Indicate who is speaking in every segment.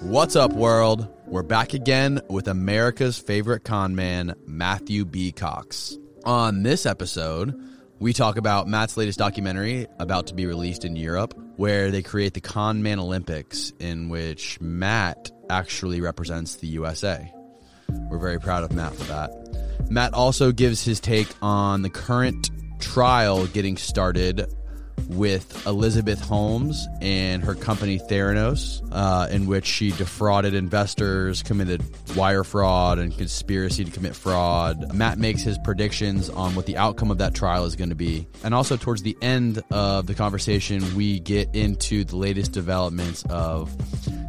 Speaker 1: What's up, world? We're back again with America's favorite con man, Matthew B. Cox. On this episode, we talk about Matt's latest documentary about to be released in Europe, where they create the Con Man Olympics, in which Matt actually represents the USA. We're very proud of Matt for that. Matt also gives his take on the current trial getting started with Elizabeth Holmes and her company Theranos, uh, in which she defrauded investors, committed wire fraud, and conspiracy to commit fraud. Matt makes his predictions on what the outcome of that trial is going to be. And also, towards the end of the conversation, we get into the latest developments of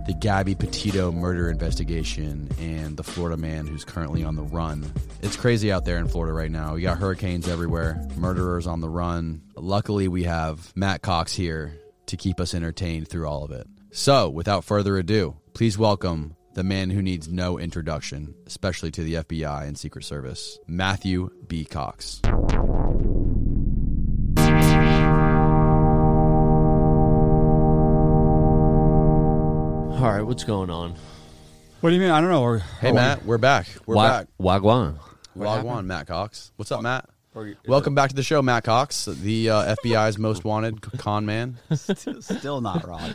Speaker 1: the Gabby Petito murder investigation and the Florida man who's currently on the run. It's crazy out there in Florida right now. We got hurricanes everywhere, murderers on the run. Luckily, we have Matt Cox here to keep us entertained through all of it. So, without further ado, please welcome the man who needs no introduction, especially to the FBI and Secret Service, Matthew B. Cox.
Speaker 2: All right, what's going on?
Speaker 3: What do you mean? I don't know. Or,
Speaker 1: Hey, Matt, we're back. We're back.
Speaker 2: Wagwan.
Speaker 1: Wagwan, Matt Cox. What's up, Matt? Welcome back to the show, Matt Cox, the uh, FBI's most wanted con man.
Speaker 4: Still not wrong.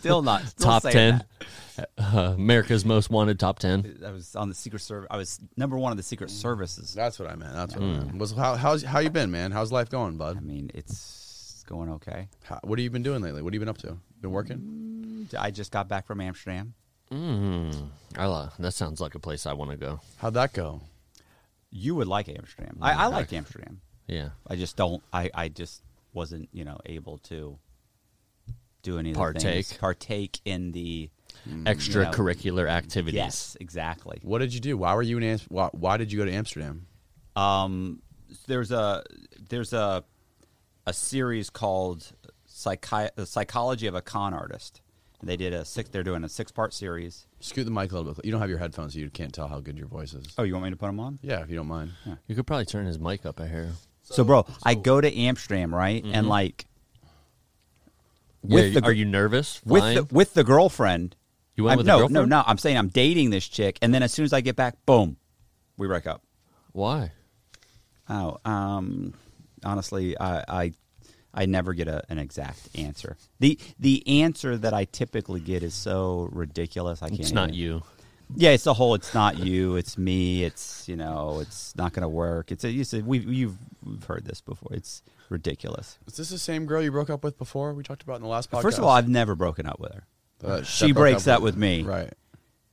Speaker 4: Still not. Still
Speaker 2: Top
Speaker 4: saying
Speaker 2: 10. Uh, America's most wanted top 10.
Speaker 4: That. I was on the Secret Service. I was number one of the Secret Services.
Speaker 1: That's what I meant. That's what I meant. Mm. Was how how's how you been, man? How's life going,
Speaker 4: I
Speaker 1: bud?
Speaker 4: mean, it's going okay.
Speaker 1: How, what have you been doing lately? What have you been up to? Been working?
Speaker 4: I just got back from Amsterdam.
Speaker 2: Mm, I lo- that sounds like a place I want to go.
Speaker 1: How'd that go?
Speaker 4: You would like Amsterdam. I, I liked Amsterdam.
Speaker 2: Yeah.
Speaker 4: I just don't. I, I just wasn't, you know, able to do any of the
Speaker 2: Partake.
Speaker 4: things. Partake in the
Speaker 2: Extracurricular activities.
Speaker 4: yes, exactly.
Speaker 1: What did you do? Why were you in? Am- why, why did you go to Amsterdam?
Speaker 4: um, there's a there's a a series called Psychi- the psychology of a con artist and they did a six they're doing a six part series
Speaker 1: Scoot the mic a little bit. You don't have your headphones, so you can't tell how good your voice is.
Speaker 4: oh you want me to put them on
Speaker 1: Yeah, if you don't mind.
Speaker 2: You could probably turn his mic up a hair.
Speaker 4: so, bro i go to amsterdam right and like
Speaker 2: With
Speaker 4: With the gr-
Speaker 2: Mm-hmm. are you nervous?
Speaker 4: with
Speaker 2: Flying?
Speaker 4: the, with the girlfriend
Speaker 2: You went
Speaker 4: I'm-
Speaker 2: with the
Speaker 4: no
Speaker 2: girlfriend?
Speaker 4: no no i'm saying i'm dating this chick and then as soon as i get back boom we break up
Speaker 2: Why?
Speaker 4: Oh, um, honestly, I, I, I never get a, an exact answer. the The answer that I typically get is so ridiculous. I can't.
Speaker 2: It's not
Speaker 4: even-
Speaker 2: you.
Speaker 4: Yeah, it's the whole. It's not you. It's me. It's you know. It's not going to work. It's a. You said we you've we've heard this before. It's ridiculous.
Speaker 1: Is this the same girl you broke up with before? We talked about in the last podcast.
Speaker 4: First of all, I've never broken up with her.
Speaker 1: Uh, that
Speaker 4: she
Speaker 1: broke
Speaker 4: breaks up with me.
Speaker 1: Right.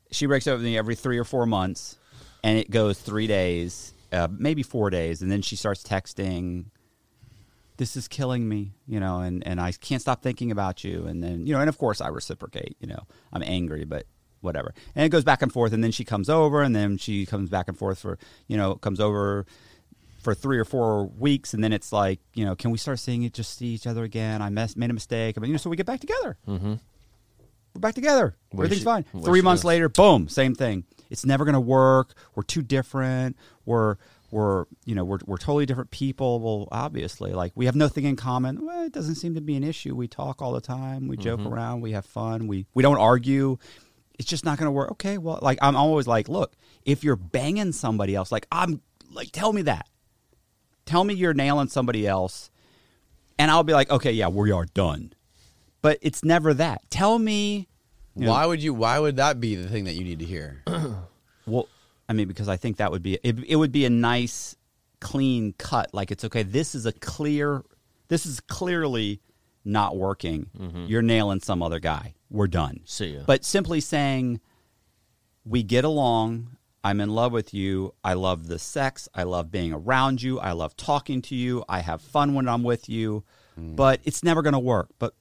Speaker 4: she breaks up with me every three or four months, and it goes three days, uh, maybe four days, and then she starts texting, "This is killing me," you know, and and I can't stop thinking about you, and then you know, and of course I reciprocate, you know, I'm angry, but whatever, and it goes back and forth, and then she comes over, and then she comes back and forth for you know, comes over. For three or four weeks, and then it's like, you know, can we start seeing it? Just see each other again. I mess, made a mistake. I mean, you know, so we get back together we're back together.
Speaker 2: Where
Speaker 4: Everything's
Speaker 2: she-
Speaker 4: fine.
Speaker 2: where
Speaker 4: Three
Speaker 2: she
Speaker 4: months
Speaker 2: goes.
Speaker 4: later, boom, same thing. It's never going to work. We're too different. We're we're you know we're we're totally different people. Well, obviously, like we have nothing in common. Well, it doesn't seem to be an issue. We talk all the time. We joke around. We have fun. We we don't argue. It's just not going to work. Okay, well, like I'm always like, look, if you're banging somebody else, like I'm like, tell me that. Tell me you're nailing somebody else and I'll be like, okay, yeah, we are done. But it's never that. Tell me, you know,
Speaker 1: Why would you? Why would that be the thing that you need to hear?
Speaker 4: well, I mean, because I think that would be it, it. Would be a nice, clean cut. Like it's okay. This is a clear. This is clearly not working. You're nailing some other guy. We're done.
Speaker 2: See ya.
Speaker 4: But simply saying, we get along. I'm in love with you. I love the sex. I love being around you. I love talking to you. I have fun when I'm with you. But it's never going to work. But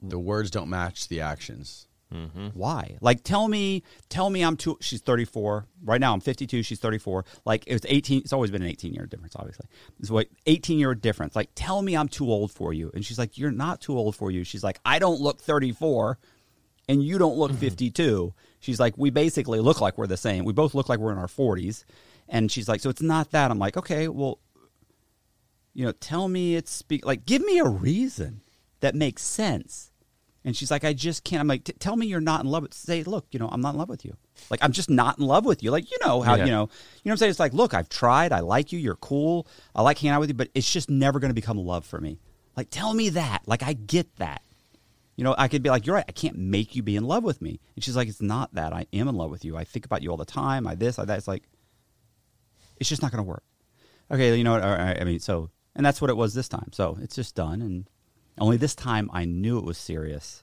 Speaker 1: the words don't match the actions.
Speaker 2: Mm-hmm.
Speaker 4: why like tell me tell me i'm too she's 34 right now i'm 52 she's 34 like it was 18 it's always been an 18 year difference obviously it's like 18 year difference like tell me i'm too old for you and she's like you're not too old for you she's like i don't look 34 and you don't look 52 she's like we basically look like we're the same we both look like we're in our 40s and she's like so it's not that i'm like okay well you know, tell me it's spe- like give me a reason that makes sense. And she's like, I just can't. I'm like, "T- tell me you're not in love with. Say, look, you know, I'm not in love with you. Like, I'm just not in love with you. Like, you know how
Speaker 2: Yeah.
Speaker 4: you know, you know what I'm saying. It's like, look, I've tried. I like you. You're cool. I like hanging out with you, but it's just never going to become love for me. Like, tell me that. Like, I get that. You know, I could be like, you're right. I can't make you be in love with me. And she's like, it's not that. I am in love with you. I think about you all the time. I this. I that. It's like, it's just not going to work. Okay, you know what? all right, I mean, so, and that's what it was this time. So it's just done. And only this time I knew it was serious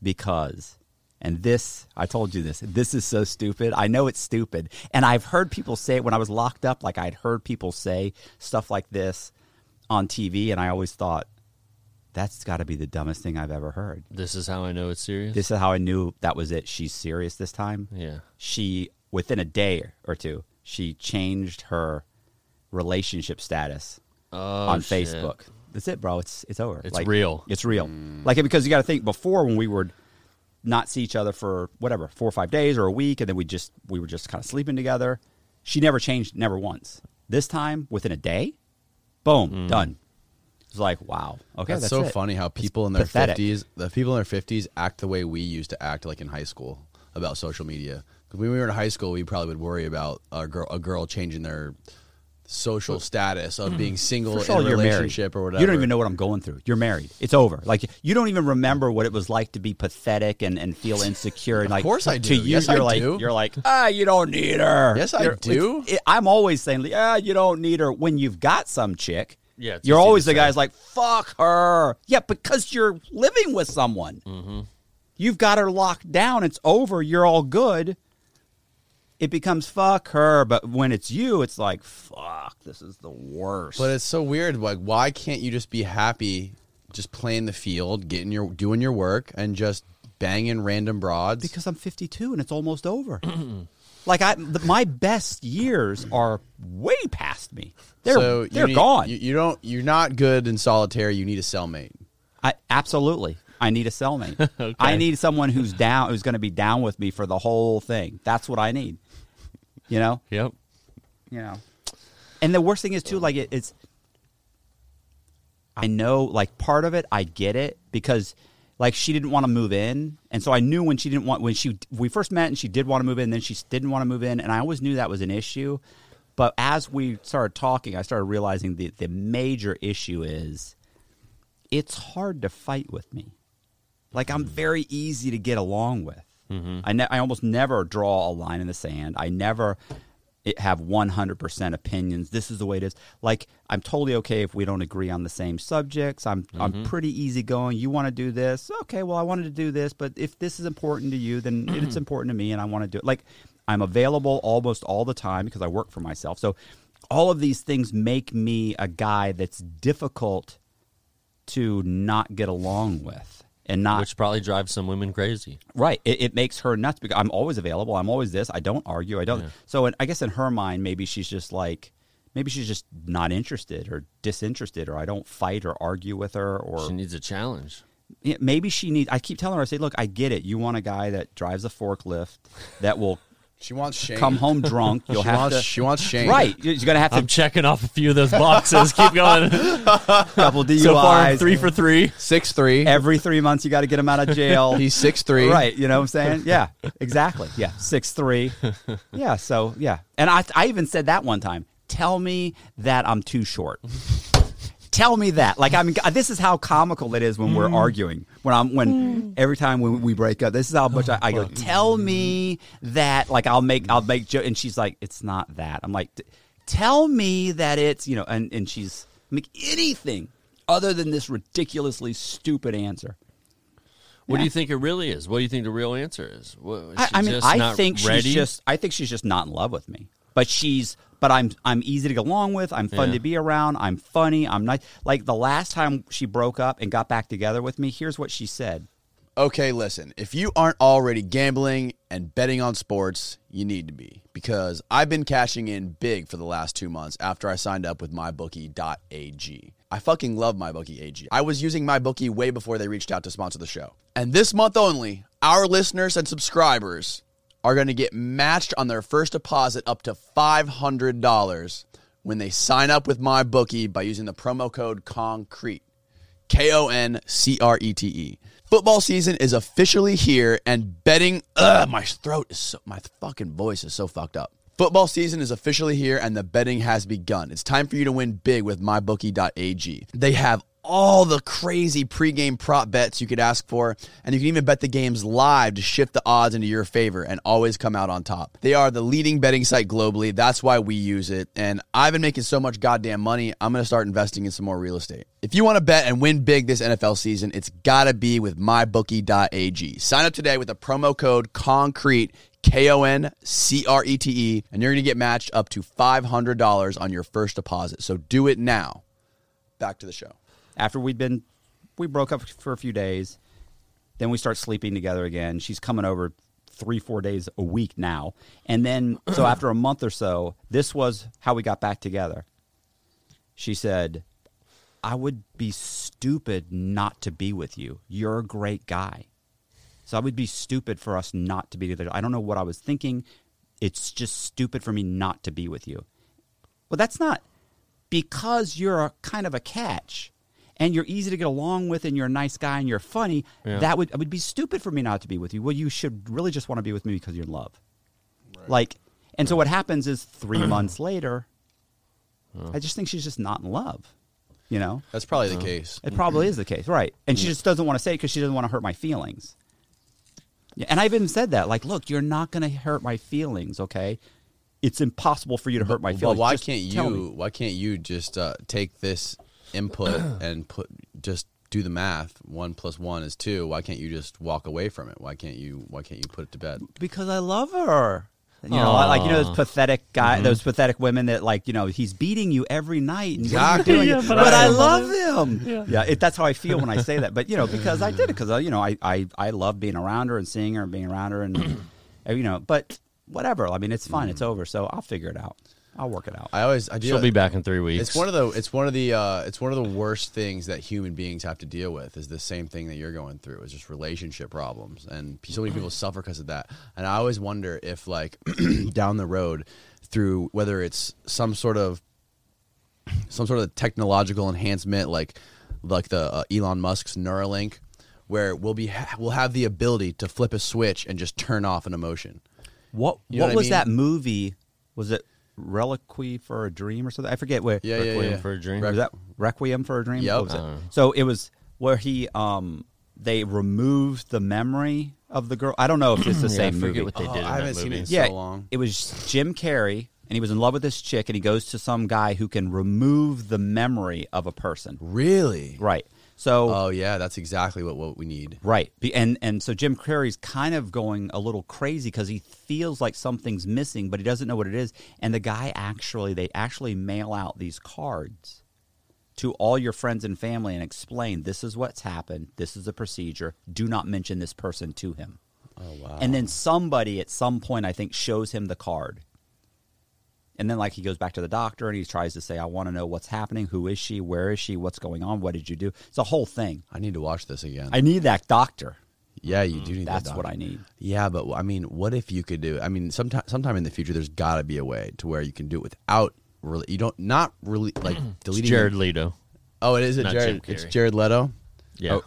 Speaker 4: because, and this, I told you this, this is so stupid. I know it's stupid. And I've heard people say it when I was locked up, like I'd heard people say stuff like this on TV. And I always thought, that's got to be the dumbest thing I've ever heard.
Speaker 2: This is how I know it's serious.
Speaker 4: This is how I knew that was it. She's serious this time
Speaker 2: yeah.
Speaker 4: she within a day or two she changed her relationship status
Speaker 2: Oh,
Speaker 4: on
Speaker 2: shit.
Speaker 4: facebook that's it bro it's it's over
Speaker 2: It's real. Mm.
Speaker 4: it's real like because you got to think before when we would not see each other for whatever four or five days or a week and then we just we were just kind of sleeping together she never changed never once this time within a day boom
Speaker 2: Mm.
Speaker 4: done it's like wow okay
Speaker 1: that's,
Speaker 4: that's,
Speaker 1: so
Speaker 4: it.
Speaker 1: funny how
Speaker 4: It's
Speaker 1: people in their
Speaker 4: pathetic.
Speaker 1: fifties, the people in their fifties, act the way we used to act, like in high school, about social media. 'Cause When we were in high school, we probably would worry about a girl, a girl changing their social status of being single
Speaker 4: First
Speaker 1: in
Speaker 4: of all,
Speaker 1: a
Speaker 4: you're married.
Speaker 1: relationship or whatever.
Speaker 4: You don't even know what I'm going through. You're married. It's over. Like you don't even remember what it was like to be pathetic and, and feel insecure. And
Speaker 1: Of
Speaker 4: like,
Speaker 1: course I do.
Speaker 4: To you,
Speaker 1: Yes, I
Speaker 4: you're like,
Speaker 1: do.
Speaker 4: You're like, ah, you don't need her.
Speaker 1: Yes, I
Speaker 4: You're-
Speaker 1: do.
Speaker 4: it's- it- I'm always saying, ah, you don't need her when you've got some chick.
Speaker 2: Yeah, it's
Speaker 4: you're
Speaker 2: easy
Speaker 4: always
Speaker 2: to
Speaker 4: the
Speaker 2: say.
Speaker 4: guy's like, fuck her. Yeah, because you're living with someone.
Speaker 1: Mm-hmm.
Speaker 4: You've got her locked down. It's over. You're all good. It becomes fuck her, but when it's you, it's like fuck. This is the worst.
Speaker 1: But it's so weird. Like, why can't you just be happy, just playing the field, getting your doing your work, and just banging random broads?
Speaker 4: because I'm 52 and it's almost over. like I, the, my best years are way past me. They're
Speaker 1: so you
Speaker 4: they're
Speaker 1: need-
Speaker 4: gone.
Speaker 1: You, you don't. You're not good in solitary. You need a cellmate.
Speaker 4: I absolutely. I need a cellmate. I need someone who's down, who's going to be down with me for the whole thing. That's what I need. You know.
Speaker 2: Yep.
Speaker 4: you know. And the worst thing is too, like it, it's. I know, like part of it, I get it because, like, she didn't want to move in, and so I knew when she didn't want when she we first met and she did want to move in, then she didn't want to move in, and I always knew that was an issue. But as we started talking, I started realizing that the major issue is, it's hard to fight with me. Like I'm very easy to get along with. I ne- I almost never draw a line in the sand. I never i- have 100% opinions. This is the way it is. Like I'm totally okay if we don't agree on the same subjects. I'm I'm pretty easygoing. You want to do this? Okay, well I wanted to do this, but if this is important to you, then it's important to me and I want to do it. Like I'm available almost all the time because I work for myself. So all of these things make me a guy that's difficult to not get along with and not
Speaker 2: Which probably drives some women crazy.
Speaker 4: right it, it makes her nuts because i'm always available i'm always this i don't argue i don't so in, i guess in her mind maybe she's just like maybe she's just not interested or disinterested or i don't fight or argue with her or
Speaker 2: She needs a challenge.
Speaker 4: yeah, maybe she needs i keep telling her i say look i get it you want a guy that drives a forklift that will
Speaker 1: She wants shame.
Speaker 4: come home drunk you'll
Speaker 1: She
Speaker 4: have
Speaker 1: wants.
Speaker 4: to
Speaker 1: She wants shame.
Speaker 4: right you're gonna have to
Speaker 2: I'm checking off a few of those boxes. Keep going.
Speaker 4: double DUIs.
Speaker 2: so far, I'm three for three.
Speaker 1: Six three.
Speaker 4: every three months you got to get him out of jail
Speaker 1: He's six three.
Speaker 4: Right. You know what I'm saying? Yeah. Exactly. Yeah. Six three. Yeah. So yeah. And I I even said that one time. Tell me that I'm too short. Tell me that. Like I'm. This is how comical it is when we're arguing. When I'm when every time we, we break up, this is how much I, I go. Tell me that. Like I'll make I'll make joke. And she's like, it's not that. I'm like, "D- tell me that it's you know. And and she's make anything other than this ridiculously stupid answer.
Speaker 2: What do you think it really is? What do you think the real answer is? What, is
Speaker 4: I,
Speaker 2: she
Speaker 4: I mean,
Speaker 2: just
Speaker 4: I
Speaker 2: not
Speaker 4: think
Speaker 2: ready?
Speaker 4: she's just. I think she's just not in love with me. But she's. But I'm. I'm easy to get along with. I'm fun
Speaker 2: Yeah.
Speaker 4: to be around. I'm funny. I'm nice. Like the last time she broke up and got back together with me. Here's what she said.
Speaker 1: Okay, listen, if you aren't already gambling and betting on sports, you need to be because I've been cashing in big for the last two months after I signed up with mybookie.ag. I fucking love mybookie.ag. I was using mybookie way before they reached out to sponsor the show. And this month only, our listeners and subscribers are going to get matched on their first deposit up to $500 when they sign up with mybookie by using the promo code CONCRETE. K O N C R E T E. Football season is officially here, and betting. Ugh, my throat is so. My fucking voice is so fucked up. Football season is officially here, and the betting has begun. It's time for you to win big with mybookie.ag. They have all the crazy pregame prop bets you could ask for, and you can even bet the games live to shift the odds into your favor and always come out on top. They are the leading betting site globally. That's why we use it. And I've been making so much goddamn money, I'm going to start investing in some more real estate. If you want to bet and win big this NFL season, it's got to be with mybookie.ag. Sign up today with the promo code CONCRETE. K O N C R E T E, and you're going to get matched up to $500 on your first deposit. So do it now. Back to the show.
Speaker 4: after we'd been we broke up for a few days then we start sleeping together again she's coming over three four days a week now and then so after a month or so this was how we got back together she said i would be stupid not to be with you you're a great guy so i would be stupid for us not to be together i don't know what i was thinking it's just stupid for me not to be with you well, that's not because you're a kind of a catch and you're easy to get along with and you're a nice guy and you're funny. That would it would be stupid for me not to be with you. Well, you should really just want to be with me because you're in love. Like and so what happens is 3 months later I just think she's just not in love, you know?
Speaker 1: That's probably the case.
Speaker 4: It probably is the case, right? And she just doesn't want to say it because she doesn't want to hurt my feelings. Yeah, and I've even said that, like, look, you're not going to hurt my feelings, okay? It's impossible for you to hurt my
Speaker 1: Well,
Speaker 4: feelings.
Speaker 1: why
Speaker 4: Just
Speaker 1: can't
Speaker 4: tell me.
Speaker 1: you? Why can't you just uh, take this input and put just do the math? One plus one is two. Why can't you just walk away from it? Why can't you? Why can't you put it to bed?
Speaker 4: Because I love her. You know, I- like you know those pathetic guy,
Speaker 1: Mm-hmm.
Speaker 4: those pathetic women that like you know he's beating you every night. And what are you
Speaker 1: Exactly.
Speaker 4: doing?
Speaker 5: Yeah,
Speaker 4: but
Speaker 5: but
Speaker 4: I,
Speaker 5: I
Speaker 4: love
Speaker 5: love
Speaker 4: him. Yeah, it, that's how I feel when I say that. But you know, because I did it because you know I, I I love being around her and seeing her and being around her and and, you know. But whatever. I mean, it's fine.
Speaker 2: Mm.
Speaker 4: It's over. So I'll figure it out. I'll work it out.
Speaker 1: I always. I do.
Speaker 2: She'll be back in three weeks.
Speaker 1: It's one of the. It's one of the. Uh, it's one of the worst things that human beings have to deal with. Is the same thing that you're going through. Is just relationship problems, and so many people
Speaker 4: Mm-hmm.
Speaker 1: suffer because of that. And I always wonder if, like, down the road, through whether it's some sort of some sort of technological enhancement, like like the uh, Elon Musk's Neuralink, where we'll be ha- we'll have the ability to flip a switch and just turn off an emotion.
Speaker 4: What
Speaker 1: You know
Speaker 4: What
Speaker 1: what I
Speaker 4: was
Speaker 1: mean?
Speaker 4: that movie? Was it Reliquy for a Dream or something? I forget where.
Speaker 1: Yeah, yeah,
Speaker 2: Requiem
Speaker 1: yeah.
Speaker 2: for a Dream.
Speaker 1: Rec-
Speaker 4: was that Requiem for a Dream?
Speaker 1: Yep.
Speaker 4: What was it?
Speaker 2: Uh.
Speaker 4: So it was where he um they removed the memory of the girl. I don't know if it's the
Speaker 2: Yeah, I
Speaker 4: same
Speaker 2: forget
Speaker 4: movie.
Speaker 2: what they
Speaker 1: Oh,
Speaker 2: did. in
Speaker 1: I
Speaker 2: that
Speaker 1: haven't seen
Speaker 2: movie.
Speaker 1: it.
Speaker 4: yeah,
Speaker 1: so long.
Speaker 4: it was Jim Carrey, and he was in love with this chick, and he goes to some guy who can remove the memory of a person.
Speaker 1: Really?
Speaker 4: Right. So
Speaker 1: Oh yeah, that's exactly what what we need.
Speaker 4: Right. Be- And and so Jim Carrey's kind of going a little crazy because he feels like something's missing, but he doesn't know what it is. And the guy actually, they actually mail out these cards to all your friends and family and explain this is what's happened, this is the procedure. Do not mention this person to him. Oh wow. And then somebody at some point I think shows him the card. And then like he goes back to the doctor and he tries to say, I want to know what's happening, who is she, where is she, what's going on, what did you do? It's a whole thing.
Speaker 1: I need to watch this again.
Speaker 4: I need that doctor.
Speaker 1: yeah, you do need. that
Speaker 4: That's what
Speaker 1: doc.
Speaker 4: I need.
Speaker 1: Yeah, but I mean, what if you could do? I mean, sometime sometime in the future, there's got to be a way to where you can do it without. Really, you don't not really like deleting your-
Speaker 2: Jared Leto.
Speaker 1: Oh, it is a
Speaker 2: not Jim
Speaker 1: Jared. It's
Speaker 2: Carrey.
Speaker 1: Jared Leto.
Speaker 2: Yeah.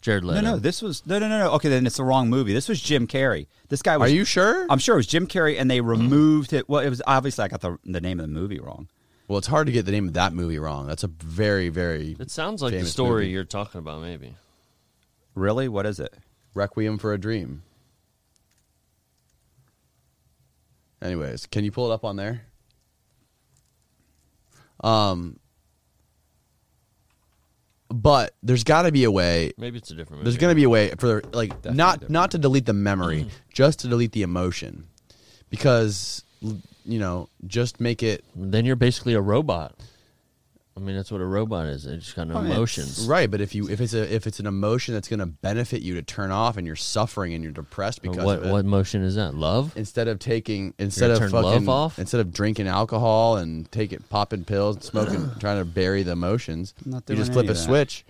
Speaker 2: Jared Leto.
Speaker 4: No, no, this was no, no, no, no. Okay, then it's the wrong movie. This was Jim Carrey. This guy was.
Speaker 1: Are you sure?
Speaker 4: I'm sure it was Jim Carrey, and they removed it. Well, it was obviously I got the the name of the movie wrong.
Speaker 1: well, it's hard to get the name of that movie wrong. That's a very very.
Speaker 2: It sounds like the
Speaker 1: famous
Speaker 2: story
Speaker 1: movie.
Speaker 2: you're talking about, maybe.
Speaker 4: Really, what is it?
Speaker 1: Requiem for a Dream. Anyways, can you pull it up on there? Um, but there's got to be a way.
Speaker 2: Maybe it's a different movie.
Speaker 1: There's going to be a way for like not
Speaker 4: different.
Speaker 1: not to delete the memory,
Speaker 2: Mm-hmm.
Speaker 1: just to delete the emotion, because l- you know, just make it
Speaker 2: Then you're basically a robot. I mean, that's what a robot is. It just got no
Speaker 4: I mean,
Speaker 2: emotions.
Speaker 1: right. But if you if it's a if it's an emotion that's going to benefit you to turn off, and you're suffering and you're depressed because
Speaker 2: What
Speaker 1: of it,
Speaker 2: what emotion is that? Love?
Speaker 1: instead of taking instead of
Speaker 2: turn love
Speaker 1: fucking
Speaker 2: off?
Speaker 1: instead of drinking alcohol and taking popping pills and smoking trying to bury the emotions
Speaker 4: Not
Speaker 1: you
Speaker 4: doing
Speaker 1: just flip
Speaker 4: any
Speaker 1: a
Speaker 4: of that.
Speaker 1: switch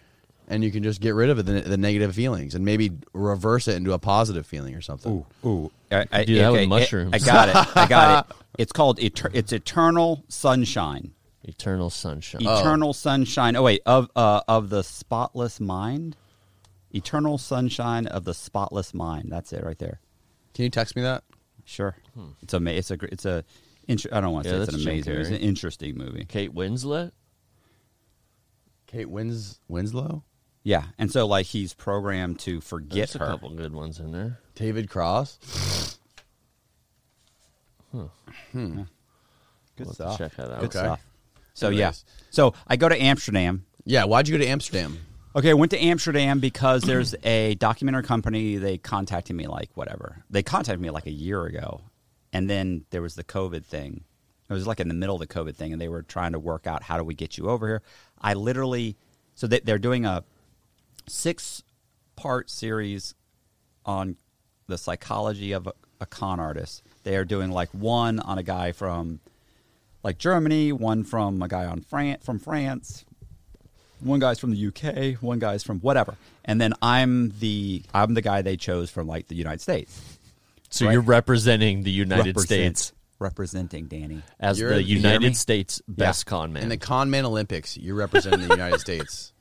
Speaker 1: and you can just get rid of the, the negative feelings and maybe reverse it into a positive feeling or something
Speaker 4: Ooh, I, I,
Speaker 2: Do that with
Speaker 4: I-
Speaker 2: mushrooms.
Speaker 4: I got it. I got it. It's called Eter- it's Eternal Sunshine.
Speaker 2: Eternal sunshine.
Speaker 4: Oh, uh, Eternal Sunshine. Oh wait, of uh, of the spotless mind. Eternal Sunshine of the Spotless Mind. That's it right there.
Speaker 1: Can you text me that?
Speaker 4: Sure. It's a it's a gr- it's a inter- I don't want to
Speaker 2: Hmm. Yeah,
Speaker 4: say it's
Speaker 2: that's
Speaker 4: an
Speaker 2: Jim
Speaker 4: amazing. It's an
Speaker 2: Carrey.
Speaker 4: interesting movie.
Speaker 2: Kate Winslet.
Speaker 1: Kate Wins Winslow,
Speaker 4: Yeah, and so like he's programmed to forget
Speaker 2: There's a
Speaker 4: her.
Speaker 2: couple good ones in there.
Speaker 1: David Cross.
Speaker 4: Good
Speaker 2: We'll have to
Speaker 4: stuff.
Speaker 2: check that out.
Speaker 4: Good
Speaker 1: Okay.
Speaker 4: stuff. So
Speaker 1: Anyways.
Speaker 4: yeah. So I go to Amsterdam.
Speaker 1: Yeah, why'd you go to Amsterdam?
Speaker 4: Okay, I went to Amsterdam because there's a documentary company. They contacted me like whatever. They contacted me like a year ago, and then there was the COVID thing. It was like in the middle of the COVID thing, and they were trying to work out how do we get you over here. I literally, so they, they're doing a six part series on the psychology of a, a con artist. They are doing like one on a guy from like Germany, one from a guy on France from France, one guy's from the UK, one guy's from whatever, and then I'm the I'm the guy they chose from like the United States.
Speaker 2: So
Speaker 4: Right.
Speaker 2: you're representing the United
Speaker 4: Represent-
Speaker 2: States
Speaker 4: representing Danny.
Speaker 2: as
Speaker 1: You're-
Speaker 2: the
Speaker 1: you hear me?
Speaker 2: United States best con man.
Speaker 1: In the Con Man Olympics, you're representing the United States.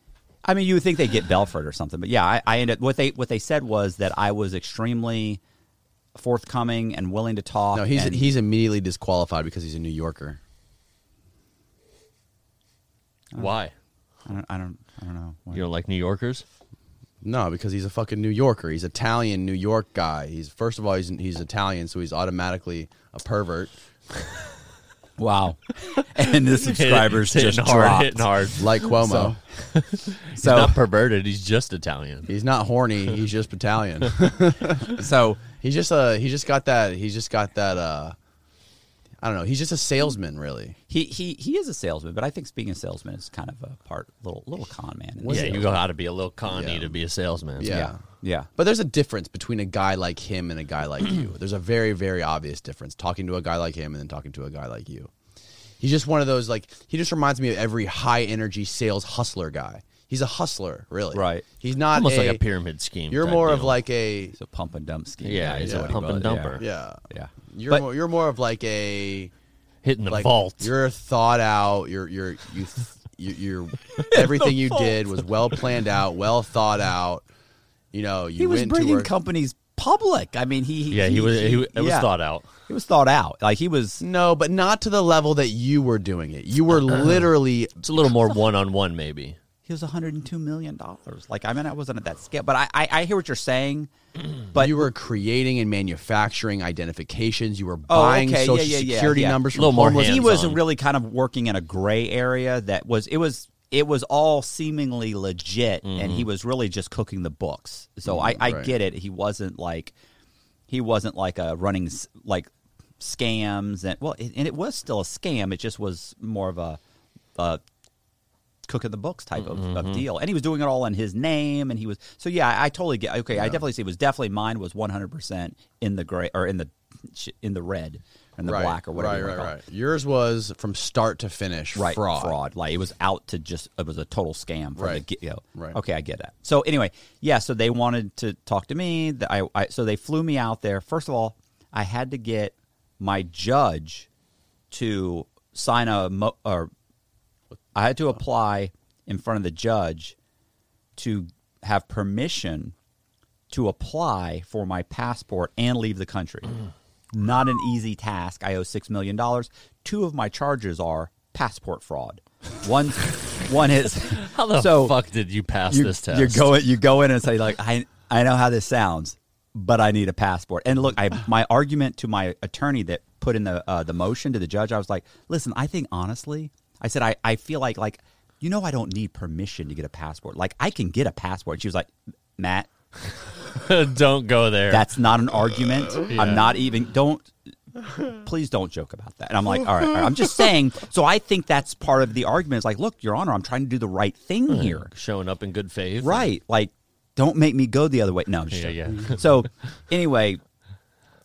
Speaker 4: I mean, you would think they would get Belford or something, but yeah, I, I ended what they what they said was that I was extremely forthcoming and willing to talk.
Speaker 1: No, he's
Speaker 4: and-
Speaker 1: he's immediately disqualified because he's a New Yorker.
Speaker 2: Why?
Speaker 4: I don't I don't, I don't know. What-
Speaker 2: You don't like New Yorkers?
Speaker 1: No, because he's a fucking New Yorker. He's Italian New York guy. He's first of all he's he's Italian, so he's automatically a pervert.
Speaker 4: Wow, and the subscribers
Speaker 2: Hitting
Speaker 4: just
Speaker 2: hard,
Speaker 4: dropped.
Speaker 2: hitting hard.
Speaker 1: Like Cuomo.
Speaker 4: So-
Speaker 2: He's
Speaker 4: So
Speaker 2: not perverted. He's just Italian.
Speaker 1: He's not horny, he's just Italian.
Speaker 4: so
Speaker 1: he's just uh he just got that he's just got that uh I don't know, he's just a salesman really.
Speaker 4: he he he is a salesman, but I think speaking of salesman is kind of a part little little con man. in
Speaker 2: yeah,
Speaker 4: this.
Speaker 2: you got to be a little conny
Speaker 1: Yeah.
Speaker 2: to be a salesman.
Speaker 1: Yeah.
Speaker 4: yeah.
Speaker 1: But there's a difference between a guy like him and a guy like you. There's a very, very obvious difference talking to a guy like him and then talking to a guy like you. He's just one of those, like, he just reminds me of every high energy sales hustler guy. He's a hustler, really.
Speaker 4: Right.
Speaker 1: He's not
Speaker 2: almost
Speaker 1: a-
Speaker 2: like a pyramid scheme.
Speaker 1: You're
Speaker 2: type
Speaker 1: more of
Speaker 2: deal.
Speaker 1: like a,
Speaker 4: He's a pump and dump scheme.
Speaker 2: Yeah,
Speaker 4: guy,
Speaker 2: he's
Speaker 4: is
Speaker 2: a
Speaker 4: what he
Speaker 2: pump and
Speaker 4: was,
Speaker 2: dumper.
Speaker 1: yeah.
Speaker 4: Yeah.
Speaker 1: You're,
Speaker 4: But-
Speaker 1: more, you're more of like a,
Speaker 2: hitting the
Speaker 1: like,
Speaker 2: vault.
Speaker 1: you're thought out. You're, you're, you, th- you you're, everything you did was well planned out, well thought out. You know, you
Speaker 4: He was
Speaker 1: went
Speaker 4: bringing
Speaker 1: to work.
Speaker 4: companies public. I mean, he,
Speaker 2: yeah, he was. He, it was
Speaker 4: yeah.
Speaker 2: thought out.
Speaker 4: It was thought out. Like he was.
Speaker 1: No, but not to the level that you were doing it. You were literally
Speaker 2: It's a little more one on one, maybe.
Speaker 4: He was 102 million dollars. Like I mean, I wasn't at that scale, but I, I, I hear what you're saying. But
Speaker 1: you were creating and manufacturing identifications. You were
Speaker 4: Oh,
Speaker 1: buying
Speaker 4: okay, yeah,
Speaker 1: social
Speaker 4: yeah, yeah,
Speaker 1: security
Speaker 4: yeah.
Speaker 1: numbers
Speaker 2: A little
Speaker 1: from
Speaker 2: more
Speaker 1: homeless.
Speaker 2: hands
Speaker 4: he was
Speaker 2: on.
Speaker 4: really kind of working in a gray area that was it was it was all seemingly legit, and he was really just cooking the books. So I, I
Speaker 1: Mm-hmm. Mm, right.
Speaker 4: get it. He wasn't like he wasn't like a running s- like scams and well, it, and it was still a scam. It just was more of a. a cooking the books type of,
Speaker 1: Mm-hmm.
Speaker 4: of deal and he was doing it all in his name and he was so yeah i, I totally get okay i definitely see it was definitely mine was 100% in the gray or in the in the red in the
Speaker 1: right,
Speaker 4: black or whatever
Speaker 1: Right,
Speaker 4: you wanna
Speaker 1: right,
Speaker 4: call it
Speaker 1: right. Yours was from start to finish
Speaker 4: right,
Speaker 1: fraud.
Speaker 4: Like it was out to just it was a total scam from the
Speaker 1: Right.
Speaker 4: get go.
Speaker 1: Right.
Speaker 4: Okay, I get that. So anyway, yeah. So they wanted to talk to me. The- I, I so they flew me out there. First of all, I had to get my judge to sign a mo- or I had to apply in front of the judge to have permission to apply for my passport and leave the country. Not an easy task. I owe six million dollars. Two of my charges are passport fraud. One, one is
Speaker 2: How the
Speaker 4: so
Speaker 2: fuck did you pass
Speaker 4: you,
Speaker 2: this test?
Speaker 4: you go in, you go in and say like I I know how this sounds, but I need a passport. And look, I my argument to my attorney that put in the uh, the motion to the judge, I was like, listen, I think honestly, I said I I feel like like you know I don't need permission to get a passport. Like I can get a passport. She was like, Matt,
Speaker 2: Don't go there.
Speaker 4: that's not an argument.
Speaker 2: Uh,
Speaker 4: I'm not even. Don't. Please don't joke about that. And I'm like, all right, all right. I'm just saying. So I think that's part of the argument. Is like, look, Your Honor, I'm trying to do the right thing here.
Speaker 2: showing up in good faith.
Speaker 4: Right. Like, don't make me go the other way. No, I'm just
Speaker 2: Yeah,
Speaker 4: joking.
Speaker 2: yeah.
Speaker 4: So anyway,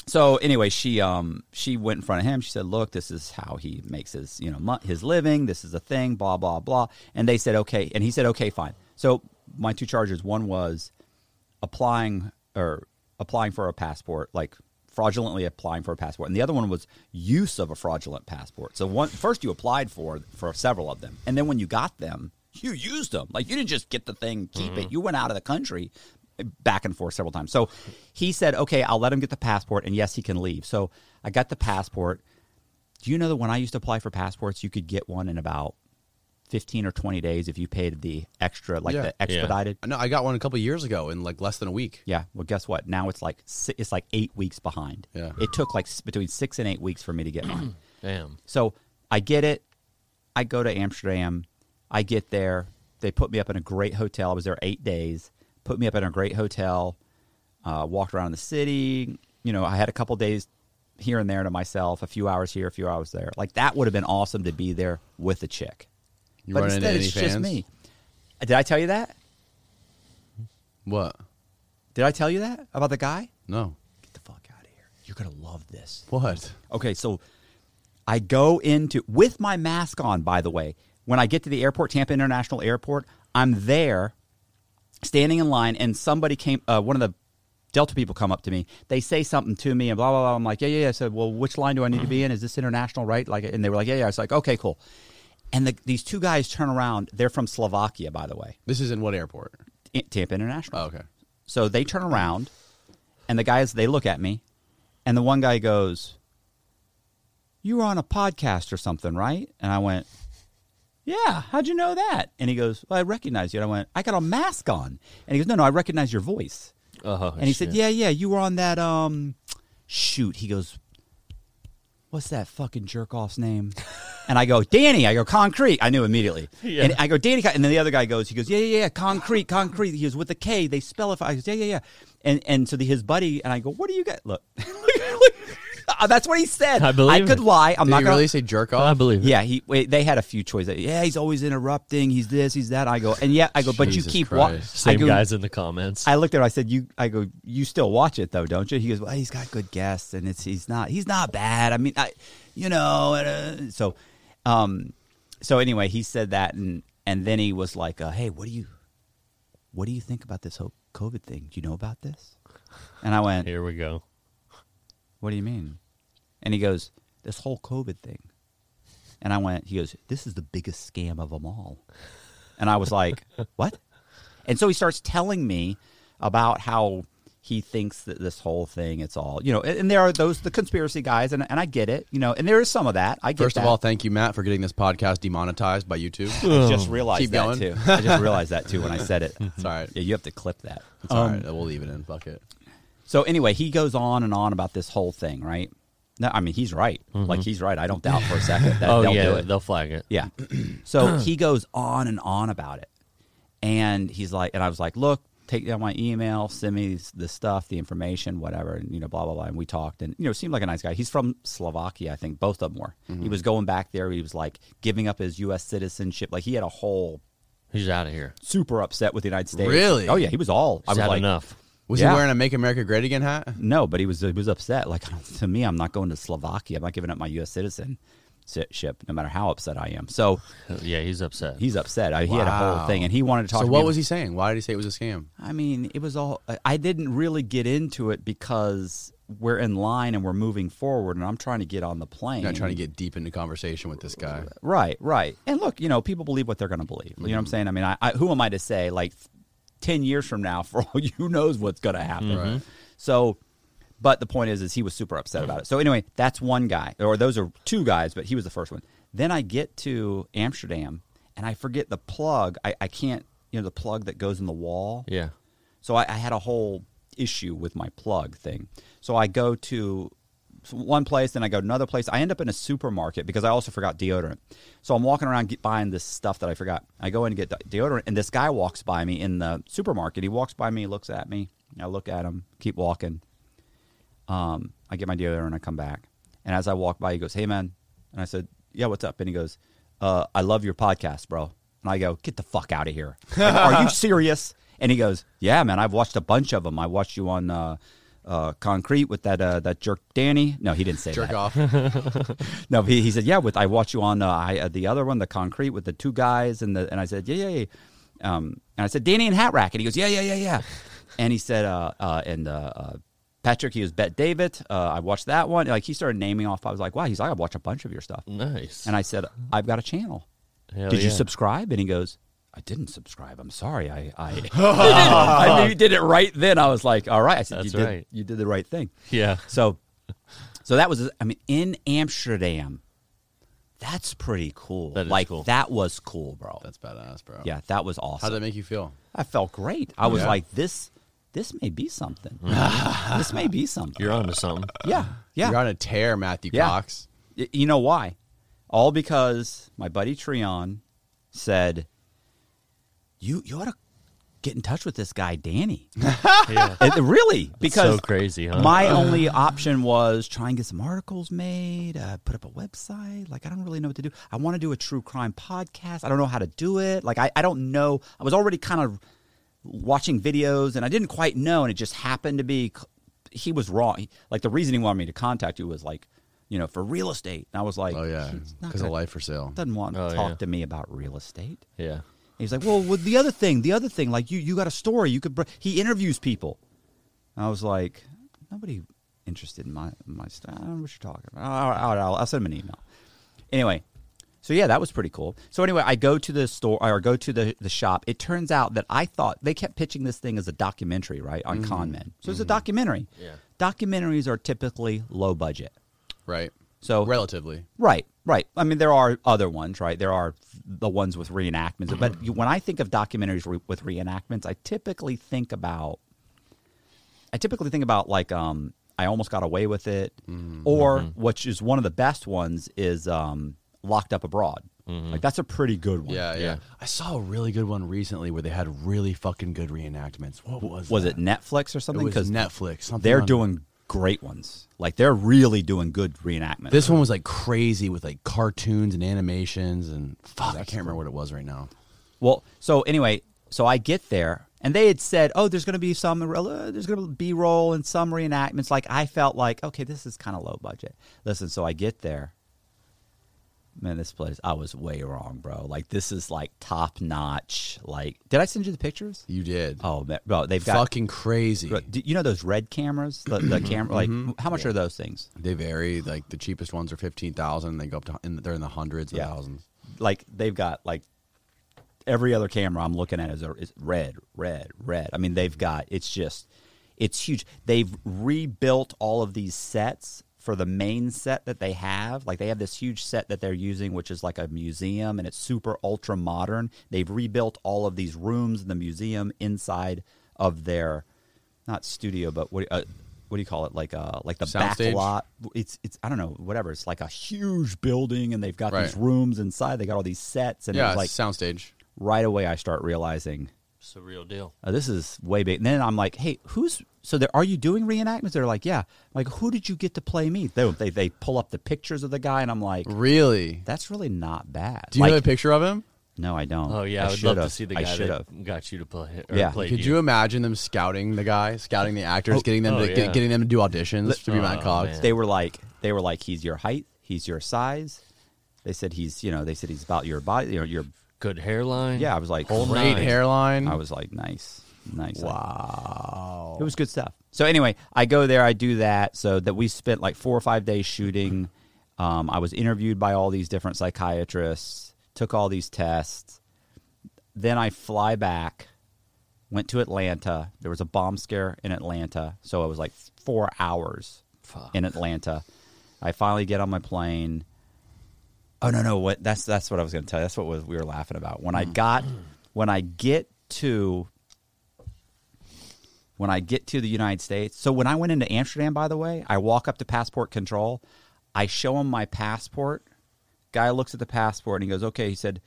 Speaker 4: so anyway, she um she went in front of him. She said, "Look, this is how he makes his you know mo- his living. This is a thing. Blah blah blah." And they said, "Okay," and he said, "Okay, fine." So my two charges: one was applying or applying for a passport, like fraudulently applying for a passport, and the other one was use of a fraudulent passport. So one first you applied for for several of them, and then when you got them, you used them. Like you didn't just get the thing, keep
Speaker 1: Mm-hmm.
Speaker 4: it. You went out of the country eh, back and forth several times. So he said, okay, I'll let him get the passport and yes, he can leave. So I got the passport. Do you know that when I used to apply for passports, you could get one in about 15 or 20 days if you paid the extra, like
Speaker 1: Yeah.
Speaker 4: the expedited?
Speaker 1: No, I got one a couple years ago in like less than a week.
Speaker 4: Yeah. Well, guess what? Now it's like si- it's like eight weeks behind.
Speaker 1: Yeah.
Speaker 4: It took like s- between six and eight weeks for me to get mine.
Speaker 2: Damn.
Speaker 4: so I get it. I go to Amsterdam. I get there. They put me up in a great hotel. I was there eight days. Put me up in a great hotel. Uh, walked around the city. You know, I had a couple days here and there to myself. A few hours here, a few hours there. Like that would have been awesome to be there with a chick.
Speaker 1: You
Speaker 4: but
Speaker 1: run
Speaker 4: instead,
Speaker 1: into
Speaker 4: it's
Speaker 1: any
Speaker 4: just
Speaker 1: fans?
Speaker 4: me. Did I tell you that?
Speaker 1: What?
Speaker 4: Did I tell you that about the guy?
Speaker 1: No.
Speaker 4: get the fuck out of here. You're gonna love this.
Speaker 1: What?
Speaker 4: Okay, so I go into with my mask on, by the way. When I get to the airport, Tampa International Airport, I'm there standing in line and somebody came uh, one of the Delta people come up to me. They say something to me and blah blah blah. I'm like, yeah, yeah, yeah. I said, well, which line do I need to be in? Is this international, right? Like, and they were like, yeah, yeah. I was like, okay, cool. And the, these two guys turn around. They're from Slovakia, by the way,
Speaker 1: This is in what airport?
Speaker 4: I- Tampa International.
Speaker 1: Oh, okay.
Speaker 4: So they turn around, and the guys they look at me, and the one guy goes, "You were on a podcast or something, right?" And I went, "Yeah, how'd you know that?" And he goes, "Well, I recognize you." And I went, "I got a mask on," and he goes, "No, no, I recognize your voice."
Speaker 2: Oh,
Speaker 4: and he said, "Yeah, yeah, you were on that um, shoot." He goes, "What's that fucking jerk off's name?" and I go, "Danny." I go, "Concrete." I knew immediately.
Speaker 2: Yeah.
Speaker 4: And I go, "Danny," and then the other guy goes, "He goes, yeah, yeah, yeah, concrete, concrete." He goes with the K. They spell it. I goes, "Yeah, yeah, yeah." And and so the, his buddy and I go, "What do you got?" Look, look, that's what he said.
Speaker 2: I believe
Speaker 4: could
Speaker 2: it.
Speaker 4: lie. I'm
Speaker 1: Did
Speaker 4: not
Speaker 1: you
Speaker 4: gonna
Speaker 1: really say jerk off?
Speaker 2: I believe it.
Speaker 4: yeah, he wait, they had a few choices. Yeah, he's always interrupting. He's this, he's that. I go, and yeah, I go, but you
Speaker 1: Jesus
Speaker 4: keep wa-
Speaker 1: Christ.
Speaker 4: I
Speaker 2: Same
Speaker 4: go,
Speaker 2: guys in the comments.
Speaker 4: I looked at him. I said, "You." I go, "You still watch it though, don't you?" He goes, "Well, he's got good guests, and it's he's not he's not bad. I mean, I, you know." And, uh, so, um, so anyway, he said that, and and then he was like, uh, "Hey, what do you, what do you think about this whole COVID thing? Do you know about this?" And I went,
Speaker 2: Here we go.
Speaker 4: what do you mean? And he goes, this whole COVID thing. And I went, he goes, this is the biggest scam of them all. And I was like, what? And so he starts telling me about how he thinks that this whole thing, it's all, you know, and, and there are those, the conspiracy guys, and, and I get it, you know, and there is some of that. I get
Speaker 1: First of
Speaker 4: that.
Speaker 1: all, thank you, Matt, for getting this podcast demonetized by YouTube.
Speaker 4: I just realized
Speaker 1: Keep
Speaker 4: that
Speaker 1: going.
Speaker 4: too. I just realized that too when I said it.
Speaker 1: It's all right.
Speaker 4: Yeah, you have to clip that.
Speaker 1: It's all right. We'll leave it in. Fuck it.
Speaker 4: So anyway, he goes on and on about this whole thing, right? No, I mean he's right. Like he's right. I don't doubt for a second that
Speaker 2: Mm-hmm. Oh
Speaker 4: they'll do
Speaker 2: yeah,
Speaker 4: it.
Speaker 2: they'll flag it.
Speaker 4: Yeah. so he goes on and on about it. And he's like, and I was like, look, take down my email, send me this- the stuff, the information, whatever, and, you know, blah, blah, blah. And we talked and, you know, seemed like a nice guy. He's from Slovakia, I think, both of them were.
Speaker 2: Mm-hmm.
Speaker 4: He was going back there. He was like giving up his U.S. citizenship. Like he had a whole
Speaker 2: He's out of here.
Speaker 4: super upset with the United States.
Speaker 1: Really?
Speaker 4: Oh, yeah. He was all, I
Speaker 2: He's
Speaker 4: was
Speaker 2: had
Speaker 4: like,
Speaker 2: enough.
Speaker 1: Was
Speaker 4: Yeah.
Speaker 1: he wearing a "Make America Great Again" hat?
Speaker 4: No, but he was he was upset. Like to me, I'm not going to Slovakia. I'm not giving up my U.S. citizenship, no matter how upset I am. So
Speaker 2: Yeah, he's upset.
Speaker 4: he's upset. I, He had a whole
Speaker 1: Wow.
Speaker 4: thing, and he wanted to talk.
Speaker 1: So
Speaker 4: to
Speaker 1: what
Speaker 4: me.
Speaker 1: was he saying? Why did he say it was a scam?
Speaker 4: I mean, it was all. I- I didn't really get into it because we're in line and we're moving forward, and I'm trying to get on the plane.
Speaker 1: You're not trying
Speaker 4: Mm.
Speaker 1: to get deep into conversation with this guy.
Speaker 4: Right, right. And look, you know, people believe what they're going to believe. You know what I'm saying? I mean, I, I, who am I to say, like, 10 years from now, for all you knows what's going to happen.
Speaker 1: Right.
Speaker 4: So, but the point is, is he was super upset about it. So anyway, that's one guy, or those are two guys, but he was the first one. Then I get to Amsterdam, and I forget the plug. I, I can't, you know, the plug that goes in the wall.
Speaker 2: Yeah.
Speaker 4: So I, I had a whole issue with my plug thing. So I go to one place, then I go to another place. I end up in a supermarket because I also forgot deodorant. So I'm walking around get, buying this stuff that I forgot. I go in and get de- deodorant, and this guy walks by me in the supermarket. He walks by me, looks at me. I look at him, keep walking. Um, I get my deodorant, I come back. And as I walk by, he goes, Hey, man. And I said, Yeah, what's up? And he goes, uh, I love your podcast, bro. And I go, Get the fuck out of here. Like, Are you serious? And he goes, Yeah, man. I've watched a bunch of them. I watched you on uh, uh, Concrete with that uh, that jerk Danny. No, he didn't say
Speaker 1: Jerk
Speaker 4: that.
Speaker 1: off.
Speaker 4: No, he, he said, "Yeah." With I watched you on uh, I, uh, the other one, the concrete with the two guys, and the and I said, "Yeah, yeah." yeah. Um, and I said, "Danny and Hat Rack," and he goes, "Yeah, yeah, yeah, yeah." and he said, uh, uh, "And uh, uh, Patrick, he was Bet David. Uh, I watched that one. Like he started naming off. I was like, "Wow." He's like, "I watch a bunch of your stuff."
Speaker 2: Nice.
Speaker 4: And I said, "I've got a channel.
Speaker 2: Hell
Speaker 4: Did you
Speaker 2: yeah.
Speaker 4: subscribe?" And he goes, I didn't subscribe. I'm sorry. I I, I maybe did it right then. I was like, all right. I said,
Speaker 2: That's
Speaker 4: you did,
Speaker 2: right.
Speaker 4: You did the right thing.
Speaker 2: Yeah.
Speaker 4: So, so that was. I mean, in Amsterdam, that's pretty cool.
Speaker 2: That is
Speaker 4: like
Speaker 2: cool.
Speaker 4: that was cool, bro.
Speaker 1: That's badass, bro.
Speaker 4: yeah, that was awesome.
Speaker 1: How would that make you feel?
Speaker 4: I felt great. I was
Speaker 1: Yeah.
Speaker 4: like, this, this may be something. this may be something.
Speaker 2: You're onto something.
Speaker 4: yeah, yeah.
Speaker 1: You're on a tear, Matthew
Speaker 4: Yeah.
Speaker 1: Cox.
Speaker 4: Y- You know why? All because my buddy Treon said, "You you ought to get in touch with this guy, Danny."
Speaker 2: Yeah.
Speaker 4: It- really, because
Speaker 2: so crazy, huh?
Speaker 4: my only option was try and get some articles made, uh, put up a website. Like I don't really know what to do. I want to do a true crime podcast. I don't know how to do it. Like I, I don't know. I was already kind of watching videos, and I didn't quite know. And it just happened to be he was wrong. He- like the reason he wanted me to contact you was like, you know, for real estate. And I was like,
Speaker 1: Oh yeah,
Speaker 4: he's not
Speaker 1: because of
Speaker 4: gonna-
Speaker 1: life for sale.
Speaker 4: doesn't want to
Speaker 2: Oh,
Speaker 4: talk
Speaker 2: yeah.
Speaker 4: to me about real estate.
Speaker 2: Yeah.
Speaker 4: He's like, well, with the other thing, the other thing, like you, you got a story. You could. Br-. He interviews people. And I was like, nobody interested in my my stuff. I don't know what you're talking about. I'll, I'll, I'll, I'll send him an email. Anyway, so yeah, that was pretty cool. So anyway, I go to the store or go to the the shop. It turns out that I thought they kept pitching this thing as a documentary, right, on con men. So it's a documentary.
Speaker 2: Yeah.
Speaker 4: Documentaries are typically low budget.
Speaker 1: Right.
Speaker 4: So
Speaker 1: Relatively.
Speaker 4: Right, right. I mean, there are other ones, right? There are the ones with
Speaker 1: Mm-hmm.
Speaker 4: reenactments. But you- when I think of documentaries re- with reenactments, I typically think about, I typically think about like, um, I almost got away with it,
Speaker 1: Mm-hmm.
Speaker 4: or which is one of the best ones is um, locked up abroad. Like that's a pretty good one.
Speaker 1: Mm-hmm. Yeah, yeah,
Speaker 2: Yeah.
Speaker 1: I saw a really good one recently where they had really fucking good reenactments. What was
Speaker 4: Was
Speaker 1: that?
Speaker 4: it Netflix or something?
Speaker 1: It was
Speaker 4: Because
Speaker 1: Netflix. Something
Speaker 4: they're
Speaker 1: on-
Speaker 4: doing great ones. Like they're really doing good reenactments.
Speaker 1: This one was like crazy with like cartoons and animations and fuck. I can't remember what it was right now.
Speaker 4: Well, so anyway, so I get there and they had said, "Oh, there's going to be some uh, there's going to be roll and some reenactments." Like I felt like, "Okay, this is kind of low budget." Listen, so I get there. Man, this place I was way wrong, bro. Like this is like top notch. Like, did I send you the pictures?
Speaker 1: You did.
Speaker 4: Oh, man, bro, they've got
Speaker 1: fucking crazy.
Speaker 4: bro, do you know those red cameras, the, the camera like how much are those things?
Speaker 1: They vary. Like the cheapest ones are fifteen thousand. They go up to in, they're in the hundreds of
Speaker 4: Yeah.
Speaker 1: thousands.
Speaker 4: like they've got like every other camera I'm looking at is, a, is red, red, red. I mean, they've got it's just it's huge. They've rebuilt all of these sets for the main set that they have. Like they have this huge set that they're using, which is like a museum, and it's super ultra modern. They've rebuilt all of these rooms in the museum inside of their not studio, but what. Uh, what do you call it? Like uh, like the
Speaker 1: Soundstage?
Speaker 4: back lot. uh, It's it's I don't know whatever. It's like a huge building, and they've got these
Speaker 1: Right.
Speaker 4: rooms inside. They got all these sets, and
Speaker 1: Yeah,
Speaker 4: it's like
Speaker 1: soundstage.
Speaker 4: right away I start realizing
Speaker 2: It's the real deal.
Speaker 4: oh, this is way big. And then I'm like, hey, who's so? There, are you doing reenactments? They're like, yeah. I'm like, who did you get to play me? They they, they pull up the pictures of the guy, and I'm like,
Speaker 1: Really?
Speaker 4: that's really not bad.
Speaker 1: Do you
Speaker 4: like,
Speaker 1: have a picture of him?
Speaker 4: No, I don't.
Speaker 2: Oh yeah, I, would
Speaker 4: should've.
Speaker 2: love to see the
Speaker 4: I
Speaker 2: guy
Speaker 4: should have.
Speaker 2: that got you to play. Or
Speaker 4: Yeah.
Speaker 2: played
Speaker 1: Could you. imagine them scouting the guy, scouting the actors,
Speaker 4: Oh, uh,
Speaker 1: getting them
Speaker 2: oh,
Speaker 1: to, get-
Speaker 2: yeah.
Speaker 1: getting them to do auditions to be
Speaker 2: Oh,
Speaker 1: Matt Cox?
Speaker 2: man.
Speaker 4: They were like, they were like, he's your height, he's your size. They said he's, you know, they said he's about your body, you know, your.
Speaker 2: Good hairline.
Speaker 4: Yeah, I was like,
Speaker 2: Whole
Speaker 1: Great
Speaker 2: nine.
Speaker 1: hairline.
Speaker 4: I was like, nice, nice. Wow, it was good stuff. So anyway, I go there, I do that, so that we spent like four or five days shooting. Um, I was interviewed by all these different psychiatrists, took all these tests. Then I fly back, went to Atlanta. There was a bomb scare in Atlanta, so it was like four hours
Speaker 2: Fuck.
Speaker 4: in Atlanta. I finally get on my plane. Oh no no what that's that's what I was going to tell you. That's what was, we were laughing about. When I got when I get to when I get to the United States. So when I went into Amsterdam by the way, I walk up to passport control. I show him my passport. Guy looks at the passport and he goes, "Okay." He said,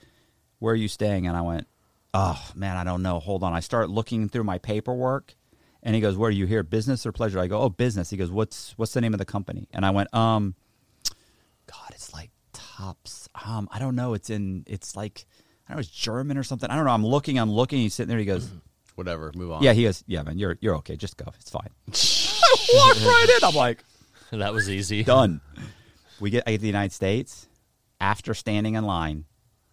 Speaker 4: "Where are you staying?" And I went, "Oh, man, I don't know. Hold on." I start looking through my paperwork and he goes, "Where are you here? Business or pleasure?" I go, "Oh, business." He goes, "What's what's the name of the company?" And I went, "Um, God, it's like tops. Um, I don't know. It's in. It's like I don't know. It's German or something. I don't know. I'm looking. I'm looking. He's sitting there. He goes,
Speaker 1: Whatever. Move on.
Speaker 4: "Yeah." He goes, "Yeah, man, you're you're okay. Just go. It's fine." I walked right in. I'm like,
Speaker 2: that was easy.
Speaker 4: done. We get I get to the United States after standing in line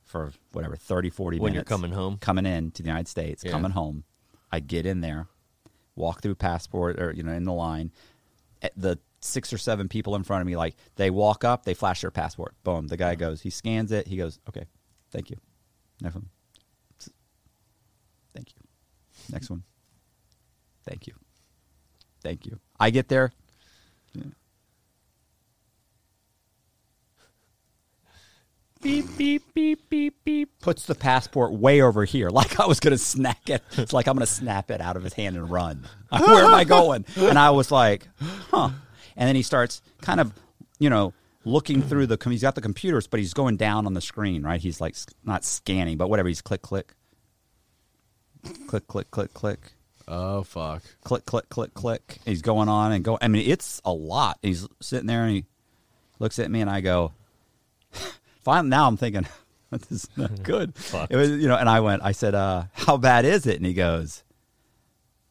Speaker 4: for whatever 30, 40
Speaker 2: When you're
Speaker 4: minutes.
Speaker 2: coming home.
Speaker 4: coming in to the United States,
Speaker 2: Yeah.
Speaker 4: coming home. I get in there, walk through passport or you know in the line. At the six or seven people in front of me, like they walk up, they flash their
Speaker 2: Uh-huh.
Speaker 4: passport. Boom. The guy goes, he scans it. He goes, okay, thank you. Never. Next one. Thank you. Thank you. I get there. Yeah. Beep, beep, beep, beep, beep. Puts the passport way over here, like I was going to snack it. It's like I'm going to snap it out of his hand and run. Where am I going? And I was like, huh. And then he starts kind of, you know, looking through the, com- he's got the computers, but he's going down on the screen, right? He's like, s- not scanning, but whatever. He's click, click, click, click, click, click
Speaker 1: Oh fuck.
Speaker 4: click, click, click, click. He's going on and going. I mean, it's a lot. He's sitting there and he looks at me and I go, fine. Now I'm thinking, this is not good. It was, you know, and I went, I said, uh, how bad is it? And he goes,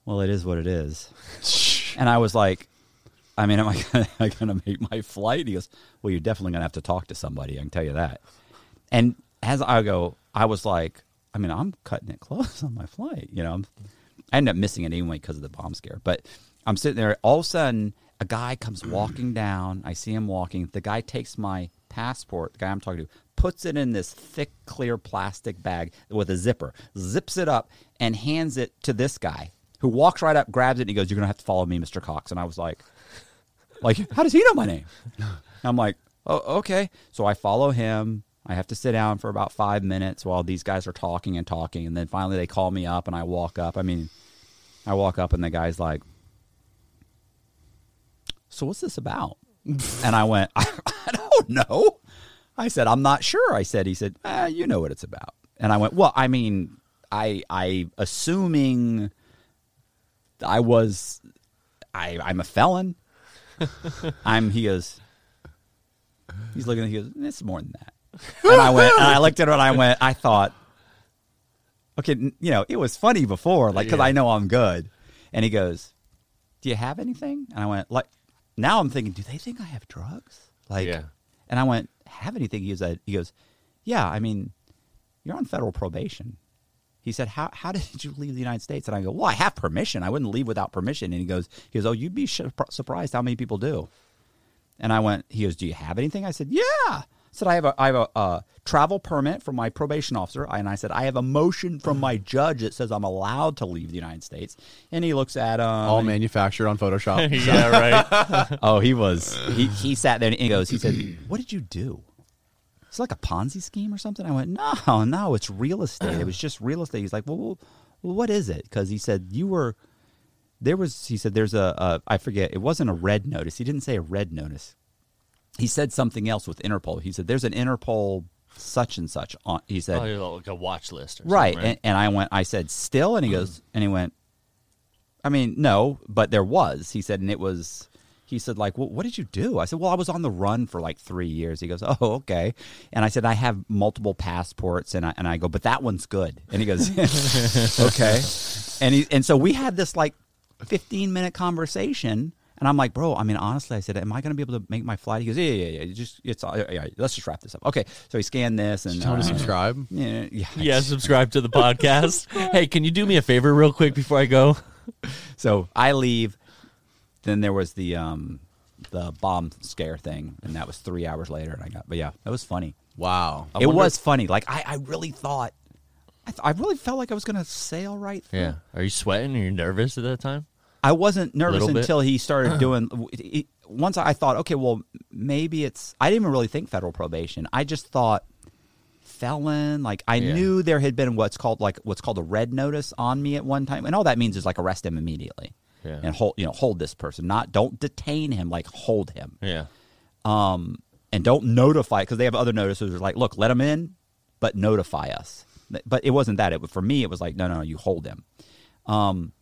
Speaker 4: well, it is what it is. and I was like, I mean, am I gonna, am I gonna make my flight? He goes, well, you're definitely gonna have to talk to somebody. I can tell you that. And as I go, I was like, I mean, I'm cutting it close on my flight. You know, I'm, I ended up missing it anyway because of the bomb scare. But I'm sitting there. All of a sudden, a guy comes walking down. I see him walking. The guy takes my passport. The guy I'm talking to puts it in this thick, clear plastic bag with a zipper, zips it up, and hands it to this guy who walks right up, grabs it, and he goes, "You're gonna have to follow me, Mr. Cox." And I was like, like, how does he know my name? And I'm like, oh, okay. So I follow him. I have to sit down for about five minutes while these guys are talking and talking. And then finally they call me up and I walk up. I mean, I walk up and the guy's like, so what's this about? and I went, I, don't know. I said, I'm not sure. I said, he said, eh, you know what it's about. And I went, well, I mean, I, I assuming I was, I, I'm a felon. I'm he goes he's looking at he goes, it's more than that. And I went and I looked at her and I went, I thought, okay, n- you know, it was funny before, like, because I know I'm good. And he goes, Do you have anything? And I went, like now I'm thinking, do they think I have drugs? Like
Speaker 2: Yeah.
Speaker 4: and I went, have anything? He goes, "I-" he goes, Yeah, I mean, you're on federal probation. He said, how, how did you leave the United States? And I go, Well, I have permission. I wouldn't leave without permission. And he goes, he goes, Oh, you'd be sh- surprised how many people do. And I went, he goes, Do you have anything? I said, Yeah. I said, I have a, I have a, uh travel permit from my probation officer. And I said, I have a motion from my judge that says I'm allowed to leave the United States. And he looks at um,
Speaker 1: All manufactured on Photoshop.
Speaker 2: yeah, right.
Speaker 4: Oh, he was. He, he sat there and he goes, he said, What did you do? It's like a Ponzi scheme or something. I went, No, no, it's real estate. It was just real estate. He's like, Well, well well, what is it? Because he said, You were, there was, he said, There's a, a, I forget, it wasn't a red notice. He didn't say a red notice. He said something else with Interpol. He said, There's an Interpol such and such on, he said,
Speaker 2: Oh, you're like a watch list, or
Speaker 4: right.
Speaker 2: something,
Speaker 4: And, and I went, I said, still? And he goes, and he went, I mean, no, but there was. He said, and it was, he said, like, well, what did you do? I said, well, I was on the run for like three years. He goes, oh, okay. And I said, I have multiple passports. And I, and I go, but that one's good. And he goes, okay. And, he, and so we had this like 15 minute conversation. And I'm like, bro, I mean, honestly, I said, am I going to be able to make my flight? He goes, yeah, yeah, yeah. yeah, Just, it's, all- yeah, yeah, let's just wrap this up. Okay. So he scanned this and.
Speaker 1: Tell him to
Speaker 4: uh,
Speaker 1: subscribe.
Speaker 4: Yeah, yeah.
Speaker 2: Yeah, subscribe to the podcast. hey, can you do me a favor real quick before I go?
Speaker 4: So I leave. Then there was the um the bomb scare thing, and that was three hours later. And I got, but yeah, that was funny.
Speaker 1: Wow.
Speaker 4: it was funny. Like I, I really thought, I, th- I really felt like I was gonna sail right. through.
Speaker 2: Yeah. Are you sweating? Are you nervous at that time?
Speaker 4: I wasn't nervous
Speaker 2: Little bit.
Speaker 4: until he started doing. it- it- Once I thought, okay, well, maybe it's. I didn't even really think federal probation. I just thought felon. Like I
Speaker 2: Yeah.
Speaker 4: knew there had been what's called like what's called a red notice on me at one time, and all that means is like arrest him immediately
Speaker 2: Yeah.
Speaker 4: and hold you know hold this person, not don't detain him, like hold him
Speaker 2: Yeah.
Speaker 4: and don't notify because they have other notices. Like, look, let them in, but notify us. But it wasn't that. It was- for me, it was like, no, no, no you hold them. Um,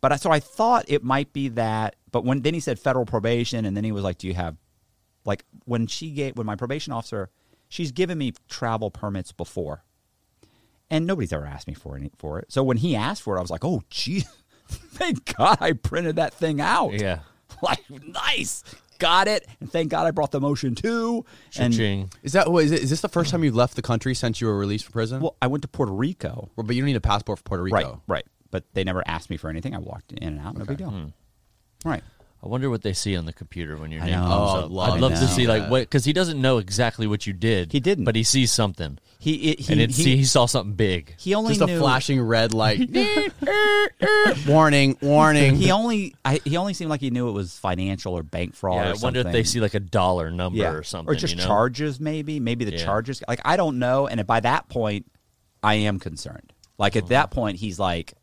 Speaker 4: but I, so I thought it might be that. But when then he said federal probation, and then he was like, do you have like when she gave when my probation officer, she's given me travel permits before, and nobody's ever asked me for any for it. So when he asked for it, I was like, oh, gee, thank God I printed that thing out
Speaker 2: Yeah.
Speaker 4: like nice got it and thank god i brought the motion too and
Speaker 2: Cha-ching.
Speaker 1: Is that what is, it, is this the first time you left the country since you were released from prison?
Speaker 4: well i went to puerto rico
Speaker 1: Well, but you don't need a passport for Puerto Rico.
Speaker 2: Hmm.
Speaker 4: right right but they never asked me for anything i walked in and out no big deal right
Speaker 2: I I wonder what they see on the computer when your
Speaker 4: I
Speaker 2: name
Speaker 4: know.
Speaker 2: comes
Speaker 1: Oh,
Speaker 2: up.
Speaker 1: love
Speaker 2: I'd love
Speaker 4: it.
Speaker 2: to
Speaker 4: I
Speaker 2: see
Speaker 1: know.
Speaker 2: like what because he doesn't know exactly what you did.
Speaker 4: He didn't.
Speaker 2: but he sees something,
Speaker 4: He he
Speaker 2: and
Speaker 4: he,
Speaker 2: it, see, he saw something big.
Speaker 4: he only
Speaker 1: Just a
Speaker 4: knew- er,
Speaker 1: flashing red light. warning, warning.
Speaker 4: He only I, he only seemed like he knew it was financial or bank fraud.
Speaker 2: yeah,
Speaker 4: or
Speaker 2: I wonder if
Speaker 4: something.
Speaker 2: they see like a dollar number
Speaker 4: yeah.
Speaker 2: or something,
Speaker 4: just
Speaker 2: you know?
Speaker 4: charges maybe maybe the
Speaker 2: Yeah.
Speaker 4: charges like I don't know. And by that point, I am concerned. Like at that
Speaker 2: Mm-hmm.
Speaker 4: point, he's like.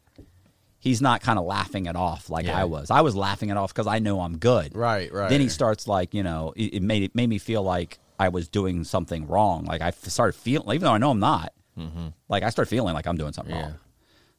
Speaker 4: He's not kind of laughing it off like
Speaker 2: Yeah.
Speaker 4: I was. I was laughing it off because I know I'm good.
Speaker 1: Right, right.
Speaker 4: Then he starts like, you know, it, it made it made me feel like I was doing something wrong. Like I f- started feeling, even though I know I'm not. Like I start feeling like I'm doing something
Speaker 2: Mm-hmm. Yeah.
Speaker 4: wrong.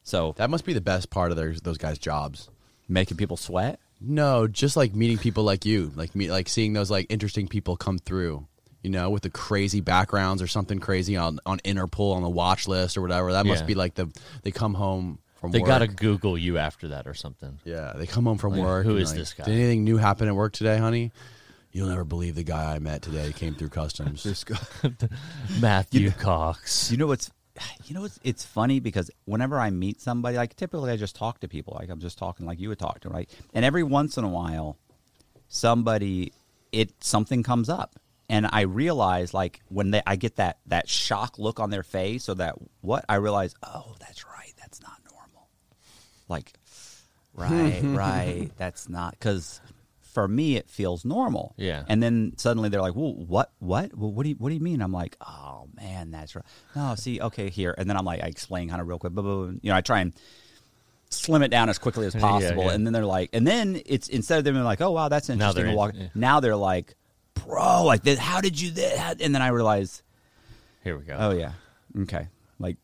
Speaker 4: So
Speaker 1: That must be the best part of their, those guys' jobs.
Speaker 4: making people sweat.
Speaker 1: No, just like meeting people like you, like me, like seeing those like interesting people come through, you know, with the crazy backgrounds or something crazy on on Interpol on the watch list or whatever. That must
Speaker 2: Yeah.
Speaker 1: be like the they come home from
Speaker 2: They
Speaker 1: work.
Speaker 2: gotta Google you after that or something.
Speaker 1: yeah, they come home from work.
Speaker 2: who
Speaker 1: and
Speaker 2: is
Speaker 1: like,
Speaker 2: this guy?
Speaker 1: Did anything new happen at work today, honey? You'll never believe the guy I met today came through customs.
Speaker 2: Matthew Cox.
Speaker 4: You know what's you know what's it's funny because whenever I meet somebody, like typically I just talk to people, like I'm just talking like you would talk to, right? And every once in a while, somebody it something comes up. And I realize like when they I get that that shock look on their face or that what I realize, oh, that's right, that's not normal. Like right, right, that's not cuz for me it feels normal.
Speaker 2: Yeah.
Speaker 4: And then suddenly they're like, "Well, what, what, well, what do you, what do you mean?" I'm like, "Oh man, that's right." No, see, okay, here, and then I'm like, I explain kind of real quick, blah, blah, blah. you know, I try and slim it down as quickly as
Speaker 2: Yeah,
Speaker 4: possible,
Speaker 2: yeah.
Speaker 4: and then they're like, and then it's instead of them being like, "Oh wow, that's
Speaker 2: Now they're
Speaker 4: interesting," now walk,
Speaker 2: in- yeah.
Speaker 4: now they're like, "Bro, like, this, how did you?" This? how-" And then I realize,
Speaker 2: Here we go.
Speaker 4: oh yeah, okay, like.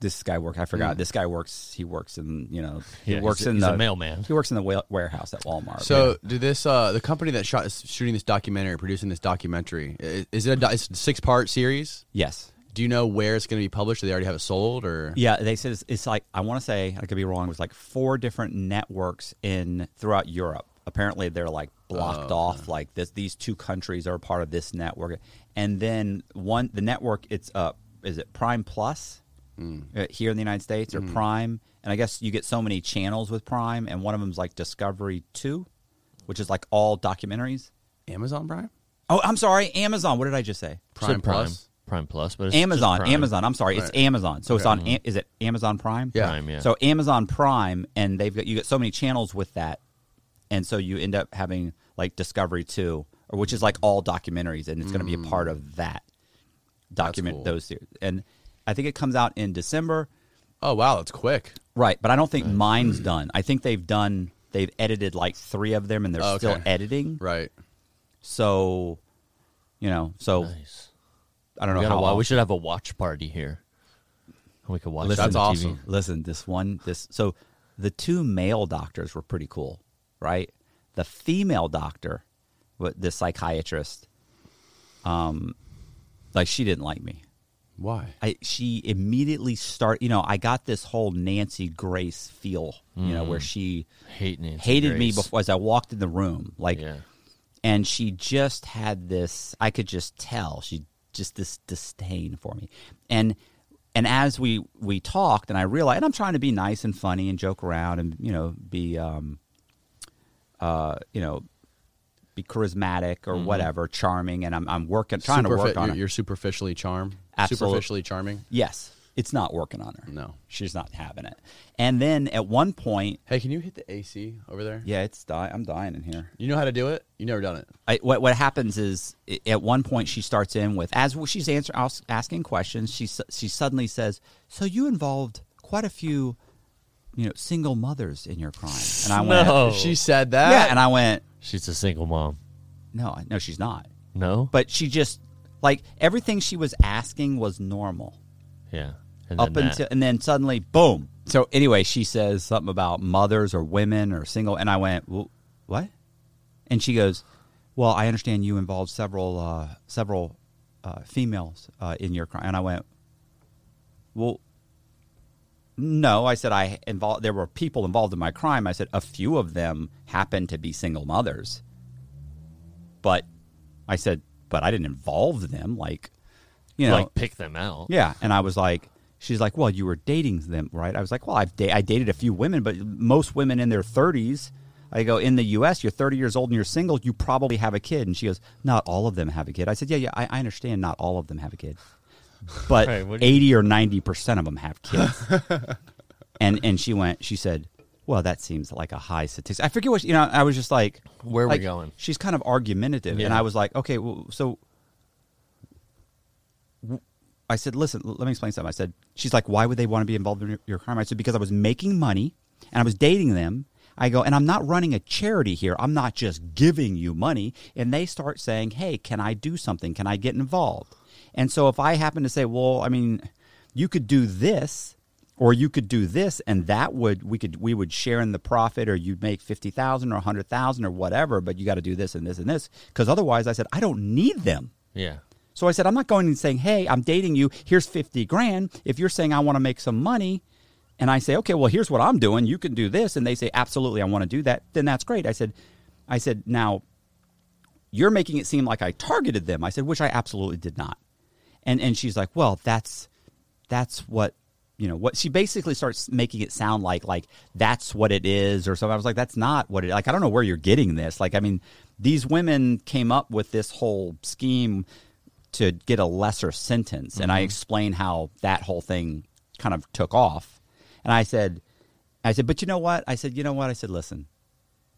Speaker 4: This guy work. I forgot. This guy works. He works in you know. He
Speaker 2: Hmm. Yeah,
Speaker 4: works
Speaker 2: he's a-
Speaker 4: in
Speaker 2: he's a
Speaker 4: the
Speaker 2: mailman.
Speaker 4: He works in the wa- warehouse at Walmart.
Speaker 1: So, do this uh, the company that shot is shooting this documentary, producing this documentary, i- is it a, do- it's a six part series?
Speaker 4: yes,
Speaker 1: Do you know where it's going to be published? Do they already have it sold, or
Speaker 4: Yeah, they said it's, it's like I want to say I could be wrong. It was like four different networks in throughout Europe. Apparently, they're like blocked off. Like this, these two countries are part of this network, and then one the network it's uh is it Prime Plus uh, here in the United States or Prime, and I guess you get so many channels with Prime, and one of them's like Discovery Two, which is like all documentaries.
Speaker 1: Amazon Prime,
Speaker 4: Oh, I'm sorry, Amazon. What did I just say?
Speaker 2: So
Speaker 1: Prime
Speaker 2: Prime
Speaker 1: Plus?
Speaker 2: Prime Plus, but it's just
Speaker 4: Amazon,
Speaker 2: Prime.
Speaker 4: Amazon. I'm sorry, it's
Speaker 1: Right.
Speaker 4: Amazon. So it's on. Am- Is it Amazon Prime?
Speaker 1: Yeah.
Speaker 2: Prime, yeah.
Speaker 4: So Amazon Prime, and they've got you get so many channels with that, and so you end up having like Discovery Two, or which is like
Speaker 2: Mm.
Speaker 4: all documentaries, and it's going to be a part of that document
Speaker 1: cool.
Speaker 4: those series. And I think it comes out in December,
Speaker 1: Oh wow, that's quick.
Speaker 4: right? But I don't think mine's
Speaker 2: Mm.
Speaker 4: done. I think they've done they've edited like three of them, and they're
Speaker 2: Oh,
Speaker 1: Okay.
Speaker 4: still editing.
Speaker 1: Right.
Speaker 4: So, you know, so
Speaker 2: Nice.
Speaker 4: I don't know
Speaker 2: We, gotta
Speaker 4: how
Speaker 2: wa-
Speaker 4: often-
Speaker 2: we should have a watch party here. We could watch.
Speaker 1: Listen,
Speaker 2: it on
Speaker 1: That's
Speaker 2: the TV.
Speaker 1: awesome.
Speaker 4: Listen, this one, this so the two male doctors were pretty cool, right? The female doctor, wa- the psychiatrist, um, like she didn't like me.
Speaker 1: Why?
Speaker 4: I she immediately start. You know, I got this whole Nancy Grace feel. You know, where
Speaker 1: Mm.
Speaker 4: she
Speaker 2: Hate Nancy
Speaker 4: hated me
Speaker 2: Grace.
Speaker 4: before as I walked in the room, like,
Speaker 2: Yeah.
Speaker 4: and she just had this. I could just tell she just this disdain for me, and and as we we talked, and I realized, and I'm trying to be nice and funny and joke around, and you know, be um, uh, you know, be charismatic or whatever, charming, and I'm I'm working trying to
Speaker 1: Superfi-
Speaker 4: work
Speaker 1: Mm-hmm.
Speaker 4: on
Speaker 1: you're,
Speaker 4: it.
Speaker 1: you're superficially charmed.
Speaker 4: Absolute-
Speaker 1: Superficially charming.
Speaker 4: Yes, it's not working on her.
Speaker 1: No.
Speaker 4: she's not having it. And then at one point,
Speaker 1: Hey, can you hit the AC over there?
Speaker 4: yeah, it's di- I'm dying in here.
Speaker 1: You know how to do it? You never done it.
Speaker 4: I, what what happens is i- at one point she starts in with as she's answer, as- asking questions she su- she suddenly says so you involved quite a few you know single mothers in your crime and I went
Speaker 2: No. Oh.
Speaker 1: She said that.
Speaker 4: yeah and I went
Speaker 2: She's a single mom.
Speaker 4: no I- no she's not
Speaker 2: No,
Speaker 4: but she just like everything she was asking was normal
Speaker 2: yeah. And
Speaker 4: up
Speaker 2: then that.
Speaker 4: until and then suddenly boom so anyway she says something about mothers or women or single and i went "Wh- what and she goes well i understand you involved several uh, several uh, females uh, in your crime and i went well no i said i involved there were people involved in my crime i said a few of them happened to be single mothers but i said but i didn't involve them like you know
Speaker 2: like pick them out.
Speaker 4: yeah, and I was like, she's like, well, you were dating them, right? I was like, well, I've da- I dated a few women, but most women in their thirties. I go, in the U.S., you're 30 years old and you're single. You probably have a kid. And she goes, not all of them have a kid. I said, yeah, yeah, I, I understand. Not all of them have a kid, but
Speaker 2: Right, what do you-
Speaker 4: 80 or 90 percent of them have kids. and and she went, she said, well, that seems like a high statistic. I forget what she- you know. I was just like,
Speaker 2: Where are we
Speaker 4: like,
Speaker 2: going?
Speaker 4: She's kind of argumentative, and
Speaker 2: Yeah.
Speaker 4: I was like, okay, well, so I said, listen, l- let me explain something. I said, she's like, why would they want to be involved in your, your crime? I said, because I was making money and I was dating them. I go, and I'm not running a charity here. I'm not just giving you money. And they start saying, hey, can I do something? Can I get involved? And so if I happen to say, well, I mean, you could do this or you could do this and that would we could we would share in the profit or you'd make 50,000 or 100,000 or whatever but you got to do this and this and this cuz otherwise I said I don't need them
Speaker 2: Yeah.
Speaker 4: so I said, I'm not going and saying, hey, I'm dating you. Here's 50 grand. If you're saying I want to make some money, and I say, okay, well, here's what I'm doing. You can do this. And they say, absolutely, I want to do that. Then that's great. I said, I said, now you're making it seem like I targeted them. I said, which I absolutely did not. And and she's like, well, that's that's what you know what she basically starts making it sound like like that's what it is or something. I was like, that's not what it like. I don't know where you're getting this. Like, I mean, these women came up with this whole scheme to get a lesser sentence, and I explained how that whole thing kind of took off. And I said, I said, but you know what? I said, you know what? I said, listen,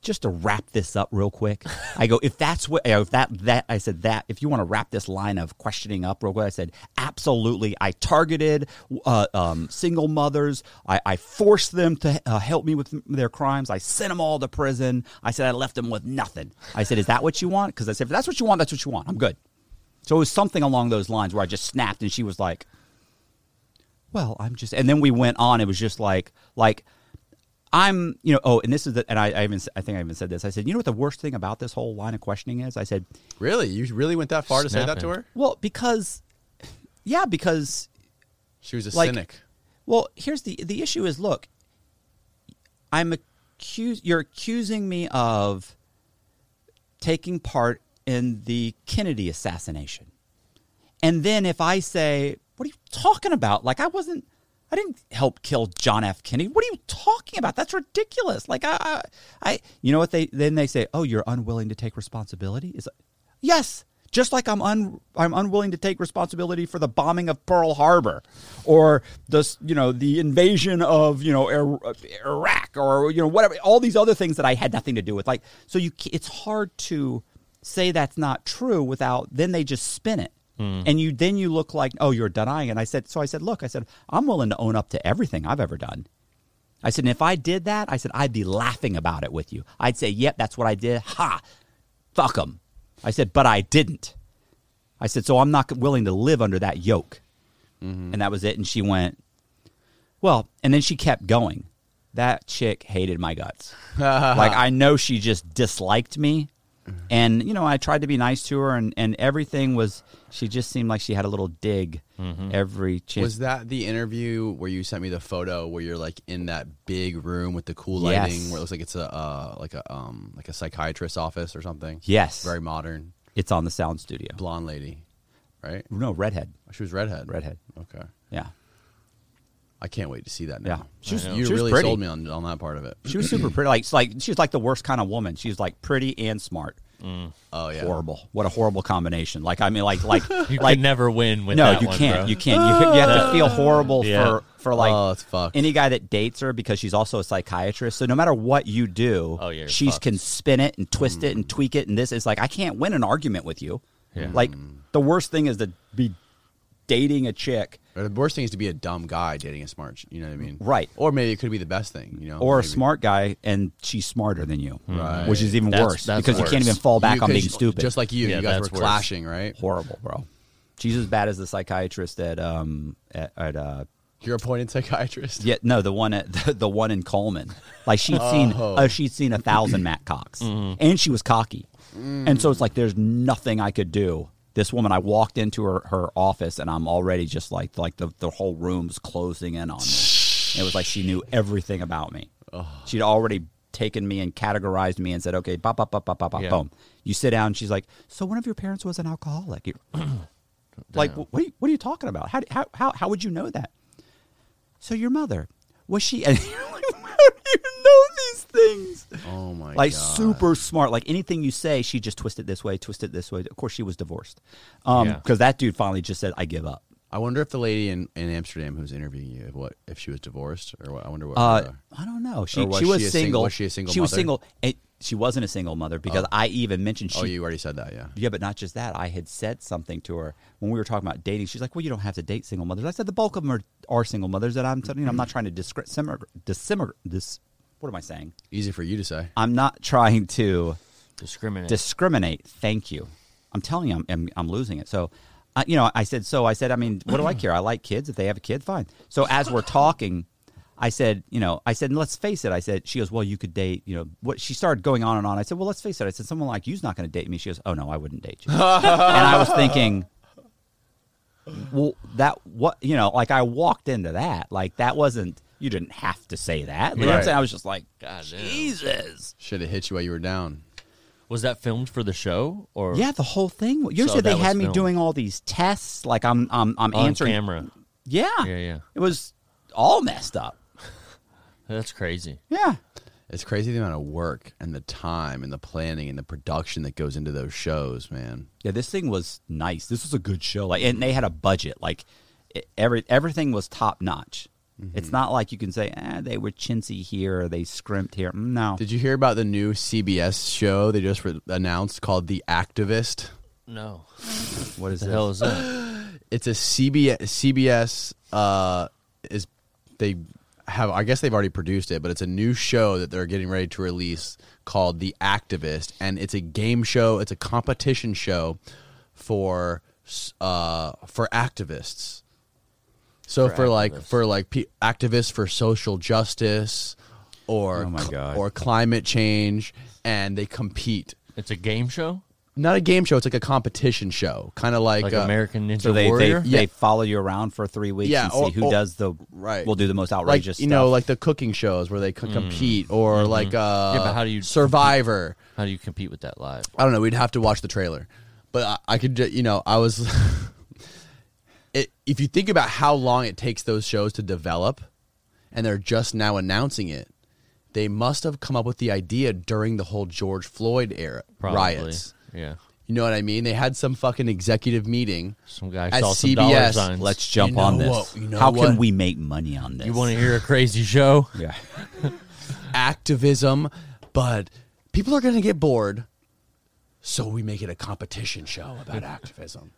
Speaker 4: just to wrap this up real quick, I go, if that's what, if that, that, I said that, if you want to wrap this line of questioning up real quick, I said, absolutely. I targeted uh, um, single mothers. I, I forced them to uh, help me with their crimes. I sent them all to prison. I said, I left them with nothing. I said, is that what you want? Because I said, if that's what you want, that's what you want. I'm good. So it was something along those lines where I just snapped and she was like, well, I'm just, and then we went on. It was just like, like, I'm, you know, oh, and this is the, and I, I even, I think I even said this. I said, you know what the worst thing about this whole line of questioning is? I said,
Speaker 1: Really? You really went that far to say that to
Speaker 2: Snapping.
Speaker 1: her?
Speaker 4: well, because, yeah, because,
Speaker 1: She was a
Speaker 4: Like-
Speaker 1: cynic.
Speaker 4: well, here's the the issue is, look, I'm accused. You're accusing me of taking part in the Kennedy assassination, and then if I say, "What are you talking about?" Like I wasn't. I didn't help kill John F. Kennedy. What are you talking about? That's ridiculous. Like I, I, I you know what they then they say, "Oh, you're unwilling to take responsibility." Is yes, just like I'm un, I'm unwilling to take responsibility for the bombing of Pearl Harbor, or this, you know, the invasion of you know Ir- uh, Iraq, or you know whatever. All these other things that I had nothing to do with. Like so, you ca- it's hard to say that's not true without then they just spin it. And you then you look like oh you're denying it. I said so. I said look, I said I'm willing to own up to everything I've ever done. I said, and if I did that, I said, I'd be laughing about it with you. I'd say, yep, that's what I did. Ha, fuck them. I said, but I didn't. I said, so I'm not willing to live under that yoke.
Speaker 1: Mm-hmm.
Speaker 4: And that was it. And she went, well, and then she kept going. That chick hated my guts. like, I know she just disliked me. And, you know, I tried to be nice to her, and, and everything was, she just seemed like she had a little dig every chance.
Speaker 1: Mm-hmm. Was that the interview where you sent me the photo where you're like in that big room with the cool
Speaker 4: Yes.
Speaker 1: lighting where it looks like it's a uh, like a um like a psychiatrist's office or something?
Speaker 4: yes.
Speaker 1: Very modern.
Speaker 4: It's on the sound studio.
Speaker 1: Blonde lady. Right?
Speaker 4: No, redhead.
Speaker 1: She was redhead.
Speaker 4: Mm-hmm. Redhead.
Speaker 1: Okay.
Speaker 4: Yeah.
Speaker 1: I can't wait to see that
Speaker 4: Yeah.
Speaker 1: now.
Speaker 4: She was-
Speaker 1: you
Speaker 4: I know. she was
Speaker 1: really
Speaker 4: pretty.
Speaker 1: sold me on, on that part of it.
Speaker 4: She was super pretty. Like, it's like she was like the worst kind of woman. She was like pretty and smart.
Speaker 1: Oh yeah.
Speaker 4: Horrible. What a horrible combination. Like, I mean, like, like,
Speaker 2: You
Speaker 4: like.
Speaker 2: can never win with
Speaker 4: no,
Speaker 2: that
Speaker 4: you
Speaker 2: one,
Speaker 4: can't.
Speaker 2: bro.
Speaker 4: You can't. You, you have to feel horrible
Speaker 2: Yeah.
Speaker 4: for for like
Speaker 1: Oh, it's fucked.
Speaker 4: any guy that dates her because she's also a psychiatrist. So no matter what you do,
Speaker 2: Oh, you're
Speaker 4: she
Speaker 2: fucked. Mm.
Speaker 4: can spin it and twist it and tweak it. And this is like I can't win an argument with you.
Speaker 2: Yeah.
Speaker 4: Like the worst thing is to be dating a chick
Speaker 1: Or the worst thing is to be a dumb guy dating a smart. ch- You know what I mean?
Speaker 4: Right.
Speaker 1: Or maybe it could be the best thing.
Speaker 2: Oh,
Speaker 1: You know.
Speaker 4: or a
Speaker 1: maybe.
Speaker 4: smart guy and she's smarter than you,
Speaker 1: Right.
Speaker 4: which is even
Speaker 2: That's-
Speaker 4: worse
Speaker 2: that's
Speaker 4: because you can't
Speaker 2: worse.
Speaker 4: even fall back
Speaker 1: You-
Speaker 4: on
Speaker 1: 'cause
Speaker 4: being
Speaker 1: you-
Speaker 4: stupid.
Speaker 1: Just like you,
Speaker 2: Yeah,
Speaker 1: you guys were
Speaker 2: that's worse.
Speaker 1: clashing, right?
Speaker 4: horrible, bro. She's as bad as the psychiatrist at um at, at uh
Speaker 1: You're appointed psychiatrist.
Speaker 4: yeah no the one at the, the one in Coleman. Like she'd seen uh, she'd seen a thousand Matt Cox, and she was cocky, and so it's like there's nothing I could do. This woman, I walked into her, her office, and I'm already just like like the the whole room's closing in on me. It was like she knew everything about me. She'd already taken me and categorized me and said, "Okay, pop, pop, pop, pop, pop, pop,
Speaker 2: Yeah.
Speaker 4: boom." You sit down. She's like, "So one of your parents was an alcoholic." You're- Like, wh- what are you, what are you talking about? How, d- how, how, how would you know that? So your mother, was she? And you're like, how do you know these things.
Speaker 1: Oh my
Speaker 4: like
Speaker 1: god.
Speaker 4: super smart. Like anything you say, she just twisted this way, twisted this way. Of course, she was divorced. Um,
Speaker 2: Yeah.
Speaker 4: because that dude finally just said, "I give up."
Speaker 1: I wonder if the lady in, in Amsterdam who's interviewing you, if what if she was divorced or what? I wonder what.
Speaker 4: Uh,
Speaker 1: her-
Speaker 4: I don't know. She
Speaker 1: Or was
Speaker 4: she was
Speaker 1: she a sing-
Speaker 4: single.
Speaker 1: was she a single
Speaker 4: She was
Speaker 1: mother?
Speaker 4: single. and she wasn't a single mother because I even mentioned she.
Speaker 1: oh, you already said that. Yeah.
Speaker 4: Yeah, but not just that. I had said something to her when we were talking about dating. She's like, "Well, you don't have to date single mothers." I said, "The bulk of them are, are single mothers." That I'm, t- you know, I'm not trying to discri- simmer, dissimmer, dis. What am I saying?
Speaker 1: Easy for you to say.
Speaker 4: I'm not trying to
Speaker 2: Discriminate.
Speaker 4: discriminate. Thank you. I'm telling you, I'm, I'm, I'm losing it. So, I, you know, I said, so I said, I mean, what do I care? I like kids. If they have a kid, fine. So as we're talking, I said, you know, I said, and let's face it. I said, she goes, well, you could date, you know, what she started going on and on. I said, well, let's face it. I said, someone like you's not going to date me. She goes, oh no, I wouldn't date you. and I was thinking, well, that what you know, like I walked into that, like that wasn't. You didn't have to say that. You know what I'm
Speaker 2: Right.
Speaker 4: saying? I was just like,
Speaker 2: God damn.
Speaker 4: Jesus.
Speaker 1: Should have hit you while you were down.
Speaker 2: Was that filmed for the show or
Speaker 4: Yeah, the whole thing. Usually
Speaker 2: So
Speaker 4: they
Speaker 2: that was
Speaker 4: had me
Speaker 2: filmed.
Speaker 4: doing all these tests. Like I'm, I'm, I'm
Speaker 2: on
Speaker 4: answering. Ah.
Speaker 2: camera?
Speaker 4: Yeah,
Speaker 2: Yeah, yeah.
Speaker 4: It was all messed up.
Speaker 2: That's crazy.
Speaker 4: Yeah,
Speaker 1: It's crazy the amount of work and the time and the planning and the production that goes into those shows, man.
Speaker 4: yeah. This thing was nice. This was a good show. Like, and they had a budget. Like, it, every everything was top notch.
Speaker 1: Mm-hmm.
Speaker 4: It's not like you can say, eh, they were chintzy here or they scrimped here. Mm, No,
Speaker 1: Did you hear about the new CBS show they just re- announced called The Activist?
Speaker 2: No.
Speaker 4: what is
Speaker 2: The
Speaker 4: this?
Speaker 2: hell is that?
Speaker 1: It's a CBS. CBS uh, is they have. I guess they've already produced it, but it's a new show that they're getting ready to release called The Activist, and it's a game show. It's a competition show for s- uh, for activists. So for, like for like pe activists for social justice or
Speaker 4: Oh my
Speaker 1: cl-
Speaker 4: God.
Speaker 1: or climate change, and they compete.
Speaker 2: It's a game show?
Speaker 1: Not a game show. It's like a competition show, kind of like,
Speaker 2: Like
Speaker 1: uh,
Speaker 2: American Ninja
Speaker 4: So they they,
Speaker 2: Warrior?
Speaker 4: they
Speaker 1: Yeah.
Speaker 4: follow you around for three weeks
Speaker 1: Yeah,
Speaker 4: and see
Speaker 1: or-
Speaker 4: who
Speaker 1: or-
Speaker 4: does the
Speaker 1: right.
Speaker 4: Will do the most
Speaker 1: like
Speaker 4: outrageous.
Speaker 1: you know
Speaker 4: stuff.
Speaker 1: like the cooking shows where they c- compete or like uh
Speaker 2: Mm. Mm-hmm. but how do you-
Speaker 1: survivor
Speaker 2: How do you compete with that live?
Speaker 1: i don't know we'd have to watch the trailer but i, I could ju- you know i was it, if you think about how long it takes those shows to develop and they're just now announcing it they must have come up with the idea during the whole george floyd era
Speaker 2: Probably.
Speaker 1: riots
Speaker 2: Yeah.
Speaker 1: you know what i mean they had some fucking executive meeting
Speaker 2: Some guy
Speaker 1: At
Speaker 2: saw some dollar
Speaker 1: CBS,
Speaker 2: signs.
Speaker 4: let's jump
Speaker 1: know
Speaker 4: on this.
Speaker 1: what- you know
Speaker 4: How
Speaker 1: what?
Speaker 4: can we make money on this?
Speaker 2: you want to hear a crazy show?
Speaker 4: yeah.
Speaker 1: activism, but people are going to get bored. So we make it a competition show about activism.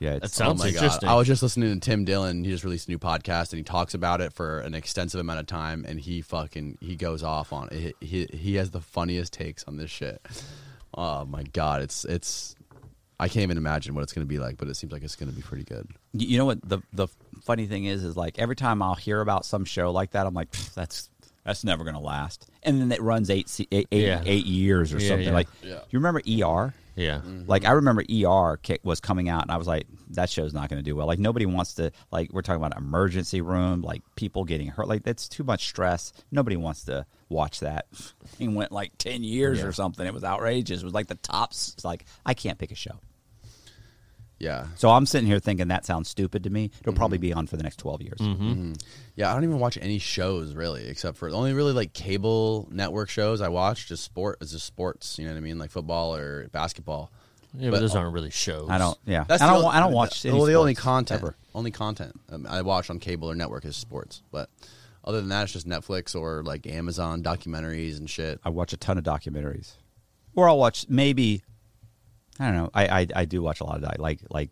Speaker 4: Yeah,
Speaker 2: That
Speaker 4: it's,
Speaker 2: sounds
Speaker 1: oh my god!
Speaker 2: interesting.
Speaker 1: I was just listening to Tim Dillon. He just released a new podcast, and he talks about it for an extensive amount of time. And he fucking he goes off on it. He he, he has the funniest takes on this shit. Oh my god! It's it's I can't even imagine what it's going to be like, but it seems like it's going to be pretty good.
Speaker 4: You you know what the the funny thing is is like every time I'll hear about some show like that, I'm like, "Pfft, that's that's never gonna last. And then it runs eight se- eight- eight-
Speaker 2: Yeah.
Speaker 4: eight years or
Speaker 2: Yeah,
Speaker 4: something.
Speaker 2: yeah. Mm-hmm.
Speaker 4: Like
Speaker 1: Yeah.
Speaker 4: you remember ER?
Speaker 2: Yeah.
Speaker 4: Like I remember ER kick was coming out, and I was like, that show's not going to do well. Like nobody wants to. Like we're talking about emergency room, like people getting hurt. Like that's too much stress. Nobody wants to watch that. It went like ten years or something. It was outrageous. It was like the tops. It's like I can't pick a show.
Speaker 1: Yeah,
Speaker 4: So I'm sitting here thinking that sounds stupid to me.
Speaker 1: Mm-hmm.
Speaker 4: It'll probably be on for the next 12 years.
Speaker 1: Yeah, I don't even watch any shows really, except for the only really like cable network shows I watch just sport is just sports. You know what I mean, like football or basketball.
Speaker 2: Yeah, but,
Speaker 1: But-
Speaker 2: those aren't really shows.
Speaker 4: uh, I don't. Yeah, I don't.
Speaker 1: the
Speaker 4: wa-
Speaker 1: only-
Speaker 4: I don't watch.
Speaker 1: The,
Speaker 4: any
Speaker 1: well, the only
Speaker 4: sports,
Speaker 1: content,
Speaker 4: ever.
Speaker 1: only content um, I watch on cable or network is sports. But other than that, it's just Netflix or like Amazon documentaries and shit.
Speaker 4: I watch a ton of documentaries, or I'll watch maybe. I don't know. I I, I do watch a lot of doc- like like.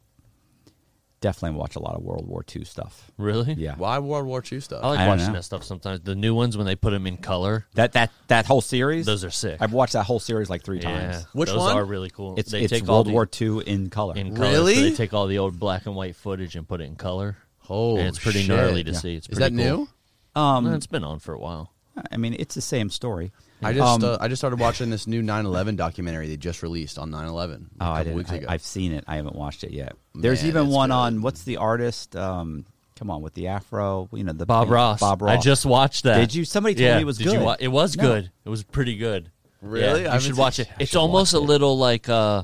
Speaker 4: Definitely watch a lot of World War II stuff.
Speaker 2: Really?
Speaker 4: Yeah,
Speaker 1: Why World War II stuff?
Speaker 2: I like
Speaker 4: I don't
Speaker 2: watching
Speaker 4: know.
Speaker 2: that stuff sometimes. The new ones when they put them in color,
Speaker 4: that that that whole series.
Speaker 2: those are sick.
Speaker 4: I've watched that whole series like three
Speaker 2: yeah.
Speaker 4: times.
Speaker 1: Which
Speaker 2: those
Speaker 1: one?
Speaker 2: are really cool.
Speaker 4: It's
Speaker 2: they
Speaker 4: it's
Speaker 2: take all
Speaker 4: World
Speaker 2: the,
Speaker 4: War II in color.
Speaker 2: in color. So
Speaker 1: Really?
Speaker 2: they take all the old black and white footage and put it in color.
Speaker 1: Oh,
Speaker 2: and it's pretty
Speaker 1: shit.
Speaker 2: gnarly to
Speaker 4: Yeah.
Speaker 2: see. It's
Speaker 1: is that
Speaker 2: pretty cool.
Speaker 1: new?
Speaker 4: Um,
Speaker 2: No, it's been on for a while.
Speaker 4: I mean, it's the same story.
Speaker 1: I just
Speaker 4: Um,
Speaker 1: uh, I just started watching this new 9/11 documentary they just released on 9/11. a
Speaker 4: Oh, I
Speaker 1: couple
Speaker 4: didn't.
Speaker 1: Weeks
Speaker 4: I,
Speaker 1: ago.
Speaker 4: I've seen it. I haven't watched it yet. There's
Speaker 1: Man,
Speaker 4: even
Speaker 1: it's
Speaker 4: one
Speaker 1: good.
Speaker 4: on what's the artist? Um, come on, with the afro, you know, the
Speaker 2: Bob
Speaker 4: pink-
Speaker 2: Ross.
Speaker 4: Bob Ross.
Speaker 2: I just watched that.
Speaker 4: Did you- somebody told me it was
Speaker 2: Did
Speaker 4: good.
Speaker 2: You wa- it was
Speaker 4: No.
Speaker 2: good. It was pretty good.
Speaker 1: Really? I
Speaker 2: Yeah, you
Speaker 1: haven't
Speaker 2: should
Speaker 1: seen-
Speaker 2: watch it.
Speaker 1: I
Speaker 2: It's
Speaker 1: should
Speaker 2: almost a
Speaker 1: watch it.
Speaker 2: little like uh,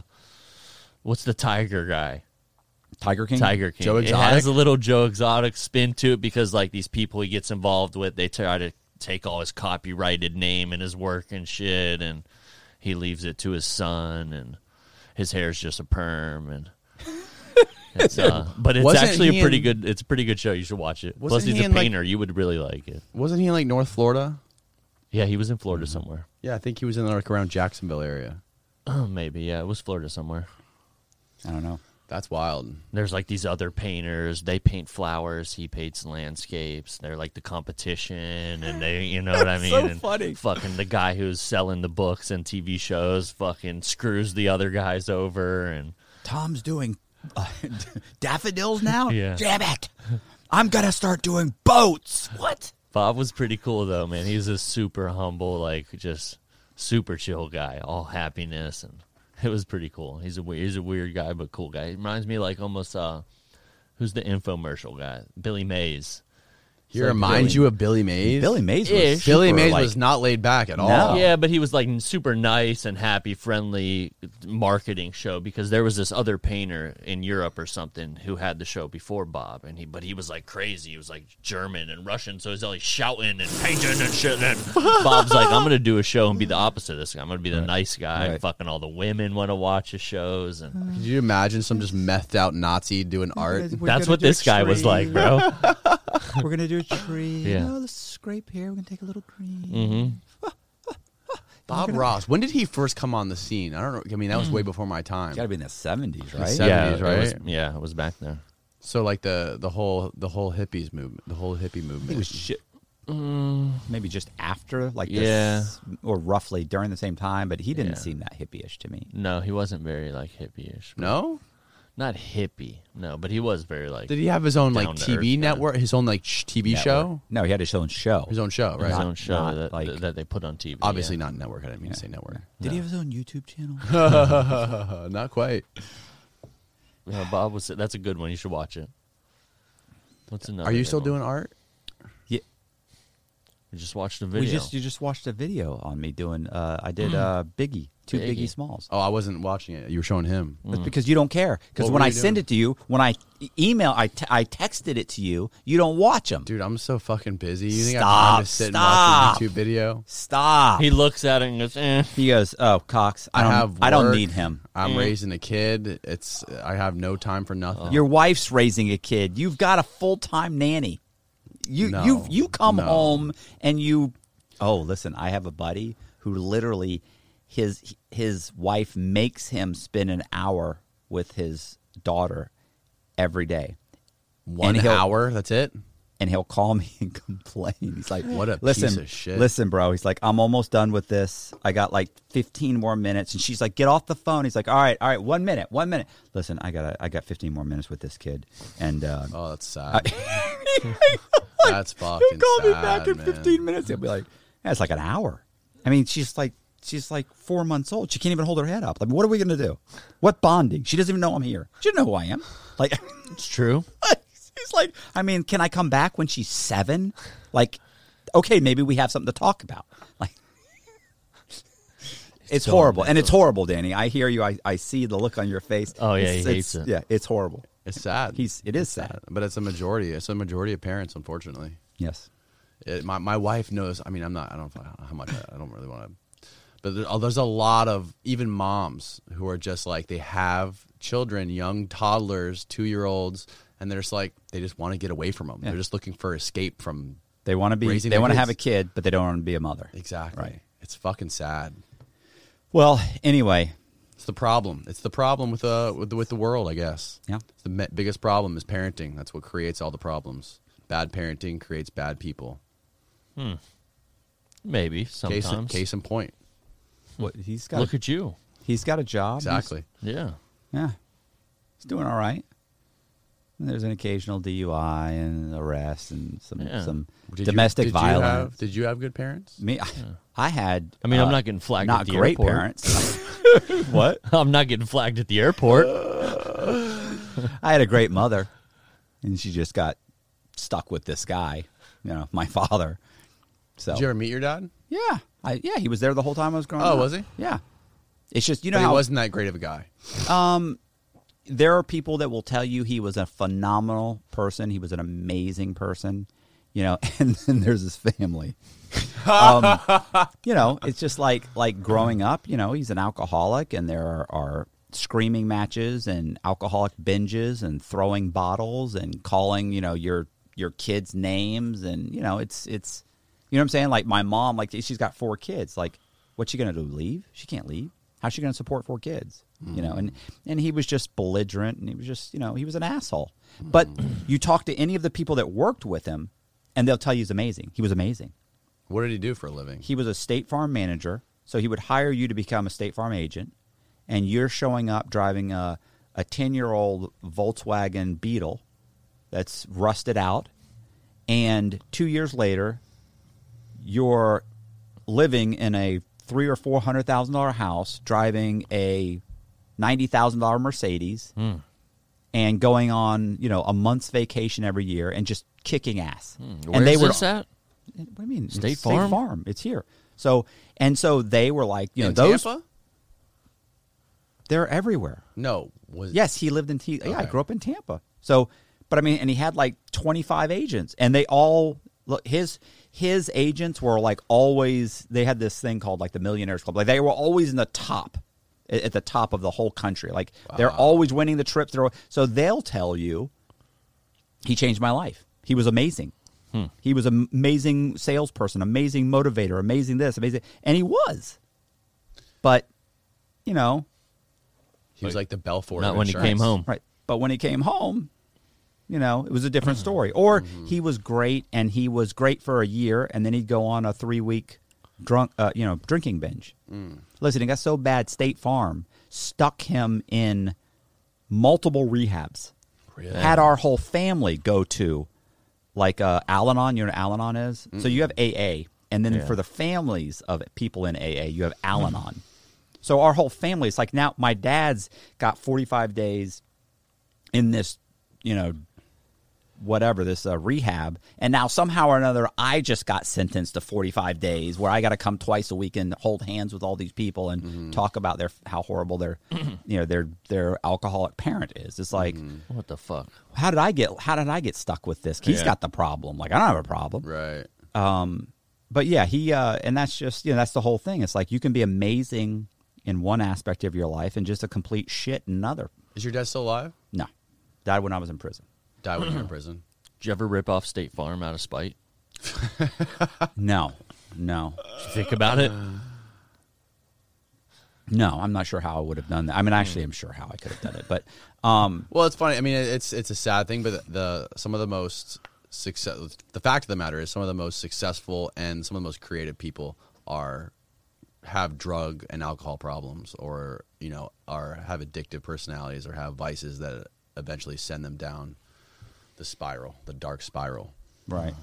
Speaker 2: what's the tiger guy?
Speaker 4: Tiger King.
Speaker 2: Tiger King.
Speaker 1: Joe
Speaker 2: It has
Speaker 1: Exotic?
Speaker 2: a little Joe Exotic spin to it because like these people he gets involved with, they try to take all his copyrighted name and his work and shit, and he leaves it to his son, and his hair's just a perm, and. It's, uh, but it's
Speaker 1: Wasn't
Speaker 2: actually
Speaker 1: he
Speaker 2: a pretty
Speaker 1: in-
Speaker 2: good. It's a pretty good show. You should watch it. Plus,
Speaker 1: Wasn't
Speaker 2: he's
Speaker 1: he
Speaker 2: a
Speaker 1: in, like-
Speaker 2: painter. you would really like it.
Speaker 1: Wasn't he in like North Florida?
Speaker 2: Yeah, he was in Florida
Speaker 1: Mm-hmm.
Speaker 2: somewhere.
Speaker 1: Yeah, I think he was in like around Jacksonville area.
Speaker 2: Oh, maybe yeah, it was Florida somewhere.
Speaker 4: I don't know.
Speaker 1: That's wild.
Speaker 2: There's like these other painters. They paint flowers. He paints landscapes. They're like the competition, and they, you know what I mean?
Speaker 1: so
Speaker 2: And
Speaker 1: funny.
Speaker 2: Fucking the guy who's selling the books and TV shows, fucking screws the other guys over, and
Speaker 4: Tom's doing uh, daffodils now?
Speaker 2: Yeah.
Speaker 4: Damn it. I'm going to start doing boats. What?
Speaker 2: Bob was pretty cool though, man. He's a super humble, like just super chill guy, all happiness, and it was pretty cool. He's a we- he's a weird guy, but cool guy. He reminds me like almost uh, who's the infomercial guy? Billy Mays.
Speaker 1: He
Speaker 2: It's like
Speaker 1: reminds
Speaker 2: Billy-
Speaker 1: you of Billy Mays.
Speaker 4: Billy Mays was
Speaker 2: Ish.
Speaker 1: Billy
Speaker 4: super,
Speaker 1: Mays
Speaker 4: like-
Speaker 1: was not laid back at all.
Speaker 4: No.
Speaker 2: Yeah, but he was like super nice and happy, friendly marketing show because there was this other painter in Europe or something who had the show before Bob, and he but he was like crazy. He was like German and Russian, so he's always shouting and painting and shit. And Bob's like, I'm gonna do a show and be the opposite of this guy. I'm gonna be the nice guy.
Speaker 4: Right.
Speaker 2: Fucking all the women want to watch his shows, and
Speaker 1: Could you imagine some just methed out Nazi doing art?
Speaker 4: We're
Speaker 2: that's
Speaker 4: gonna
Speaker 2: what
Speaker 4: do a
Speaker 2: this guy was
Speaker 4: tree.
Speaker 2: like, bro.
Speaker 4: We're going to do a tree.
Speaker 2: Yeah.
Speaker 4: Oh, let's scrape here. We're going to take a little green.
Speaker 1: Bob Ross. When did he first come on the scene? I don't know. I mean, that was way before my time.
Speaker 4: It's got to be in the 70s,
Speaker 1: seven-
Speaker 4: right?
Speaker 1: 70s,
Speaker 2: yeah, it was-
Speaker 1: right?
Speaker 2: yeah, it was back there.
Speaker 1: So like the the whole the whole hippies movement, the whole hippie
Speaker 4: I think it
Speaker 1: movement.
Speaker 4: was shit. Maybe just after, like
Speaker 2: Mm. Yeah.
Speaker 4: this, or roughly during the same time, but he didn't
Speaker 2: Yeah.
Speaker 4: seem that hippie-ish to me.
Speaker 2: No, he wasn't very like hippie-ish.
Speaker 1: no,
Speaker 2: Not hippie, no, but he was very like.
Speaker 1: did he have his own like
Speaker 2: Down to earth,
Speaker 1: TV
Speaker 2: yeah.
Speaker 1: network, his own like sh- TV
Speaker 4: Network.
Speaker 1: show,
Speaker 4: No, he had his own show.
Speaker 1: his own show, right?
Speaker 2: his
Speaker 4: Not-
Speaker 2: own show
Speaker 4: not
Speaker 2: that,
Speaker 4: like-
Speaker 2: that they put on TV.
Speaker 1: Obviously
Speaker 2: yeah.
Speaker 1: not network. I didn't mean to say network.
Speaker 4: Did he have his own YouTube channel?
Speaker 1: Uh, not quite.
Speaker 2: Yeah, Bob was. That's a good one. You should watch it. What's another?
Speaker 1: Are you
Speaker 2: good
Speaker 1: still
Speaker 2: one?
Speaker 1: doing art?
Speaker 4: yeah,
Speaker 2: We just watched a video.
Speaker 4: we just you just watched a video on me doing. Uh, I did uh, Biggie, two Biggie,
Speaker 2: Biggie.
Speaker 4: Smalls.
Speaker 1: Mm. Oh, I wasn't watching it. You were showing him.
Speaker 4: That's because you don't care. Because
Speaker 1: What
Speaker 4: when
Speaker 1: were
Speaker 4: I
Speaker 1: you
Speaker 4: send
Speaker 1: doing?
Speaker 4: it to you, when I e- email, I, t- I texted it to you. You don't watch them.
Speaker 1: Dude, I'm so fucking busy. You think I have time to
Speaker 4: Stop,
Speaker 1: sit and watch
Speaker 4: stop.
Speaker 1: a YouTube video?
Speaker 4: Stop.
Speaker 2: He
Speaker 4: He,
Speaker 2: looks at it and goes, "Eh."
Speaker 4: goes, "Oh, Cox, I
Speaker 1: I
Speaker 4: don't. I,
Speaker 1: have.
Speaker 4: don't
Speaker 1: work.
Speaker 4: need him.
Speaker 1: I'm raising a kid. It's. I have no time for nothing.
Speaker 4: Uh-huh. Your wife's raising a kid. You've got a full time nanny. You
Speaker 1: No,
Speaker 4: you you come
Speaker 1: no.
Speaker 4: home and you. Oh, listen, I have a buddy who literally his his wife makes him spend an hour with his daughter every day.
Speaker 1: One
Speaker 4: he'll-
Speaker 1: hour. That's it.
Speaker 4: and he'll call me and complain. He's like,
Speaker 1: What a
Speaker 4: listen,
Speaker 1: piece of shit."
Speaker 4: Listen, bro. He's like, I'm almost done with this. I got like 15 more minutes. And she's like, get off the phone. He's like, all right, all right, one minute, one minute. Listen, I got I got 15 more minutes with this kid. And uh,
Speaker 1: Oh, that's sad. that's fucking.
Speaker 4: he'll call me back
Speaker 1: sad,
Speaker 4: in
Speaker 1: man.
Speaker 4: 15 minutes. He'll be like, that's like an hour. I mean, she's like, she's like four months old. She can't even hold her head up. Like, what are we gonna do? What bonding? She doesn't even know I'm here. She doesn't know who I am. Like.
Speaker 2: It's true.
Speaker 4: He's like, I mean, can I come back when she's seven? Like, okay, maybe we have something to talk about. Like, it's
Speaker 2: so
Speaker 4: horrible, and it's horrible, Danny. I hear you. I, I see the look on your face.
Speaker 2: Oh, yeah,
Speaker 4: It's-
Speaker 2: he
Speaker 4: it's-
Speaker 2: hates it.
Speaker 4: Yeah, it's horrible.
Speaker 1: It's sad.
Speaker 4: He's it is sad.
Speaker 1: but it's a majority. It's a majority of parents, unfortunately.
Speaker 4: Yes,
Speaker 1: It, Uh, my my wife knows. I mean, I'm not. I don't know how much. I, I don't really want to. But there, uh, there's a lot of even moms who are just like they have children, young toddlers, two year olds, and they're just like they just want to get away from them. They're just looking for escape from
Speaker 4: they want to be.
Speaker 1: Raising
Speaker 4: they
Speaker 1: their
Speaker 4: want to have a
Speaker 1: kids.
Speaker 4: kid, but they don't want to be a mother.
Speaker 1: exactly.
Speaker 4: Right.
Speaker 1: It's fucking sad.
Speaker 4: Well, anyway,
Speaker 1: It's the problem. It's the problem with uh with the, with the world, I guess.
Speaker 4: Yeah.
Speaker 1: It's the me- biggest problem is parenting. That's what creates all the problems. Bad parenting creates bad people.
Speaker 2: Maybe
Speaker 1: Case in,
Speaker 2: sometimes.
Speaker 1: case in point.
Speaker 4: what, he's got.
Speaker 2: Look
Speaker 4: a,
Speaker 2: at you.
Speaker 4: he's got a job. He's-
Speaker 1: Exactly.
Speaker 2: Yeah.
Speaker 4: Yeah. He's doing all right. And there's an occasional DUI and arrest and some
Speaker 2: Yeah.
Speaker 4: some
Speaker 1: Did you-
Speaker 4: domestic
Speaker 1: did you have-
Speaker 4: violence.
Speaker 1: did you have good parents?
Speaker 4: Me, I, I had.
Speaker 2: I mean, I'm
Speaker 4: uh,
Speaker 2: not getting flagged.
Speaker 4: not
Speaker 2: at the
Speaker 4: great
Speaker 2: airport.
Speaker 4: parents.
Speaker 2: What? I'm not getting flagged at the airport.
Speaker 4: I had a great mother, and she just got stuck with this guy, you know, my father. So
Speaker 1: Did you ever meet your dad?
Speaker 4: yeah, I, yeah, he was there the whole time I was growing
Speaker 1: Oh,
Speaker 4: up.
Speaker 1: was he?
Speaker 4: Yeah. It's just you
Speaker 1: No,
Speaker 4: know
Speaker 1: he
Speaker 4: how
Speaker 1: wasn't that great of a guy.
Speaker 4: there are people that will tell you he was a phenomenal person. He was an amazing person. you know, and then there's his family. um, you know, it's just like like growing up. You know, he's an alcoholic, and there are, are screaming matches and alcoholic binges and throwing bottles and calling you know your your kids names and you know it's it's you know what I'm saying. Like my mom, like she's got four kids. Like what's she gonna do? Leave? She can't leave. How's she gonna support four kids? You know, and and he was just belligerent, and he was just you know he was an asshole. But you talk to any of the people that worked with him, and they'll tell you he's amazing. He was amazing
Speaker 1: What did he do for a living?
Speaker 4: he was a state farm manager so he would hire you to become a state farm agent and you're showing up driving a, a 10-year-old volkswagen beetle that's rusted out and two years later you're living in a three or four hundred thousand dollar house driving a ninety thousand dollar mercedes
Speaker 2: Hmm.
Speaker 4: and going on you know a month's vacation every year and just kicking ass
Speaker 2: Hmm. Where's
Speaker 4: and they would
Speaker 2: this at?
Speaker 4: what do you mean? It's
Speaker 2: State Farm?
Speaker 4: It's here. So and so they were like, you know,
Speaker 1: In
Speaker 4: those
Speaker 1: Tampa?
Speaker 4: they're everywhere.
Speaker 1: No. Was
Speaker 4: Yes, he lived in T. Yeah, I
Speaker 1: Okay.
Speaker 4: grew up in Tampa. So, but I mean, and he had like twenty five agents, and they all look his his agents were like always. They had this thing called like the Millionaires Club. Like they were always in the top, a- at the top of the whole country. Like they're always winning the trips. They're al- so they'll tell you, he changed my life. He was amazing.
Speaker 1: Hmm.
Speaker 4: He was an amazing salesperson, amazing motivator, amazing this, amazing, and he was. But, you know,
Speaker 1: He was like the Belfort.
Speaker 2: Not
Speaker 1: of
Speaker 2: when he
Speaker 1: insurance.
Speaker 2: came home.
Speaker 4: Right. But when he came home, you know, it was a different
Speaker 2: Mm-hmm.
Speaker 4: story. Or he was great and he was great for a year and then he'd go on a 3-week drunk uh, you know, drinking binge.
Speaker 2: Mm.
Speaker 4: Listen, it got so bad State Farm stuck him in multiple rehabs.
Speaker 1: Really?
Speaker 4: Had our whole family go to like uh, Al-Anon, you know what Al-Anon is? So you have AA and then
Speaker 2: Yeah.
Speaker 4: for the families of people in AA, you have Al-Anon. So our whole family, it's like now my dad's got 45 days in this, you know, whatever, this uh, rehab. And now somehow or another, I just got sentenced to 45 days where I got to come twice a week and hold hands with all these people and talk about their, how horrible their, you know, their, their alcoholic parent is. It's like,
Speaker 2: What the fuck?
Speaker 4: how did I get, how did I get stuck with this? He's
Speaker 2: Yeah.
Speaker 4: got the problem. Like, I don't have a problem
Speaker 1: Right.
Speaker 4: but yeah, he uh, and that's just you know that's the whole thing. It's like you can be amazing in one aspect of your life and just a complete shit in another.
Speaker 1: Is your dad still alive?
Speaker 4: No, died when I was in prison.
Speaker 1: Died when you were in prison.
Speaker 2: Did you ever rip off State Farm out of spite?
Speaker 4: No, no,
Speaker 2: Did you think about it.
Speaker 4: no. I'm not sure how I would have done that. I mean, actually, I'm sure how I could have done it, but um,
Speaker 1: Well, it's funny. I mean, it's it's a sad thing, but the, the some of the most success. The fact of the matter is, some of the most successful and some of the most creative people are have drug and alcohol problems, or you know, are have addictive personalities, or have vices that eventually send them down the spiral, the dark spiral.
Speaker 4: right.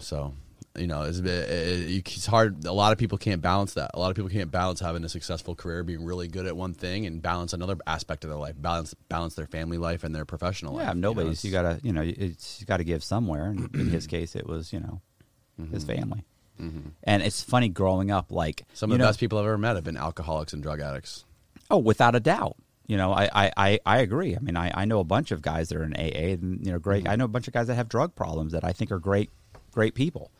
Speaker 1: So, you know, it's, a bit- it- it- it's hard. A lot of people can't balance that. A lot of people can't balance having a successful career, being really good at one thing, and balance another aspect of their life. Balance balance their family life and their professional life.
Speaker 4: Yeah,
Speaker 1: know, it's-
Speaker 4: nobody's. You, gotta, you know, it's you gotta give somewhere. And in his case, it was you know his family. And it's funny growing up, like
Speaker 1: some
Speaker 4: you
Speaker 1: of the
Speaker 4: know,
Speaker 1: best people I've ever met have been alcoholics and drug addicts.
Speaker 4: Oh, without a doubt. You know, I, I, I, I agree. I mean, I, I know a bunch of guys that are in AA and, you know, great. I know a bunch of guys that have drug problems that I think are great, great people.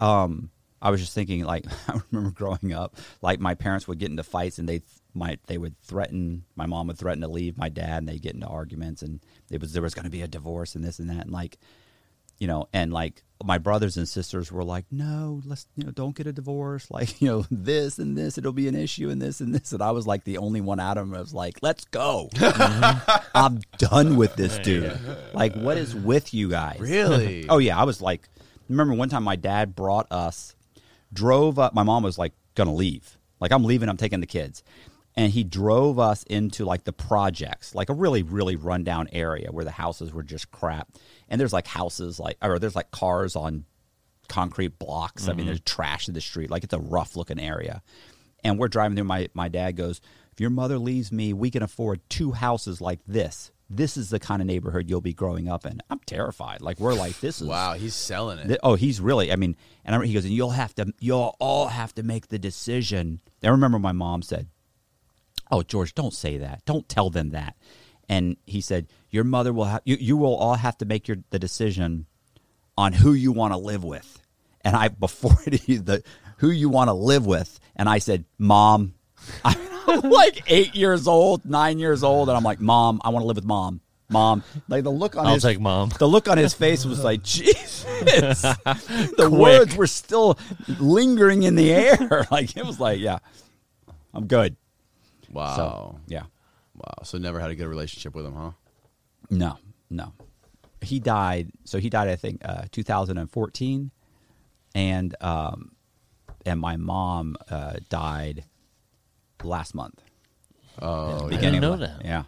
Speaker 4: Um, I was just thinking, like, I remember growing up, like my parents would get into fights and they might, they would threaten, my mom would threaten to leave my dad and they'd get into arguments and it was, there was going to be a divorce and this and that. And like, you know, and like my brothers and sisters were like, no, let's, you know, don't get a divorce. Like, you know, this and this, it'll be an issue and this and this. And I was like the only one out of them. I was like, let's go. I'm done with this dude. Like, what is with you guys?
Speaker 1: Really?
Speaker 4: Oh yeah, I was like, remember one time my dad brought us, drove up. My mom was like, gonna leave. Like I'm leaving. I'm taking the kids, and he drove us into like the projects, like a really really rundown area where the houses were just crap, and there's like houses like or there's like cars on concrete blocks. I mean, there's trash in the street. Like it's a rough looking area, and we're driving through. My my dad goes, if your mother leaves me, we can afford two houses like this. This is the kind of neighborhood you'll be growing up in. I'm terrified. Like we're like this is
Speaker 1: wow, he's selling it.
Speaker 4: Th- oh, he's really. I mean, and I, remember he goes, and you'll have to, you'll all have to make the decision. I remember my mom said, "Oh, George, don't say that. Don't tell them that." and he said, "Your mother will have you. You will all have to make your the decision on who you want to live with." And I before he, the who you want to live with, and I said, "Mom." I'm like eight years old, nine years old, and I'm like, "Mom, I want to live with mom." Mom, like the look on
Speaker 2: I'll
Speaker 4: his
Speaker 2: take mom.
Speaker 4: the look on his face was like, Jesus. The words were still lingering in the air. Like, it was like, yeah, I'm good.
Speaker 1: Wow.
Speaker 4: So, yeah.
Speaker 1: Wow. So never had a good relationship with him, huh?
Speaker 4: No, no. He died. So he died, I think, uh, 2014. And, um, and my mom uh, died last month.
Speaker 1: Oh,
Speaker 2: Beginning-
Speaker 1: yeah.
Speaker 2: didn't
Speaker 4: of
Speaker 2: know
Speaker 4: la-
Speaker 2: that.
Speaker 4: Yeah.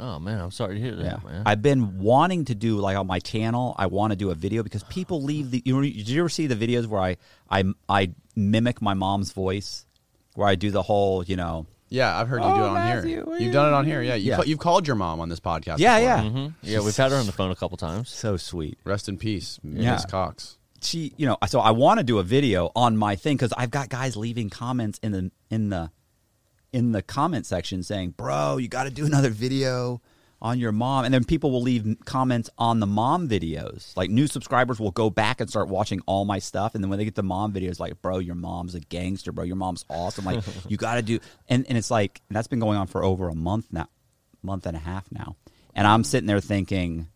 Speaker 2: Oh man, I'm sorry to hear that.
Speaker 4: Yeah.
Speaker 2: Man.
Speaker 4: I've been wanting to do like on my channel. I want to do a video because people leave the. You know, did you ever see the videos where I I I mimic my mom's voice, where I do the whole you know.
Speaker 1: Yeah, I've heard you
Speaker 4: Oh,
Speaker 1: do it on here. You've done it on here. Yeah, you
Speaker 4: Yeah.
Speaker 1: Ca- you've called your mom on this podcast.
Speaker 4: Yeah,
Speaker 1: before.
Speaker 4: yeah.
Speaker 2: Mhm. Yeah, we've had her on the phone a couple times.
Speaker 4: So sweet.
Speaker 1: Rest in peace, Miss
Speaker 4: Yeah.
Speaker 1: Cox.
Speaker 4: She, you know, so I want to do a video on my thing because I've got guys leaving comments in the in the in the comment section saying, "Bro, you got to do another video on your mom." And then people will leave comments on the mom videos. Like new subscribers will go back and start watching all my stuff, and then when they get the mom videos, like, "Bro, your mom's a gangster, bro. Your mom's awesome. Like, you got to do." And and it's like that's been going on for over a month now, month and a half now, and I'm sitting there thinking,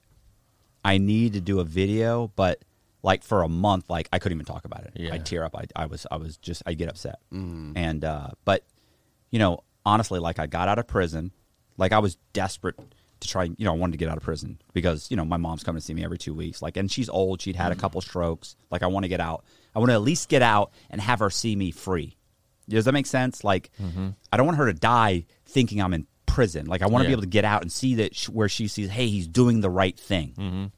Speaker 4: I need to do a video, but. Like for a month, like I couldn't even talk about it.
Speaker 2: Yeah.
Speaker 4: I tear up. I, I was, I was just, I get upset. And, uh, but you know, honestly, like I got out of prison, like I was desperate to try, you know, I wanted to get out of prison because, you know, my mom's coming to see me every two weeks. Like, and she's old. She'd had a couple strokes. Like, I want to get out. I want to at least get out and have her see me free. Does that make sense? Like, I don't want her to die thinking I'm in prison. Like, I want to be
Speaker 2: Yeah.
Speaker 4: able to get out and see that sh where she sees, hey, he's doing the right thing.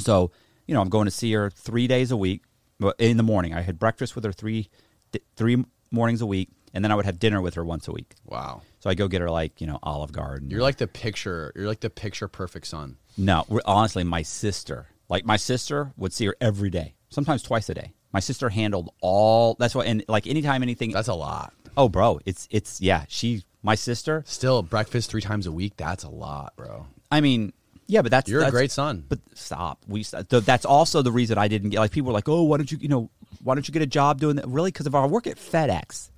Speaker 4: So, you know, I'm going to see her three days a week well, in the morning. I had breakfast with her three, th- three mornings a week, and then I would have dinner with her once a week.
Speaker 1: Wow.
Speaker 4: So I go get her like you know Olive Garden.
Speaker 1: You're like the picture. You're like the picture perfect son.
Speaker 4: no, we're- honestly, my sister, like my sister would see her every day, sometimes twice a day. My sister handled all. That's why, and like anytime anything.
Speaker 1: That's a lot.
Speaker 4: oh, bro, it's it's yeah. She, my sister.
Speaker 1: Still, breakfast three times a week. That's a lot, bro.
Speaker 4: I mean, yeah, but that's
Speaker 1: You're a
Speaker 4: that's-
Speaker 1: great son.
Speaker 4: But stop. We th- that's also the reason I didn't get like people were like, "Oh, why don't you, you know, why don't you get a job doing that?" Really cuz if I work at FedEx,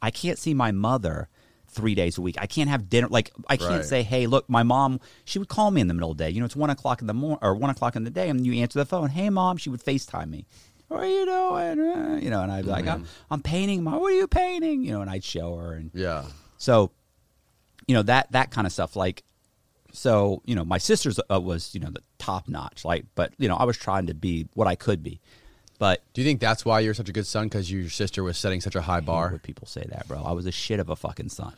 Speaker 4: I can't see my mother 3 days a week. I can't have dinner like I can't
Speaker 1: Right.
Speaker 4: say, "Hey, look, my mom, she would call me in the middle of the day. You know, it's 1 o'clock in the morning or 1 o'clock in the day and you answer the phone, "Hey, mom," she would FaceTime me. What are you doing? Uh, You know, and I'd be
Speaker 1: Mm-hmm.
Speaker 4: like, I'm, I'm painting. Mom, what are you painting? You know, and I'd show her. And
Speaker 1: yeah.
Speaker 4: so, you know that that kind of stuff. Like, so you know, my sister's uh, was you know the top notch. Like, but you know, I was trying to be what I could be. But
Speaker 1: Do you think that's why you're such a good son? Because your sister was setting such a high bar.
Speaker 4: would people say that, bro? I was a shit of a fucking son.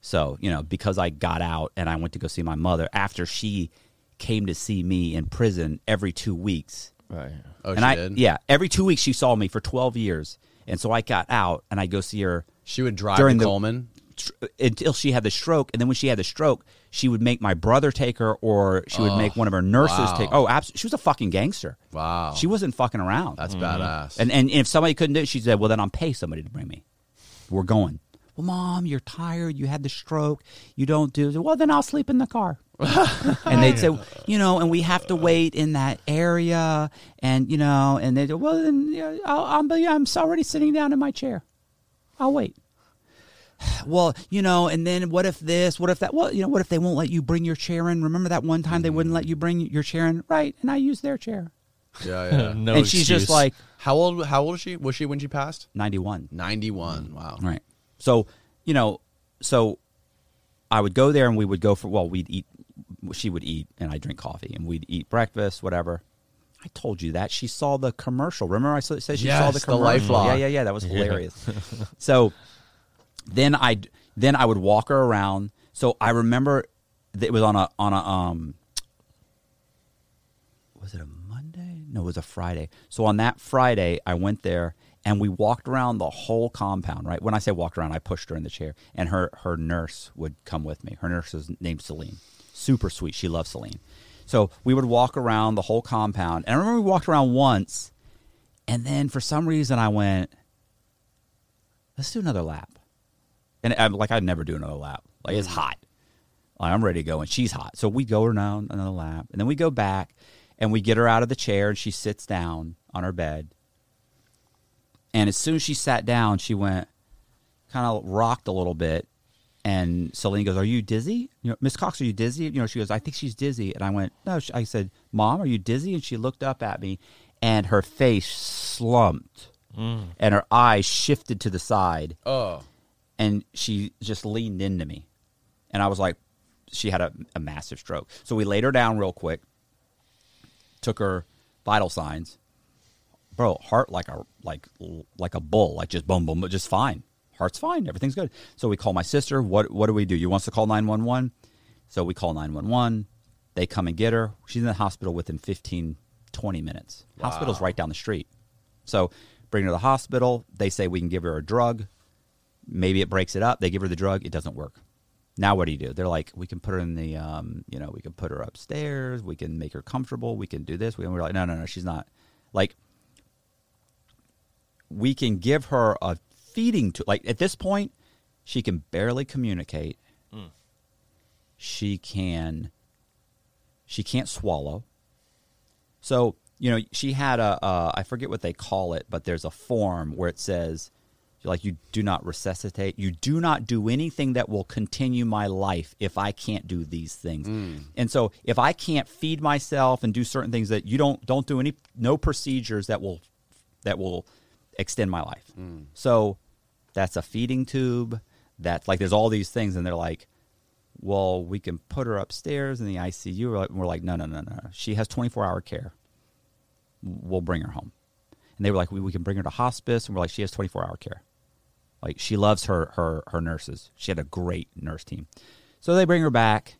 Speaker 4: So you know, because I got out and I went to go see my mother after she came to see me in prison every two weeks.
Speaker 2: Right.
Speaker 1: Oh,
Speaker 4: and
Speaker 1: she
Speaker 4: I
Speaker 1: did.
Speaker 4: yeah, every two weeks she saw me for twelve years, and so I got out and I go see her
Speaker 1: She would drive
Speaker 4: During
Speaker 1: to
Speaker 4: the-
Speaker 1: Coleman.
Speaker 4: tr- until she had the stroke, and then when she had the stroke, she would make my brother take her, or she would make one of her nurses
Speaker 1: Oh, wow.
Speaker 4: take. Oh, abs- she was a fucking gangster.
Speaker 1: Wow.
Speaker 4: she wasn't fucking around.
Speaker 1: That's badass.
Speaker 4: and, and and if somebody couldn't do it, she said, "Well, then I'll pay somebody to bring me." We're going. Well, mom, you're tired. You had the stroke. You don't do. it." Well, then I'll sleep in the car. and they'd say, you know, and we have to wait in that area, and you know, and they would well, then yeah, I'll, I'm, I'm already sitting down in my chair. I'll wait well, you know, and then what if this? What if that? Well, you know, what if they won't let you bring your chair in? Remember that one time they wouldn't let you bring your chair in, right? And I used their chair,
Speaker 1: yeah, yeah.
Speaker 2: No
Speaker 4: and she's just
Speaker 2: excuse.
Speaker 4: like
Speaker 1: How old? How old was she? Was she when she passed?
Speaker 4: ninety-one,
Speaker 1: Ninety-one. Wow.
Speaker 4: Mm. right? So, you know, so I would go there and we would go for well, we'd eat. She would eat, and I drink coffee, and we'd eat breakfast, whatever. I told you that she saw the commercial. Remember, I said said she saw
Speaker 1: Yes,
Speaker 4: the
Speaker 1: the
Speaker 4: commercial.
Speaker 1: LifeLock.
Speaker 4: Yeah, yeah, yeah. That was hilarious. so then I then I would walk her around. So I remember that it was on a on a um was it a Monday? No, it was a Friday. So on that Friday, I went there and we walked around the whole compound. Right when I say walked around, I pushed her in the chair, and her her nurse would come with me. Her nurse is named Celine, super sweet. She loves Celine. So we would walk around the whole compound, and I remember we walked around once, and then for some reason I went, um, let's do another lap, and I'm like I'd never do another lap. Like it's hot. I'm ready to go, and she's hot. So we go around another lap, and then we go back, and we get her out of the chair, and she sits down on her bed. And as soon as she sat down, she went, kind of rocked a little bit. And Celine goes, "Are you dizzy? You know, Miss Cox, are you dizzy?" You know, she goes, "I think she's dizzy." And I went, "No." She- I said, "Mom, are you dizzy?" And she looked up at me, and her face slumped, and her eyes shifted to the side,
Speaker 1: Oh,
Speaker 4: and she just leaned into me, and I was like, "She had a, a massive stroke." So we laid her down real quick, took her vital signs, bro, heart like a like like a bull, like just boom boom, but just fine. Heart's fine, everything's good. So we call my sister. What what do we do? You wants to call nine one one, so we call nine one one. They come and get her. She's in the hospital within 15, 20 minutes. Hospital's right down the street. So bring her to the hospital. They say we can give her a drug. Maybe it breaks it up. They give her the drug. It doesn't work. Now what do you do? They're like, we can put her in the, um, you know, we can put her upstairs. We can make her comfortable. We can do this. We- We're like, no, no, no, she's not. Like, we can give her a feeding tube. Like at this point, she can barely communicate. She can. She can't swallow. So you know she had a uh, I forget what they call it, but there's a form where it says like you do not resuscitate you do not do anything that will continue my life if i can't do these things and so if i can't feed myself and do certain things that you don't don't do any no procedures that will that will extend my life. So that's a feeding tube. That's like there's all these things, and they're like, well, we can put her upstairs in the ICU. We're like, we're like no, no, no, no. She has 24 hour care. We'll bring her home. And they were like, we, we can bring her to hospice. And we're like, she has 24 hour care. Like she loves her her her nurses. She had a great nurse team. So they bring her back,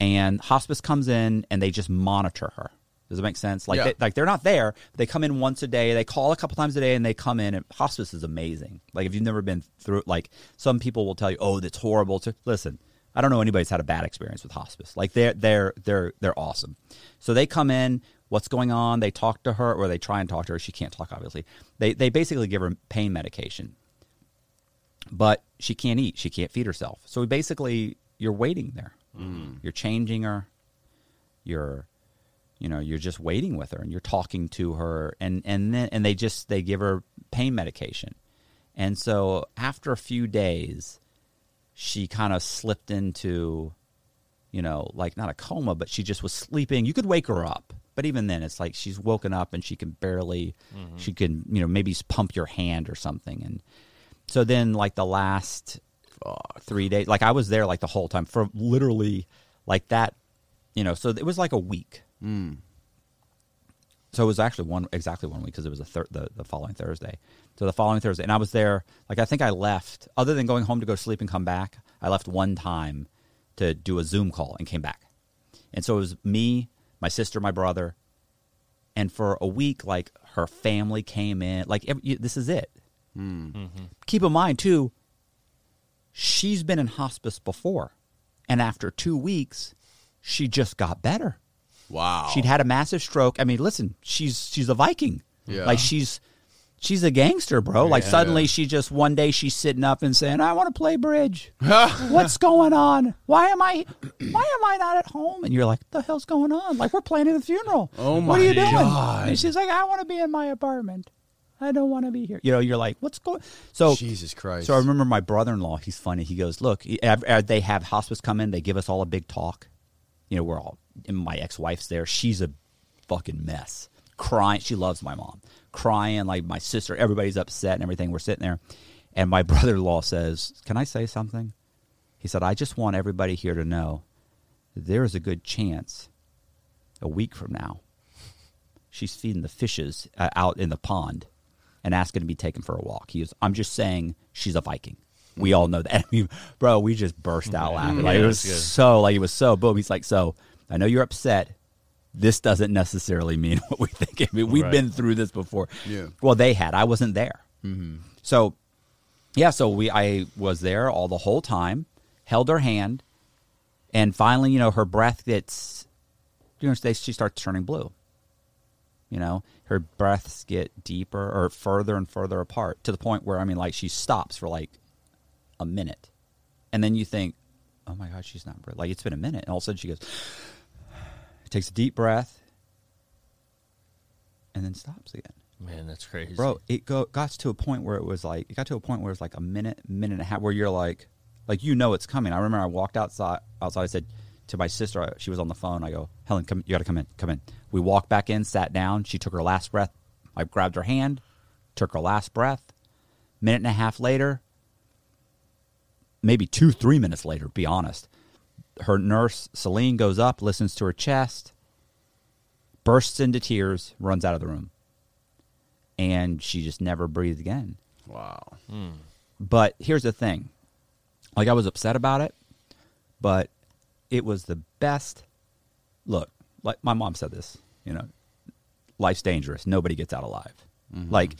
Speaker 4: and hospice comes in and they just monitor her. Does it make sense? Like
Speaker 1: Yeah.
Speaker 4: they, like they're not there. But they come in once a day. They call a couple times a day, and they come in. And hospice is amazing. Like if you've never been through, it, like some people will tell you, oh, that's horrible. To listen, I don't know anybody's had a bad experience with hospice. Like they're they're they're they're awesome. So they come in. What's going on? They talk to her, or they try and talk to her. She can't talk, obviously. They they basically give her pain medication but she can't eat. She can't feed herself. So basically, you're waiting there. You're changing her. You're, you know, you're just waiting with her, and you're talking to her, and and then and they just they give her pain medication, and so after a few days, she kind of slipped into, you know, like not a coma, but she just was sleeping. You could wake her up, but even then, it's like she's woken up and she can barely, she can, you know, maybe s- pump your hand or something. And so then, like the last uh, three days, like I was there like the whole time for literally like that, you know, so it was like a week. So it was actually one exactly one week because it was a thir- the the following Thursday. So the following Thursday, and I was there. Like I think I left, other than going home to go sleep and come back. I left one time to do a Zoom call and came back, and so it was me, my sister, my brother, and for a week, like her family came in. Like every, you- this is it. Keep in mind too, she's been in hospice before, and after two weeks, she just got better.
Speaker 1: wow.
Speaker 4: She'd had a massive stroke. I mean, listen, she's she's a Viking.
Speaker 1: Yeah.
Speaker 4: Like she's she's a gangster, bro. Like
Speaker 1: Yeah.
Speaker 4: suddenly she just one day she's sitting up and saying, "I want to play bridge. What's going on? Why am I why am I not at home?" And you're like, "The hell's going on? Like we're playing at the funeral.
Speaker 1: Oh
Speaker 4: what are
Speaker 1: my
Speaker 4: you doing?"
Speaker 1: God.
Speaker 4: And she's like, "I want to be in my apartment. I don't want to be here." You know, you're like, "What's going?" So
Speaker 1: Jesus Christ.
Speaker 4: so I remember my brother-in-law. He's funny. He goes, "Look, he- ev- ev- they have hospice come in. They give us all a big talk. You know, we're all. And my ex-wife's there. She's a fucking mess. Crying. She loves my mom. Crying like my sister. Everybody's upset and everything. We're sitting there, and my brother-in-law says, "Can I say something?" He said, "I just want everybody here to know that there is a good chance a week from now she's feeding the fishes uh, out in the pond and asking to be taken for a walk. He was, I'm just saying she's a Viking. We all know that. I mean, bro, we just burst out laughing. Like
Speaker 2: Yeah,
Speaker 4: it was
Speaker 2: that's good.
Speaker 4: so like it was so boom. He's like, so I know you're upset. This doesn't necessarily mean what we think. I mean, we've
Speaker 2: Right.
Speaker 4: been through this before.
Speaker 1: Yeah.
Speaker 4: Well, they had. I wasn't there. So, yeah. So we, I was there all the whole time. Held her hand, and finally, you know, her breath gets, you know, they, she starts turning blue. You know, her breaths get deeper or further and further apart to the point where, I mean, like she stops for like a minute. And then you think, oh my God, she's not breathing. Like it's been a minute. And all of a sudden she goes, takes a deep breath, and then stops again.
Speaker 2: Man, that's crazy,
Speaker 4: Bro, it go, got to a point where it was like, it got to a point where it was like a minute, minute and a half, where you're like, like you know it's coming. I remember I walked outside, outside. I said to my sister, I, she was on the phone. I go, Helen, come, you got to come in, come in. We walked back in, sat down. She took her last breath. I grabbed her hand, took her last breath. Minute and a half later, maybe two, three minutes later, be honest. Her nurse, Celine, goes up, listens to her chest, bursts into tears, runs out of the room. And she just never breathed again.
Speaker 1: Wow.
Speaker 4: But here's the thing like, I was upset about it, but it was the best. Look, like my mom said this, you know, life's dangerous. Nobody gets out alive. Like,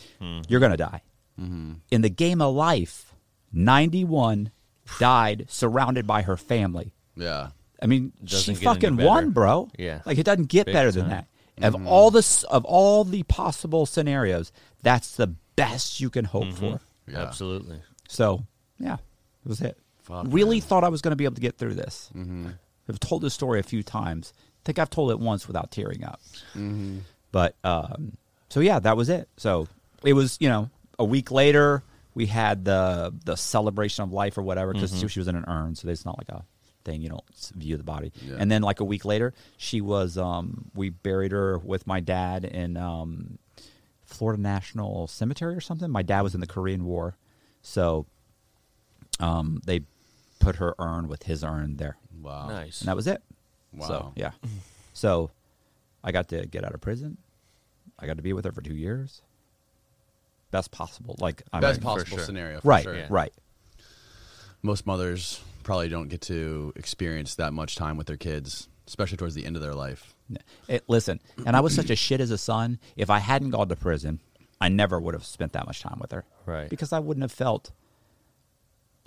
Speaker 4: you're going to die. In the game of life, 91 died surrounded by her family.
Speaker 1: Yeah.
Speaker 4: I mean,
Speaker 2: Doesn't
Speaker 4: she
Speaker 2: get any
Speaker 4: fucking
Speaker 2: better.
Speaker 4: won, bro.
Speaker 2: Yeah.
Speaker 4: like it doesn't get
Speaker 2: Big Mm-hmm.
Speaker 4: better than that. Of all the s- of all the possible scenarios, that's the best you can hope
Speaker 2: Mm-hmm.
Speaker 4: for.
Speaker 1: Yeah.
Speaker 2: Absolutely.
Speaker 4: So, yeah, that was it.
Speaker 1: Fuck,
Speaker 4: really thought I was going to be able to get through this.
Speaker 2: Mm-hmm.
Speaker 4: I've told this story a few times. I think I've told it once without tearing up. But um, so yeah, that was it. So it was you know a week later we had the the celebration of life or whatever because she was in an urn, so it's not like a thing you don't s- view the body.
Speaker 1: Yeah.
Speaker 4: And then like a week later, she was um, we buried her with my dad in um, Florida National Cemetery or something. My dad was in the Korean War, so um, they put her urn with his urn there,
Speaker 1: Wow.
Speaker 2: Nice.
Speaker 4: and that was it.
Speaker 1: Wow.
Speaker 4: So yeah, so I got to get out of prison. I got to be with her for two years. Best possible, like I
Speaker 1: Best
Speaker 4: mean,
Speaker 2: for
Speaker 1: possible
Speaker 2: sure.
Speaker 1: scenario. For
Speaker 4: Right,
Speaker 1: Sure.
Speaker 2: Yeah.
Speaker 4: right.
Speaker 1: Most mothers probably don't get to experience that much time with their kids, especially towards the end of their life.
Speaker 4: It, listen, and I was such a shit as a son. If I hadn't gone to prison, I never would have spent that much time with her.
Speaker 2: Right.
Speaker 4: Because I wouldn't have felt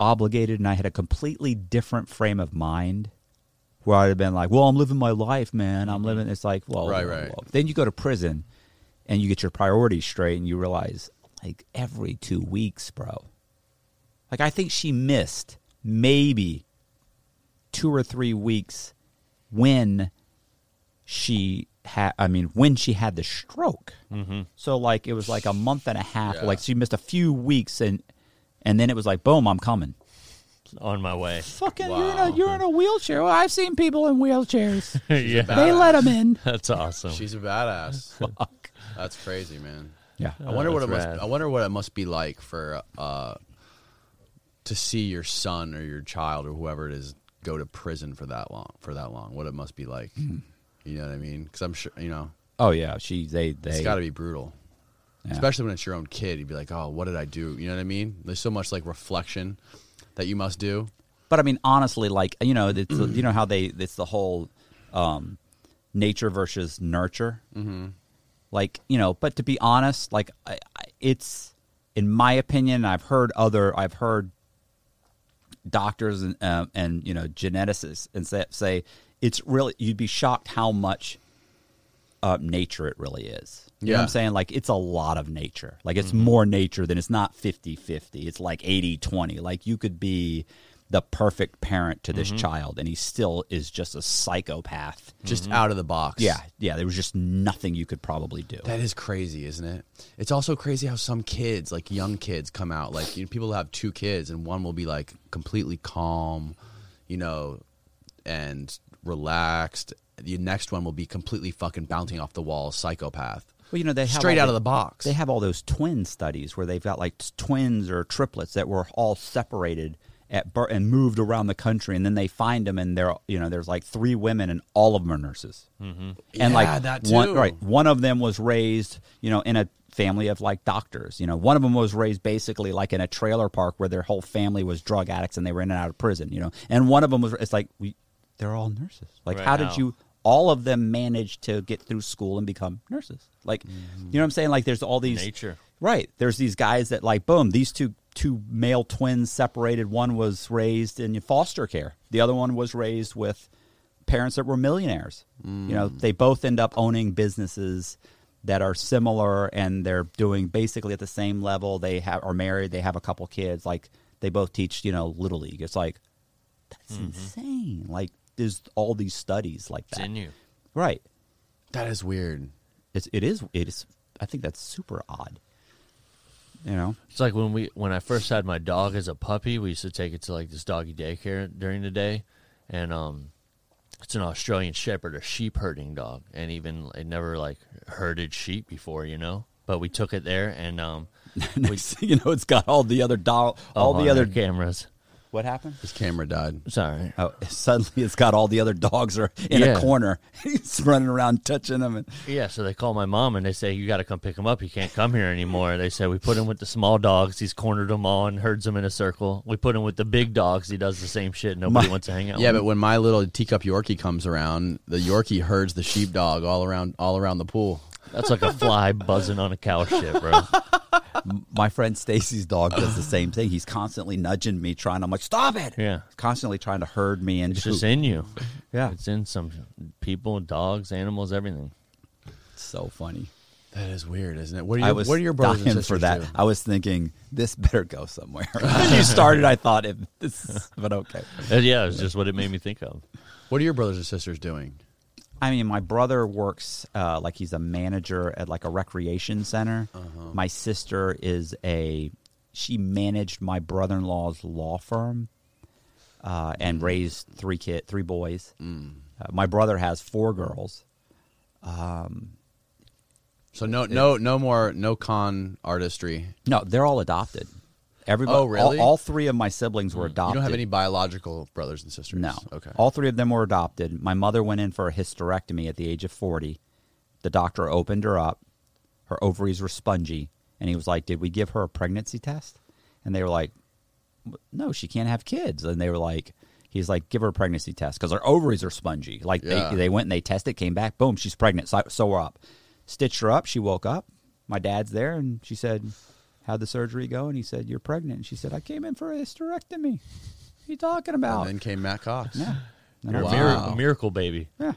Speaker 4: obligated, and I had a completely different frame of mind where I'd have been like, "Well, I'm living my life, man. I'm living." It's like, well,
Speaker 1: Mm-hmm. Right,
Speaker 4: well,
Speaker 1: right.
Speaker 4: well. Then you go to prison, and you get your priorities straight, and you realize, like, every two weeks, bro. Like, I think she missed maybe two or three weeks when she had i mean when she had the stroke mm-hmm. so like it was like a month and a half
Speaker 1: Yeah.
Speaker 4: like she missed a few weeks and and then it was like boom i'm coming
Speaker 2: On my way.
Speaker 4: fucking
Speaker 1: you're in a- Wow.
Speaker 4: you're in a wheelchair well, i've seen people in wheelchairs
Speaker 2: yeah.
Speaker 1: They let
Speaker 4: them in
Speaker 2: That's awesome.
Speaker 1: She's a badass. That's crazy, man.
Speaker 4: yeah
Speaker 1: I wonder what it
Speaker 2: that's
Speaker 1: must.
Speaker 2: rad.
Speaker 1: I wonder what it must be like for uh, to see your son or your child or whoever it is go to prison for that long. For that long, what it must be like.
Speaker 4: Hmm.
Speaker 1: You know what I mean? Because I'm sure you know
Speaker 4: oh yeah she they they
Speaker 1: it's got to be brutal,
Speaker 4: Yeah.
Speaker 1: especially when it's your own kid. You'd be like, "Oh, what did I do?" You know what I mean? There's so much like reflection that you must do.
Speaker 4: But I mean, honestly, like you know, it's, you know how they it's the whole um, nature versus nurture. Mm-hmm. Like you know, but to be honest, like I, I, it's in my opinion, I've heard other, I've heard doctors and um, and you know geneticists and say, say it's really you'd be shocked how much uh, nature it really is. You know what
Speaker 1: Yeah.
Speaker 4: I'm saying? Like it's a lot of nature. Like it's
Speaker 1: Mm-hmm.
Speaker 4: more nature than it's not 50-50. It's like 80-20. Like you could be the perfect parent to this child and he still is just a psychopath.
Speaker 1: Mm-hmm. Just out of the box.
Speaker 4: Mm-hmm. Yeah, yeah, there was just nothing you could probably do.
Speaker 1: That is crazy, isn't it? It's also crazy how some kids, like young kids, come out. Like you know, people have two kids, and one will be like completely calm, you know, and relaxed. The next one will be completely fucking bouncing off the wall, psychopath.
Speaker 4: Well, you know, they have
Speaker 1: Straight
Speaker 4: all
Speaker 1: out of the box.
Speaker 4: They have all those twin studies where they've got like t- twins or triplets that were all separated at birth and moved around the country, and then they find them, and they're you know, there's like three women, and all of them are nurses, mm-hmm. and
Speaker 1: Yeah,
Speaker 4: like
Speaker 1: that too.
Speaker 4: one right, one of them was raised, you know, in a family of like doctors. You know, one of them was raised basically like in a trailer park where their whole family was drug addicts and they were in and out of prison. You know, and one of them was it's like we, they're all nurses. Like,
Speaker 2: Right,
Speaker 4: how did
Speaker 2: how?
Speaker 4: you? All of them managed to get through school and become nurses. Like, you know what I'm saying? Like, there's all these
Speaker 2: Nature.
Speaker 4: Right. There's these guys that like boom, these two two male twins separated. One was raised in foster care. The other one was raised with parents that were millionaires. You know, they both end up owning businesses that are similar and they're doing basically at the same level. They have are married, they have a couple kids, like they both teach, you know, little league. It's like that's insane. Like there's all these studies like
Speaker 2: It's
Speaker 4: that.
Speaker 2: in you.
Speaker 4: Right.
Speaker 1: That is weird.
Speaker 4: It's it is it is I think that's super odd. You know?
Speaker 2: It's like when we when I first had my dog as a puppy, we used to take it to like this doggy daycare during the day, and um, it's an Australian Shepherd, a sheep herding dog, and even it never like herded sheep before, you know. But we took it there, and um,
Speaker 4: Next thing you know, it's got all the other doll all
Speaker 2: oh,
Speaker 4: the other
Speaker 2: their cameras.
Speaker 4: what happened?
Speaker 1: His camera died.
Speaker 2: Sorry,
Speaker 4: Oh, suddenly it's got all the other dogs are in
Speaker 2: Yeah.
Speaker 4: a corner. He's running around touching them and
Speaker 2: Yeah, so they call my mom and they say, You got to come pick him up. He can't come here anymore. They say, We put him with the small dogs. He's cornered them all and herds them in a circle. We put him with the big dogs. He does the same shit. Nobody
Speaker 4: My-
Speaker 2: wants to hang out
Speaker 1: Yeah,
Speaker 2: with
Speaker 1: but when my little teacup Yorkie comes around, the Yorkie herds the sheepdog all around all around the pool.
Speaker 2: him. That's like a fly buzzing on a cow shit, bro.
Speaker 4: my friend Stacy's dog does the same thing. He's constantly nudging me, trying. I'm like, stop it.
Speaker 2: Yeah.
Speaker 4: Constantly trying to herd me into.
Speaker 2: It's just in you.
Speaker 4: yeah.
Speaker 2: It's in some people, dogs, animals, everything.
Speaker 4: It's so funny.
Speaker 1: That is weird, isn't it? What are,
Speaker 4: I
Speaker 1: your,
Speaker 4: was
Speaker 1: what are your brothers and
Speaker 4: dying
Speaker 1: sisters
Speaker 4: for that.
Speaker 1: do?
Speaker 4: I was thinking this better go somewhere. when you started, I thought it. This, is- but okay.
Speaker 2: Uh, yeah, it's just what it made me think of.
Speaker 1: What are your brothers and sisters doing?
Speaker 4: I mean, my brother works uh, like he's a manager at like a recreation center.
Speaker 1: Uh-huh.
Speaker 4: My sister is a she managed my brother in law's law firm uh,
Speaker 1: Mm.
Speaker 4: and raised three kid three boys. Uh, my brother has four girls.
Speaker 1: So no, no, no more, no con artistry.
Speaker 4: No, they're all adopted. Everybody,
Speaker 1: Oh,
Speaker 4: all-
Speaker 1: really? Mm.
Speaker 4: All, three of my siblings were
Speaker 1: You
Speaker 4: adopted.
Speaker 1: don't have any biological brothers and sisters.
Speaker 4: No.
Speaker 1: Okay.
Speaker 4: All three of them were adopted. My mother went in for a hysterectomy at the age of 40. The doctor opened her up. Her ovaries were spongy. And he was like, Did we give her a pregnancy test? And they were like, No, she can't have kids. And they were like, He's like, Give her a pregnancy test because her ovaries are spongy. Like
Speaker 1: Yeah.
Speaker 4: they, they went and they tested, came back, boom, she's pregnant. So, so we're up. Stitched her up. She woke up. My dad's there. And she said, How'd the surgery go? And he said, You're pregnant. And she said, I came in for a hysterectomy. What are you talking about?
Speaker 1: And then came Matt Cox.
Speaker 4: Yeah.
Speaker 2: You're
Speaker 1: Wow.
Speaker 2: a, miracle, miracle baby.
Speaker 4: Yeah.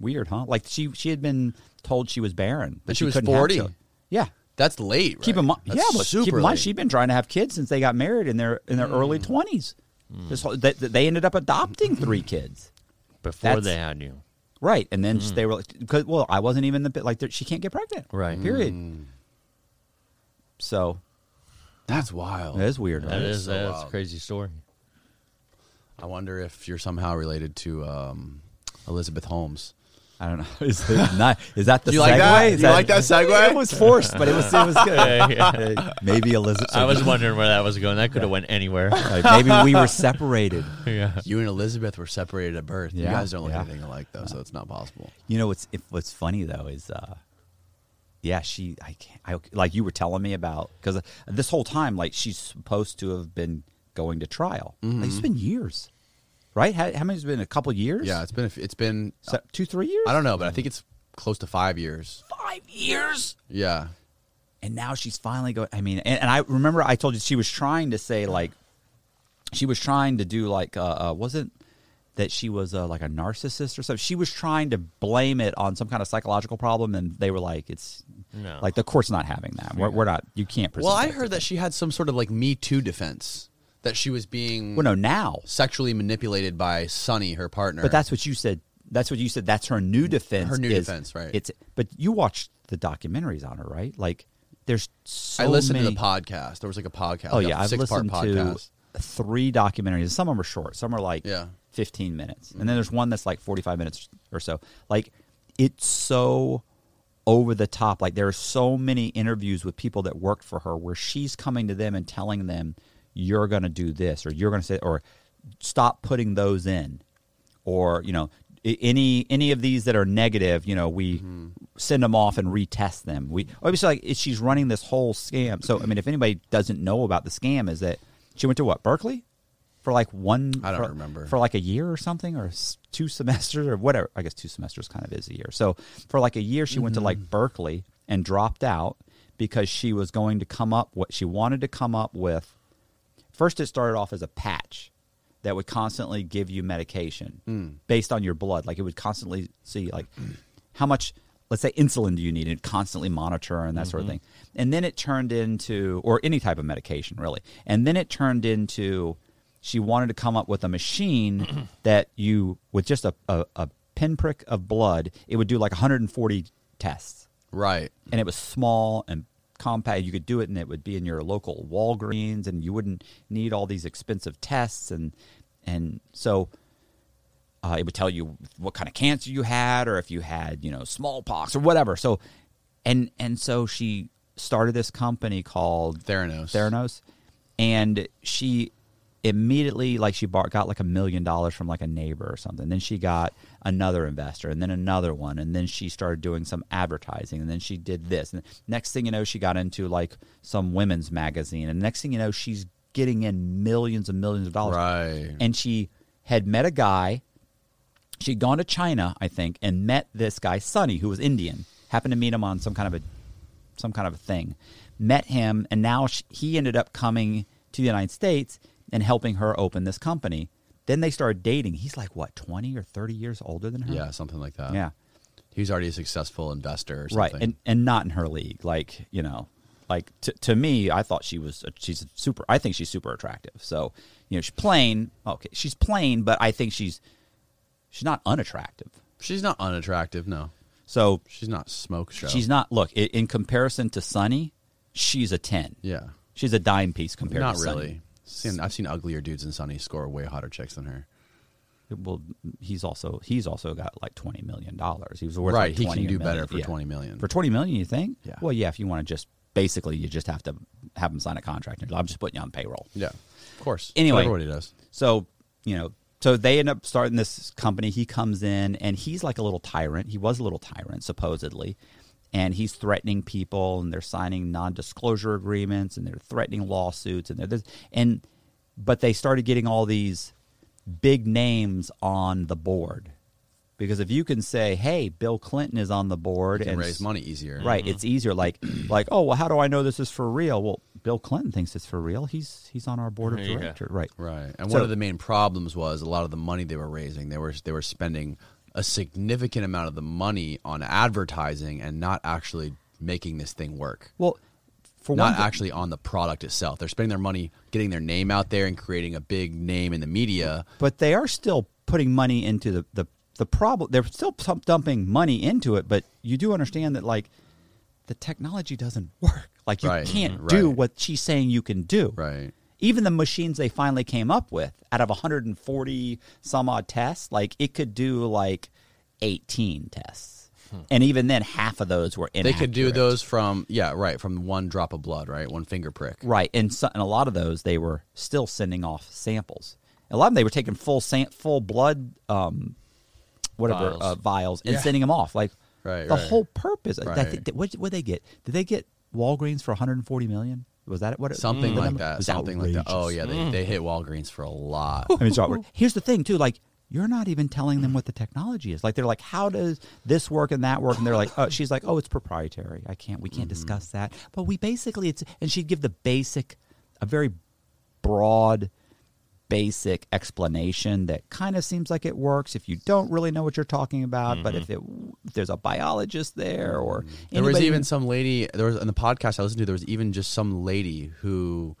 Speaker 4: Weird, huh? Like she she had been told she was barren, but
Speaker 1: And she was
Speaker 4: couldn't have
Speaker 1: 40?
Speaker 4: children. Yeah.
Speaker 1: That's late. Right?
Speaker 4: Keep in mind,
Speaker 1: That's
Speaker 4: yeah, but
Speaker 1: super
Speaker 4: keep in mind,
Speaker 1: late. Mm.
Speaker 4: she'd been trying to have kids since they got married in their in their early twenties. This whole, they, they ended up adopting three
Speaker 1: Mm.
Speaker 4: kids,
Speaker 2: Before
Speaker 4: That's-
Speaker 2: they had you.
Speaker 4: right? And then they were like, 'cause- well, I wasn't even the bit like she can't get pregnant,
Speaker 2: Right.
Speaker 4: Period.
Speaker 1: Mm.
Speaker 4: So
Speaker 1: That's wild.
Speaker 4: it is weird.
Speaker 2: That
Speaker 4: right?
Speaker 2: is
Speaker 1: so
Speaker 2: that's a
Speaker 1: wild.
Speaker 2: crazy story.
Speaker 1: I wonder if you're somehow related to um, Elizabeth Holmes.
Speaker 4: I don't know. Is, it not, is that the
Speaker 1: Do you
Speaker 4: segue?
Speaker 1: like that?
Speaker 4: Is
Speaker 1: You like that segue?
Speaker 4: It was forced, but it was it was good. Maybe Elizabeth.
Speaker 2: I was wondering where that was going. That could have went anywhere.
Speaker 4: Like, maybe we were separated.
Speaker 2: yeah.
Speaker 1: You and Elizabeth were separated at birth. you
Speaker 4: Yeah,
Speaker 1: guys don't look
Speaker 4: yeah.
Speaker 1: anything alike, though, so it's not possible.
Speaker 4: You know what's if, what's funny though is, uh, yeah, she I can't I, like you were telling me about because this whole time like she's supposed to have been going to trial. Like,
Speaker 1: Mm-hmm.
Speaker 4: it's been years, right? How, how many has it been a couple years?
Speaker 1: Yeah, it's been a f- it's been
Speaker 4: Se- two three years.
Speaker 1: I don't know, but I think it's close to five years.
Speaker 4: five years.
Speaker 1: Yeah,
Speaker 4: and now she's finally going. I mean, and, and I remember I told you she was trying to say like, she was trying to do like, uh, uh wasn't that she was uh, like a narcissist or something? She was trying to blame it on some kind of psychological problem, and they were like, it's
Speaker 2: No.
Speaker 4: like the court's not having that. We're, we're not. You can't. Present
Speaker 1: Well, I
Speaker 4: that to
Speaker 1: heard
Speaker 4: them.
Speaker 1: that she had some sort of like Me Too defense that she was being
Speaker 4: Well, no, now,
Speaker 1: sexually manipulated by Sonny, her partner.
Speaker 4: but that's what you said. That's what you said. That's her new defense.
Speaker 1: Her new
Speaker 4: is-
Speaker 1: defense, right.
Speaker 4: It's but you watched the documentaries on her, right? Like, there's so
Speaker 1: I listened
Speaker 4: many,
Speaker 1: to the podcast. There was like a podcast.
Speaker 4: Oh
Speaker 1: like a
Speaker 4: yeah, I've
Speaker 1: six-part
Speaker 4: listened to three documentaries. Some of them are short. Some are like
Speaker 1: Yeah.
Speaker 4: fifteen minutes, and
Speaker 1: Mm-hmm.
Speaker 4: then there's one that's like forty-five minutes or so. Like it's so over the top. Like there are so many interviews with people that worked for her where she's coming to them and telling them, "You're going to do this," or "You're going to say," or "Stop putting those in," or you know. "A- Any any of these that are negative, you know, we
Speaker 1: Mm-hmm.
Speaker 4: send them off and retest them. We obviously like it- she's running this whole scam. So I mean, if anybody doesn't know about the scam, is that she went to what Berkeley for like one?
Speaker 1: I don't
Speaker 4: for-
Speaker 1: remember.
Speaker 4: for like a year or something, or s- two semesters or whatever. I guess two semesters kind of is a year. So for like a year, she went to like Berkeley and dropped out because she was going to come up what she wanted to come up with. First, it started off as a patch that would constantly give you medication based on your blood. Like it would constantly see like how much, let's say, insulin do you need, and constantly monitor and that sort of thing. And then it turned into, or any type of medication really. And then it turned into she wanted to come up with a machine that you with just a, a, a pinprick of blood it would do like 140 tests
Speaker 1: Right.
Speaker 4: and it was small and compact. You could do it, and it would be in your local Walgreens, and you wouldn't need all these expensive tests, and and so uh, it would tell you what kind of cancer you had, or if you had you know smallpox or whatever. So, and and so she started this company called
Speaker 1: Theranos.
Speaker 4: Theranos, and she immediately like she bought, got like a million dollars from like a neighbor or something. Then she got another investor, and then another one, and then she started doing some advertising, and then she did this. And next thing you know, she got into like some women's magazine, and next thing you know, she's getting in millions and millions of dollars.
Speaker 1: Right.
Speaker 4: And she had met a guy. She'd gone to China, I think, and met this guy Sonny, who was Indian. Happened to meet him on some kind of a some kind of a thing. Met him, and now sh he ended up coming to the United States and helping her open this company. Then they started dating. He's like what twenty or thirty years older than her.
Speaker 1: Yeah, something like that.
Speaker 4: yeah,
Speaker 1: He was already a successful investor or
Speaker 4: right.
Speaker 1: uh, something.
Speaker 4: And and not in her league. Like you know, like to to me, I thought she was she's super. I think she's super attractive. So you know, she's plain. Okay, she's plain, but I think she's she's not unattractive.
Speaker 1: she's not unattractive, no.
Speaker 4: So
Speaker 1: She's not smoke show.
Speaker 4: she's not. Look, i in comparison to Sunny, she's a ten.
Speaker 1: Yeah.
Speaker 4: She's a dime piece compared
Speaker 1: Not
Speaker 4: to Sunny.
Speaker 1: really. Seen, I've seen uglier dudes in Sunny score way hotter chicks than her.
Speaker 4: Well, he's also he's also got like twenty million dollars. He was worth
Speaker 1: Right,
Speaker 4: Like
Speaker 1: he
Speaker 4: 20
Speaker 1: can do
Speaker 4: million.
Speaker 1: better for
Speaker 4: Yeah.
Speaker 1: 20 million.
Speaker 4: For twenty million, you think?
Speaker 1: Yeah.
Speaker 4: Well, yeah. If you want to just basically, you just have to have him sign a contract. And I'm just putting you on payroll.
Speaker 1: Yeah, of course.
Speaker 4: Anyway.
Speaker 1: everybody does.
Speaker 4: So you know, so they end up starting this company. He comes in and he's like a little tyrant. He was a little tyrant supposedly, and he's threatening people and they're signing non-disclosure agreements and they're threatening lawsuits and they're this and but they started getting all these big names on the board because if you can say, "Hey, Bill Clinton is on the board,"
Speaker 1: You can
Speaker 4: and
Speaker 1: raise money Mm-hmm. easier.
Speaker 4: Right. It's easier. Like, like, oh well, how do I know this is for real? Well, Bill Clinton thinks it's for real. He's he's on our board of
Speaker 2: Yeah.
Speaker 4: directors. Right.
Speaker 1: Right. And
Speaker 4: So-
Speaker 1: one of the main problems was a lot of the money they were raising, they were they were spending a significant amount of the money on advertising and not actually making this thing work.
Speaker 4: Well, for one,
Speaker 1: Not
Speaker 4: thing-
Speaker 1: actually on the product itself. They're spending their money getting their name out there and creating a big name in the media.
Speaker 4: but they are still putting money into the the the problem. They're still pump- dumping money into it, but you do understand that like the technology doesn't work. Like you
Speaker 1: Right.
Speaker 4: can't
Speaker 1: Mhm.
Speaker 4: do
Speaker 1: Right.
Speaker 4: what she's saying you can do.
Speaker 1: Right.
Speaker 4: Even the machines they finally came up with, out of 140 some odd tests, like it could do like 18 tests, and even then, half of those were
Speaker 1: Hmm. They
Speaker 4: inaccurate.
Speaker 1: could do those from yeah, right, from one drop of blood, right? One finger prick.
Speaker 4: Right, and, so, and a lot of those they were still sending off samples. A lot of them they were taking full sam- full blood, um, whatever
Speaker 2: Vials.
Speaker 4: vials, uh, vials and sending them off. Like
Speaker 1: Right,
Speaker 4: the
Speaker 1: right.
Speaker 4: whole purpose. I
Speaker 1: Right.
Speaker 4: think that- what did they get? Did they get Walgreens for 140 million? Was Mm. that what it,
Speaker 1: Something
Speaker 4: the
Speaker 1: like
Speaker 4: number? It
Speaker 1: that.
Speaker 4: was
Speaker 1: Something like that. Oh
Speaker 4: outrageous. Mm.
Speaker 1: yeah, they, they hit Walgreens for a lot.
Speaker 4: I mean, it's awkward. Here's the thing, too. Like, you're not even telling them what the technology is. Like, they're like, "How does this work and that work?" And they're like, "Oh, she's like, oh, it's proprietary. I can't. We can't
Speaker 1: Mm-hmm.
Speaker 4: discuss that." But we basically, it's and she'd give the basic, a very broad, basic explanation that kind of seems like it works if you don't really know what you're talking about. But if it, if there's a biologist there or
Speaker 1: Mm-hmm. There was
Speaker 4: anybody-
Speaker 1: even some lady. There was in the podcast I listened to. There was even just some lady who,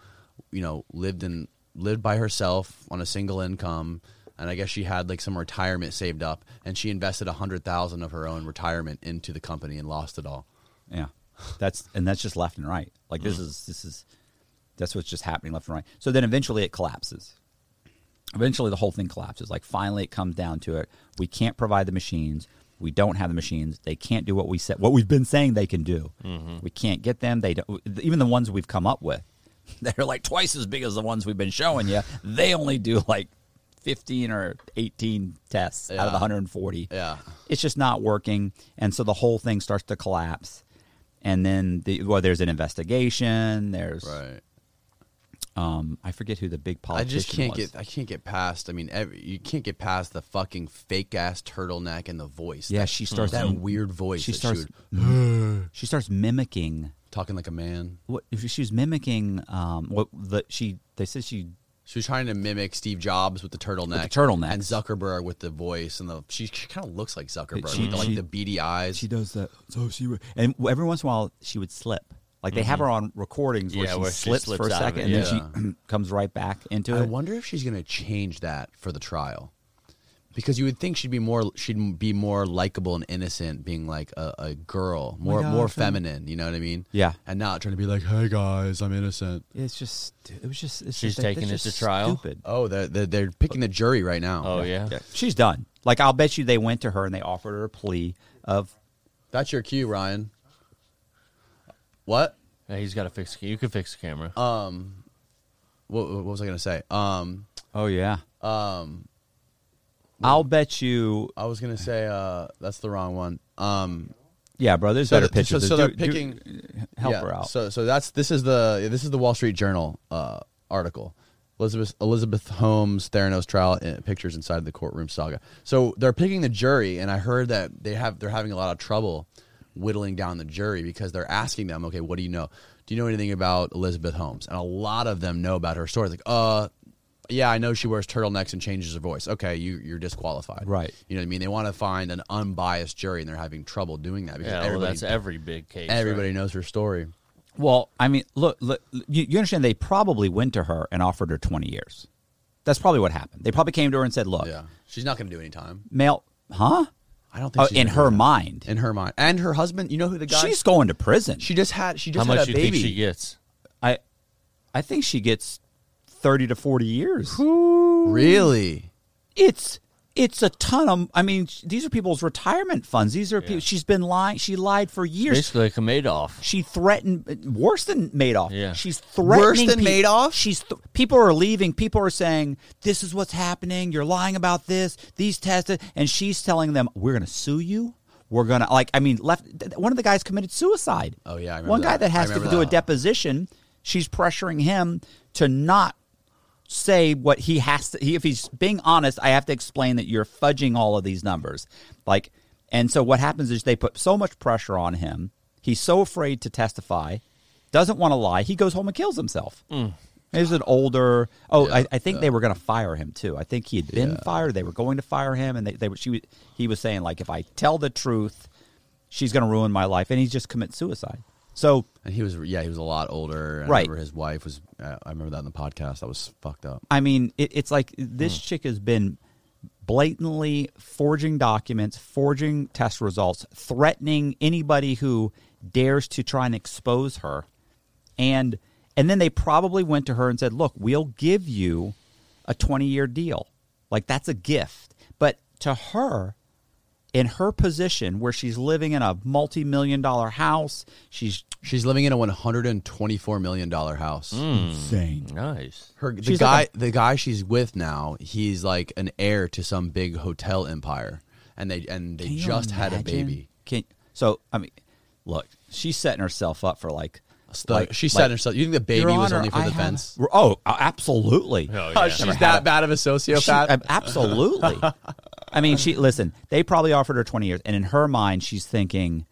Speaker 1: you know, lived in lived by herself on a single income, and I guess she had like some retirement saved up, and she invested a hundred thousand of her own retirement into the company and lost it all.
Speaker 4: Yeah, that's and that's just left and right. Like this is this is that's what's just happening left and right. So then eventually it collapses. Eventually the whole thing collapses. Like finally it comes down to it. We can't provide the machines. We don't have the machines. They can't do what we said. What we've been saying they can do. We can't get them. They don't. Even the ones we've come up with, they're like twice as big as the ones we've been showing you. They only do like fifteen or eighteen tests out of the hundred and forty
Speaker 1: Yeah.
Speaker 4: it's just not working and so the whole thing starts to collapse and then the, well there's an investigation there's
Speaker 1: Right.
Speaker 4: um i forget who the big
Speaker 1: I
Speaker 4: politician
Speaker 1: just can't
Speaker 4: was.
Speaker 1: get. I can't get past. I mean, every, you can't get past the fucking fake ass turtleneck and the voice.
Speaker 4: yeah
Speaker 1: That-
Speaker 4: she starts
Speaker 1: that weird voice.
Speaker 4: she
Speaker 1: that
Speaker 4: starts
Speaker 1: would-
Speaker 4: she starts mimicking
Speaker 1: talking like a man.
Speaker 4: what she was mimicking um what the she they said she
Speaker 1: She was trying to mimic Steve Jobs with the turtleneck,
Speaker 4: turtlenecks.
Speaker 1: and Zuckerberg with the voice and the. She, she kind of looks like Zuckerberg,
Speaker 4: She-
Speaker 1: with the, like
Speaker 4: she-
Speaker 1: the beady eyes.
Speaker 4: she does that so she would and every once in a while she would slip Like they have her on recordings where
Speaker 2: Yeah,
Speaker 4: she
Speaker 2: where she
Speaker 4: slips,
Speaker 2: slips
Speaker 4: for a
Speaker 2: out of
Speaker 4: second
Speaker 2: it,
Speaker 4: and then she comes right back into
Speaker 1: I
Speaker 4: it.
Speaker 1: wonder if she's going to change that for the trial, because you would think she'd be more she'd be more likable and innocent, being like a, a girl, more
Speaker 4: God,
Speaker 1: more
Speaker 4: I'm trying-
Speaker 1: feminine. You know what I mean?
Speaker 4: Yeah.
Speaker 1: and not trying to be like, "Hey guys, I'm innocent."
Speaker 4: It's just it was just it's
Speaker 2: She's
Speaker 4: just, like,
Speaker 2: taking
Speaker 4: that's
Speaker 2: it
Speaker 4: just
Speaker 2: to trial?
Speaker 4: Stupid.
Speaker 1: Oh, they're they're, they're picking the jury right now.
Speaker 2: Oh yeah.
Speaker 4: Yeah, she's done. Like I'll bet you they went to her and they offered her a plea of
Speaker 1: that's your cue, Ryan. What?
Speaker 2: Hey, he's got to fix. You can fix the camera.
Speaker 1: What, what was I going to say? Um,
Speaker 4: oh yeah. Um I'll bet you
Speaker 1: I was going to say uh, that's the wrong one. Um,
Speaker 4: yeah, bro, there's
Speaker 1: So
Speaker 4: better
Speaker 1: the- so-
Speaker 4: pictures.
Speaker 1: so
Speaker 4: Do-
Speaker 1: they're
Speaker 4: do-
Speaker 1: picking-
Speaker 4: help
Speaker 1: Yeah,
Speaker 4: her out.
Speaker 1: So so that's this is the this is the Wall Street Journal uh, article. Elizabeth Elizabeth Holmes Theranos trial uh, pictures inside the courtroom saga. So they're picking the jury, and I heard that they have they're having a lot of trouble whittling down the jury because they're asking them, okay, what do you know? Do you know anything about Elizabeth Holmes? And a lot of them know about her story. Like, uh, yeah, I know she wears turtlenecks and changes her voice. Okay, you you're disqualified.
Speaker 4: Right.
Speaker 1: You know what I mean? They want to find an unbiased jury, and they're having trouble doing that because
Speaker 2: yeah, well,
Speaker 1: everybody
Speaker 2: that's every big case. right?
Speaker 1: Everybody knows her story.
Speaker 4: Well, I mean, look, look you, you understand they probably went to her and offered her 20 years. That's probably what happened. They probably came to her and said, "Look,
Speaker 1: Yeah, she's not going to do any time.
Speaker 4: male, huh?
Speaker 1: I don't think
Speaker 4: Oh,
Speaker 1: she's
Speaker 4: in
Speaker 1: gonna do
Speaker 4: her
Speaker 1: that.
Speaker 4: mind,
Speaker 1: in her mind, and her husband. You know who the guy?
Speaker 4: she's going to prison.
Speaker 1: she just had she
Speaker 2: How
Speaker 1: just
Speaker 2: much
Speaker 1: had a
Speaker 2: you
Speaker 1: baby.
Speaker 2: think she gets?
Speaker 4: I, I think she gets 30 to 40 years.
Speaker 1: really?
Speaker 4: It's it's a ton of. I mean, sh- these are people's retirement funds. These are people. She's been lying. She lied for years.
Speaker 2: Basically, like a Madoff.
Speaker 4: She threatened worse than Madoff.
Speaker 2: Yeah.
Speaker 4: She's threatening
Speaker 1: than
Speaker 4: peop-
Speaker 1: Madoff?
Speaker 4: She's th- people are leaving. People are saying this is what's happening. You're lying about this. These tests, and she's telling them we're going to sue you. We're gonna like. I mean, left. th- th- One of the guys committed suicide.
Speaker 1: Oh, yeah, I remember
Speaker 4: one guy
Speaker 1: that.
Speaker 4: that
Speaker 1: I
Speaker 4: has to
Speaker 1: remember
Speaker 4: do a
Speaker 1: that.
Speaker 4: deposition. She's pressuring him to not say what he has to he, if he's being honest i have to explain that you're fudging all of these numbers like and so what happens is they put so much pressure on him he's so afraid to testify doesn't want to lie he goes home and kills himself He's an older. Oh, I, I think they were going to fire him too. I think he had been fired. They were going to fire him, and they, they were. She was. He was saying like, if I tell the truth, she's going to ruin my life, and he just commits suicide. So
Speaker 1: And he was yeah, he was a lot older. And I
Speaker 4: Right.
Speaker 1: remember his wife was. Uh, I remember that in the podcast. That was fucked up.
Speaker 4: I mean, it, it's like this chick has been blatantly forging documents, forging test results, threatening anybody who dares to try and expose her. And and then they probably went to her and said, "Look, we'll give you a 20-year deal. Like that's a gift." But to her, in her position where she's living in a multi-million dollar house, she's
Speaker 1: She's living in a one hundred and twenty four million dollar house.
Speaker 3: Insane.
Speaker 2: Nice.
Speaker 1: Her the
Speaker 4: She's
Speaker 1: guy
Speaker 4: like
Speaker 1: the guy she's with now. He's like an heir to some big hotel empire, and they and they
Speaker 4: Can you
Speaker 1: just had a
Speaker 4: imagine?
Speaker 1: baby.
Speaker 4: Can so I mean, look, she's setting herself up for like,
Speaker 1: So
Speaker 4: like
Speaker 1: she
Speaker 4: like,
Speaker 1: said herself. You think the baby
Speaker 4: "Your
Speaker 1: was
Speaker 4: Honor,
Speaker 1: only for
Speaker 4: I
Speaker 1: the
Speaker 4: have-
Speaker 1: fence?
Speaker 4: Oh, a- absolutely.
Speaker 2: Oh,
Speaker 1: Oh,
Speaker 2: yeah.
Speaker 1: she's that bad of a sociopath.
Speaker 4: She- ab- absolutely. I mean, she listen. They probably offered her twenty years, and in her mind, she's thinking,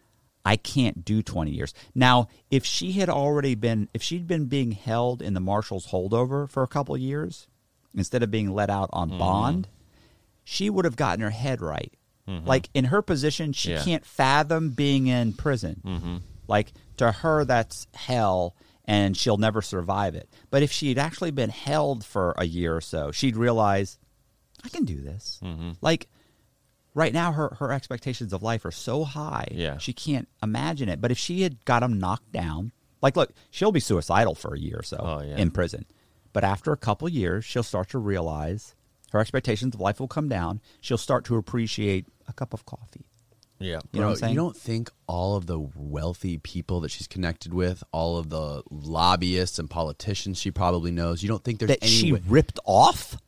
Speaker 4: "I can't do twenty years." Now, if she had already been, if she'd been being held in the marshal's holdover for a couple of years instead of being let out on
Speaker 1: Mm-hmm.
Speaker 4: bond, she would have gotten her head right. Like in her position, she
Speaker 2: Mm-hmm. Yeah. Mm-hmm.
Speaker 4: can't fathom being in prison. Like to her, that's hell, and she'll never survive it. But if she had actually been held for a year or so, she'd realize, I can do this.
Speaker 2: Mm-hmm.
Speaker 4: Like right now, her her expectations of life are so high,
Speaker 2: Yeah.
Speaker 4: she can't imagine it. But if she had got him knocked down, like look, she'll be suicidal for a year or so
Speaker 2: Oh, yeah.
Speaker 4: in prison. But after a couple years, she'll start to realize her expectations of life will come down. She'll start to appreciate a cup of coffee.
Speaker 2: Yeah.
Speaker 4: You know what I'm saying?
Speaker 1: You don't think all of the wealthy people that she's connected with, all of the lobbyists and politicians she probably knows, you don't think there's
Speaker 4: that
Speaker 1: any
Speaker 4: she
Speaker 1: way-
Speaker 4: ripped off.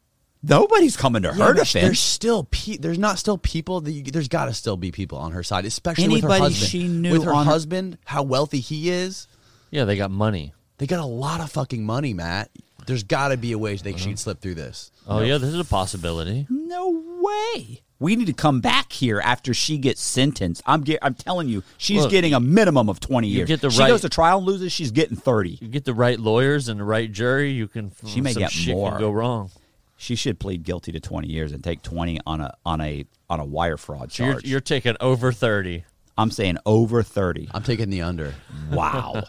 Speaker 4: Nobody's coming to
Speaker 1: Yeah,
Speaker 4: her
Speaker 1: but There's
Speaker 4: defense.
Speaker 1: still pe- there's not still people that you, there's got to still be people on her side, especially with her
Speaker 4: Anybody
Speaker 1: husband.
Speaker 4: she knew
Speaker 1: with her
Speaker 4: on-
Speaker 1: husband, how wealthy he is,
Speaker 2: Yeah, they got money.
Speaker 1: they got a lot of fucking money, Matt. There's got to be a way they
Speaker 4: Uh-huh.
Speaker 1: she'd slip through this.
Speaker 2: Oh yeah, this is a possibility.
Speaker 4: No way. We need to come back here after she gets sentenced. I'm ge- I'm telling you, she's
Speaker 2: Look,
Speaker 4: getting a minimum of 20 years.
Speaker 2: get the
Speaker 4: she
Speaker 2: right-
Speaker 4: goes to trial and loses, she's getting 30.
Speaker 2: You get the right lawyers and the right jury, you can.
Speaker 4: She may
Speaker 2: some
Speaker 4: get
Speaker 2: shit can
Speaker 4: more.
Speaker 2: go wrong.
Speaker 4: She should plead guilty to 20 years and take 20 on a on a on a wire fraud
Speaker 2: So you're,
Speaker 4: charge.
Speaker 2: you're taking over thirty.
Speaker 4: I'm saying over 30.
Speaker 1: I'm taking the under.
Speaker 4: Wow.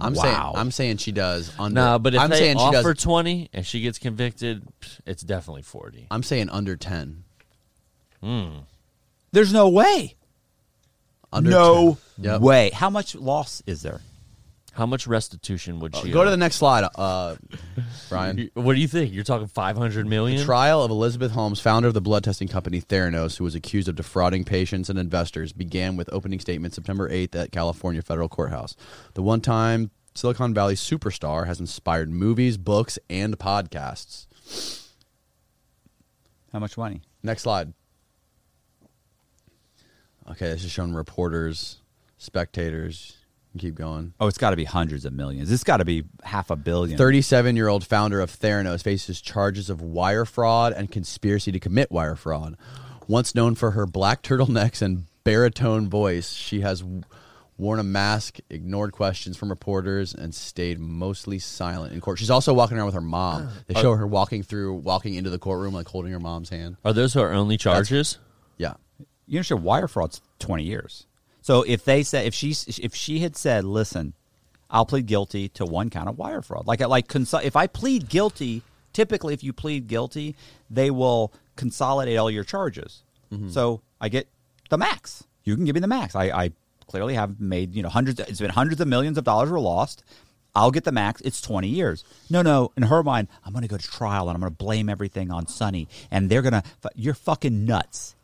Speaker 1: I'm
Speaker 4: Wow.
Speaker 1: saying I'm saying she does. Under,
Speaker 2: No, but if
Speaker 1: I'm
Speaker 2: they
Speaker 1: saying she
Speaker 2: offer
Speaker 1: does.
Speaker 2: twenty and she gets convicted, pff, it's definitely forty.
Speaker 1: I'm saying under ten.
Speaker 4: There's no way.
Speaker 1: Under
Speaker 4: no
Speaker 1: 10. Yep.
Speaker 4: way. How much loss is there?
Speaker 2: How much restitution would she?
Speaker 1: Oh, Go to
Speaker 2: owe?
Speaker 1: the next slide, uh, Brian.
Speaker 2: What do you think? You're talking five hundred million.
Speaker 1: Trial of Elizabeth Holmes, founder of the blood testing company Theranos, who was accused of defrauding patients and investors, began with opening statement September 8th at California Federal Courthouse. The one time Silicon Valley superstar has inspired movies, books, and podcasts.
Speaker 4: How much money?
Speaker 1: Next slide. Okay, this is showing reporters, spectators. Keep going.
Speaker 4: Oh, it's got to be hundreds of millions. It's got to be half a billion.
Speaker 1: 37 year old founder of Theranos faces charges of wire fraud and conspiracy to commit wire fraud. Once known for her black turtlenecks and baritone voice, she has w- worn a mask, ignored questions from reporters, and stayed mostly silent in court. She's also walking around with her mom. They show her walking through, walking into the courtroom, like holding her mom's hand.
Speaker 2: Are those her only charges?
Speaker 1: Yeah.
Speaker 4: You understand wire fraud's 20 years. So if they said if she's if she had said, "Listen, I'll plead guilty to one count of wire fraud." Like like consul- if I plead guilty, typically if you plead guilty, they will consolidate all your charges. So I get the max. You can give me the max. I, I clearly have made, you know, hundreds it's been hundreds of millions of dollars were lost. I'll get the max. It's 20 years. No, no. In her mind, I'm going to go to trial and I'm going to blame everything on Sonny. And they're going to, you're fucking nuts.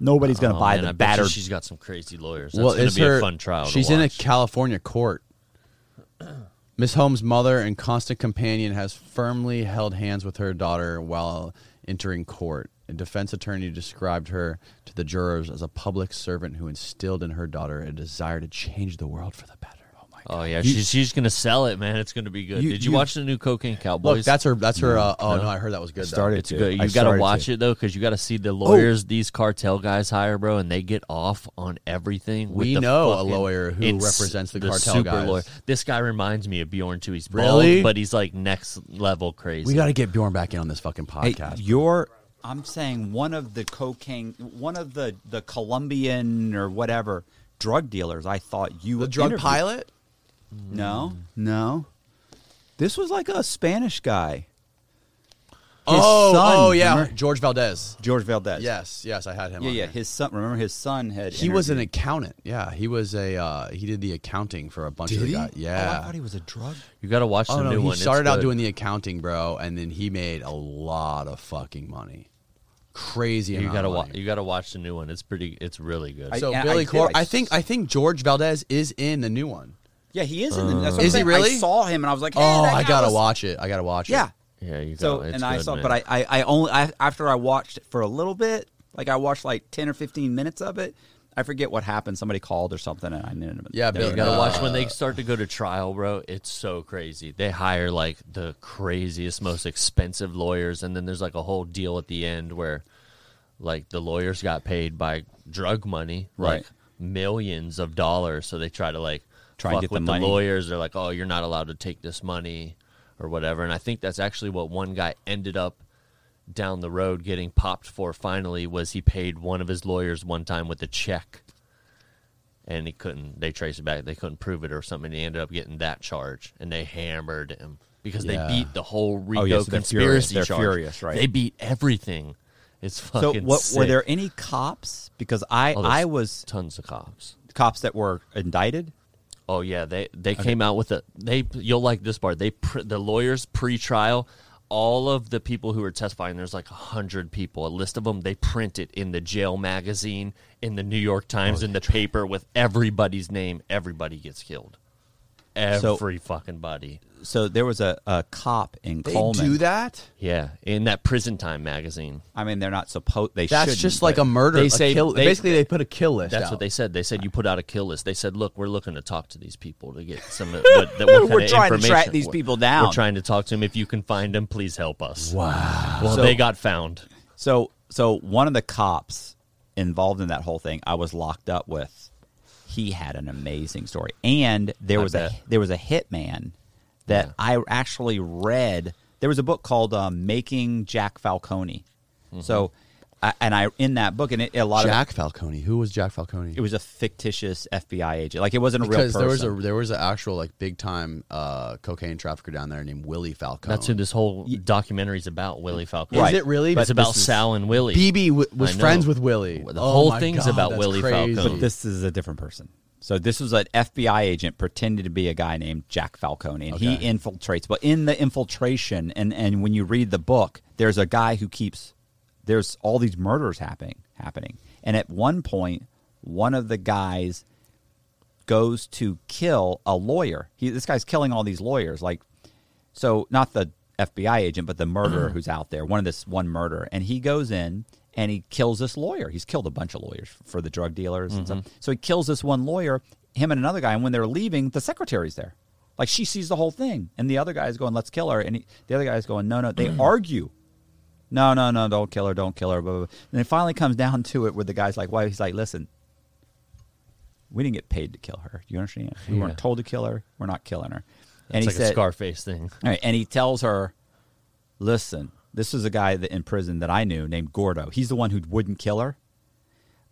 Speaker 4: Nobody's going to
Speaker 2: Oh,
Speaker 4: buy
Speaker 2: man,
Speaker 4: the
Speaker 2: I bet you
Speaker 4: battered
Speaker 2: She's got some crazy lawyers. That's gonna
Speaker 1: it's
Speaker 2: be a fun trial. to
Speaker 1: She's in a
Speaker 2: watch.
Speaker 1: California court. Miss Holmes' mother and constant companion has firmly held hands with her daughter while entering court. A defense attorney described her to the jurors as a public servant who instilled in her daughter a desire to change the world for the better. Oh my
Speaker 2: Oh yeah, she's, she's gonna sell it, man. It's gonna be good.
Speaker 4: You-
Speaker 2: Did you,
Speaker 4: you-
Speaker 2: watch the new Cocaine Cowboys?
Speaker 1: Look, that's her. That's her. Uh, oh no. I heard that was good. though.
Speaker 4: started
Speaker 2: it's
Speaker 4: to.
Speaker 2: good.
Speaker 4: I
Speaker 2: You got to
Speaker 4: started
Speaker 2: watch
Speaker 4: to.
Speaker 2: it though, because you got to see the lawyers
Speaker 1: Oh.
Speaker 2: these cartel guys hire, bro, and they get off on everything. with
Speaker 1: We
Speaker 2: the
Speaker 1: know a
Speaker 2: fucking
Speaker 1: lawyer who
Speaker 2: ins-
Speaker 1: represents the cartel
Speaker 2: super
Speaker 1: guys.
Speaker 2: This guy reminds me of Bjorn too. He's
Speaker 1: Really?
Speaker 2: bald, but he's like next level crazy.
Speaker 1: We got to get Bjorn back in on this fucking
Speaker 4: Hey,
Speaker 1: podcast.
Speaker 4: you're. I'm saying one of the cocaine, one of the the Colombian or whatever drug dealers. I thought you
Speaker 1: the
Speaker 4: would
Speaker 1: drug
Speaker 4: interview-
Speaker 1: pilot.
Speaker 4: No, no. This was like a Spanish guy. His
Speaker 1: oh,
Speaker 4: son,
Speaker 1: oh yeah,
Speaker 4: remember?
Speaker 1: George Valdez.
Speaker 4: George Valdez.
Speaker 1: Yes, yes, I had him.
Speaker 4: yeah,
Speaker 1: on
Speaker 4: yeah.
Speaker 1: there.
Speaker 4: His son. Remember, his son had.
Speaker 1: He was an
Speaker 4: interviewed-
Speaker 1: accountant. Yeah, he was a uh, he did the accounting for a bunch of
Speaker 4: Did
Speaker 1: the
Speaker 4: he?
Speaker 1: guys.
Speaker 4: Oh, I
Speaker 1: Yeah.
Speaker 4: thought he was a drug.
Speaker 2: you got to watch
Speaker 1: Oh
Speaker 2: the
Speaker 1: no,
Speaker 2: new
Speaker 1: he
Speaker 2: one. It's
Speaker 1: started out
Speaker 2: good.
Speaker 1: doing the accounting, bro, and then he made a lot of fucking money. Crazy
Speaker 2: You
Speaker 1: amount.
Speaker 2: got to
Speaker 1: of
Speaker 2: watch.
Speaker 1: money.
Speaker 2: You got to watch the new one. It's pretty. It's really good.
Speaker 4: I-
Speaker 1: So
Speaker 4: and
Speaker 1: Billy
Speaker 4: did,
Speaker 1: Cor,
Speaker 4: I
Speaker 1: I think I think George Valdez is in the new one.
Speaker 4: Yeah, he is. In the, that's what I'm
Speaker 1: Uh, Is he
Speaker 4: saying.
Speaker 1: really?
Speaker 4: I saw him and I was like, hey,
Speaker 1: Oh,
Speaker 4: that
Speaker 1: I
Speaker 4: guy
Speaker 1: gotta
Speaker 4: was-
Speaker 1: watch it. I gotta watch
Speaker 4: Yeah.
Speaker 1: it.
Speaker 2: yeah, you got.
Speaker 4: So and I saw, but I, I, I only I, after I watched it for a little bit, like I watched like ten or fifteen minutes of it. I forget what happened. Somebody called or something, and I didn't.
Speaker 1: Yeah,
Speaker 2: Yeah,
Speaker 1: but
Speaker 2: you gotta watch when they start to go to trial, bro. It's so crazy. They hire like the craziest, most expensive lawyers, and then there's like a whole deal at the end where like the lawyers got paid by drug money, like
Speaker 4: Right.
Speaker 2: millions of dollars. So they try to like
Speaker 4: Try and
Speaker 2: fuck
Speaker 4: get the
Speaker 2: with
Speaker 4: money.
Speaker 2: lawyers. They're like, oh, you're not allowed to take this money or whatever. And I think that's actually what one guy ended up down the road getting popped for finally was he paid one of his lawyers one time with a check and he couldn't they traced it back they couldn't prove it or something and he ended up getting that charge and they hammered him because
Speaker 1: Yeah.
Speaker 2: they beat the whole RICO
Speaker 4: Oh, yeah, so they're furious.
Speaker 2: conspiracy
Speaker 4: They're
Speaker 2: charge.
Speaker 4: furious, right.
Speaker 2: They beat everything. It's
Speaker 4: So,
Speaker 2: fucking
Speaker 4: what,
Speaker 2: sick.
Speaker 4: were there any cops? Because I,
Speaker 2: Oh, there's
Speaker 4: I was
Speaker 2: tons of cops.
Speaker 4: cops that were indicted.
Speaker 2: Oh yeah, they they came out with a they you'll like this part. They pre, the lawyers pre-trial all of the people who were testifying there's like a 100 people a list of them they print it in the jail magazine in the new york
Speaker 4: Oh,
Speaker 2: times in the paper with everybody's name everybody gets killed
Speaker 4: So-
Speaker 2: every fucking body
Speaker 4: So there was a, a cop in
Speaker 1: they
Speaker 4: Coleman.
Speaker 1: do that.
Speaker 2: yeah in that prison time magazine
Speaker 4: I mean, they're not supposed. They
Speaker 1: That's
Speaker 4: shouldn't,
Speaker 1: just like
Speaker 4: but-
Speaker 1: a murder.
Speaker 2: They
Speaker 1: a
Speaker 2: say-
Speaker 1: kill-
Speaker 2: they-
Speaker 1: basically they put a kill list.
Speaker 2: that's
Speaker 1: out.
Speaker 2: what they said they said you put out a kill list they said look we're looking to talk to these people to get some of what, that, what
Speaker 4: We're
Speaker 2: kind of
Speaker 4: trying to track
Speaker 2: information-
Speaker 4: these
Speaker 2: we're-
Speaker 4: people down.
Speaker 2: we're trying to talk to them if you can find them please help us
Speaker 1: Wow.
Speaker 2: well
Speaker 4: So-
Speaker 2: they got found
Speaker 4: So, so one of the cops involved in that whole thing, I was locked up with. He had an amazing story, and there
Speaker 2: I
Speaker 4: was a
Speaker 2: bet.
Speaker 4: there was a hitman that
Speaker 2: Yeah.
Speaker 4: I actually read. There was a book called um, "Making Jack Falcone." So I, and I in that book, and it, a lot of
Speaker 1: Mm-hmm. Jack Falcone. Who was Jack Falcone?
Speaker 4: it was a fictitious FBI agent. Like it wasn't a real
Speaker 1: because
Speaker 4: person.
Speaker 1: there was a there was an actual like big time uh, cocaine trafficker down there named Willie Falcone.
Speaker 2: That's who this whole documentary's about, Willie Falcone.
Speaker 1: Is
Speaker 4: Right.
Speaker 1: it really?
Speaker 2: It's about
Speaker 1: This is-
Speaker 2: Sal and Willie.
Speaker 1: BB w- was
Speaker 2: I know.
Speaker 1: friends with Willie.
Speaker 2: The
Speaker 1: Oh
Speaker 2: whole
Speaker 1: my
Speaker 2: thing's
Speaker 1: God,
Speaker 2: about
Speaker 1: that's
Speaker 2: Willie
Speaker 1: crazy.
Speaker 2: Falcone.
Speaker 4: this is a different person. So this was an FBI agent pretended to be a guy named Jack Falcone, and
Speaker 1: Okay.
Speaker 4: he infiltrates. But in the infiltration, and and when you read the book, there's a guy who keeps there's all these murders happening happening, and at one point, one of the guys goes to kill a lawyer. He, this guy's killing all these lawyers, like so not the FBI agent, but the murderer who's out there. One of this one murder, and he goes in and he kills this lawyer. He's killed a bunch of lawyers for the drug dealers and
Speaker 2: Mm-hmm.
Speaker 4: stuff. So he kills this one lawyer, him and another guy. And when they're leaving, the secretary's there. Like she sees the whole thing, and the other guy's going, "Let's kill her," and he, the other guy's going, "No, no." They argue. No, no, no! Don't kill her! Don't kill her! Blah, blah, blah. And it finally comes down to it, where the guy's like, "Why?" He's like, "Listen, we didn't get paid to kill her. You understand? We
Speaker 2: Yeah.
Speaker 4: weren't told to kill her. We're not killing her."
Speaker 2: It's like a Scarface thing.
Speaker 4: All right, and he tells her, "Listen, this is a guy that in prison that I knew named Gordo. He's the one who wouldn't kill her."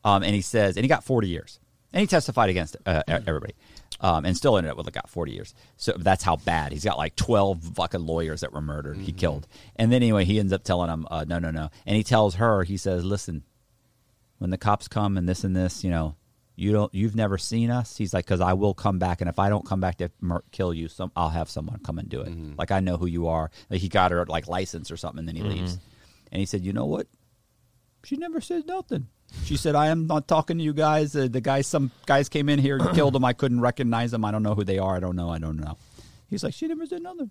Speaker 4: Um, and he says, and he got forty years, and he testified against uh, e- everybody, um, and still ended up with like got forty years. So that's how bad he's got like twelve fucking lawyers that were murdered. He killed, and then anyway, he ends up telling him, uh, "No, no, no," and he tells her, he says, "Listen, when the cops come and this and this, you know." You don't. You've never seen us. He's like, because I will come back, and if I don't come back to mur- kill you, some I'll have someone come and do it.
Speaker 1: Mm-hmm.
Speaker 4: Like I know who you are. Like he got her like license or something, and then he leaves.
Speaker 1: Mm-hmm.
Speaker 4: And he said, you know what? She never said nothing. She said, "I am not talking to you guys. Uh, the guys, some guys came in here, and killed them. I couldn't recognize them. I don't know who they are. I don't know. I don't know." He's like, "She never said nothing."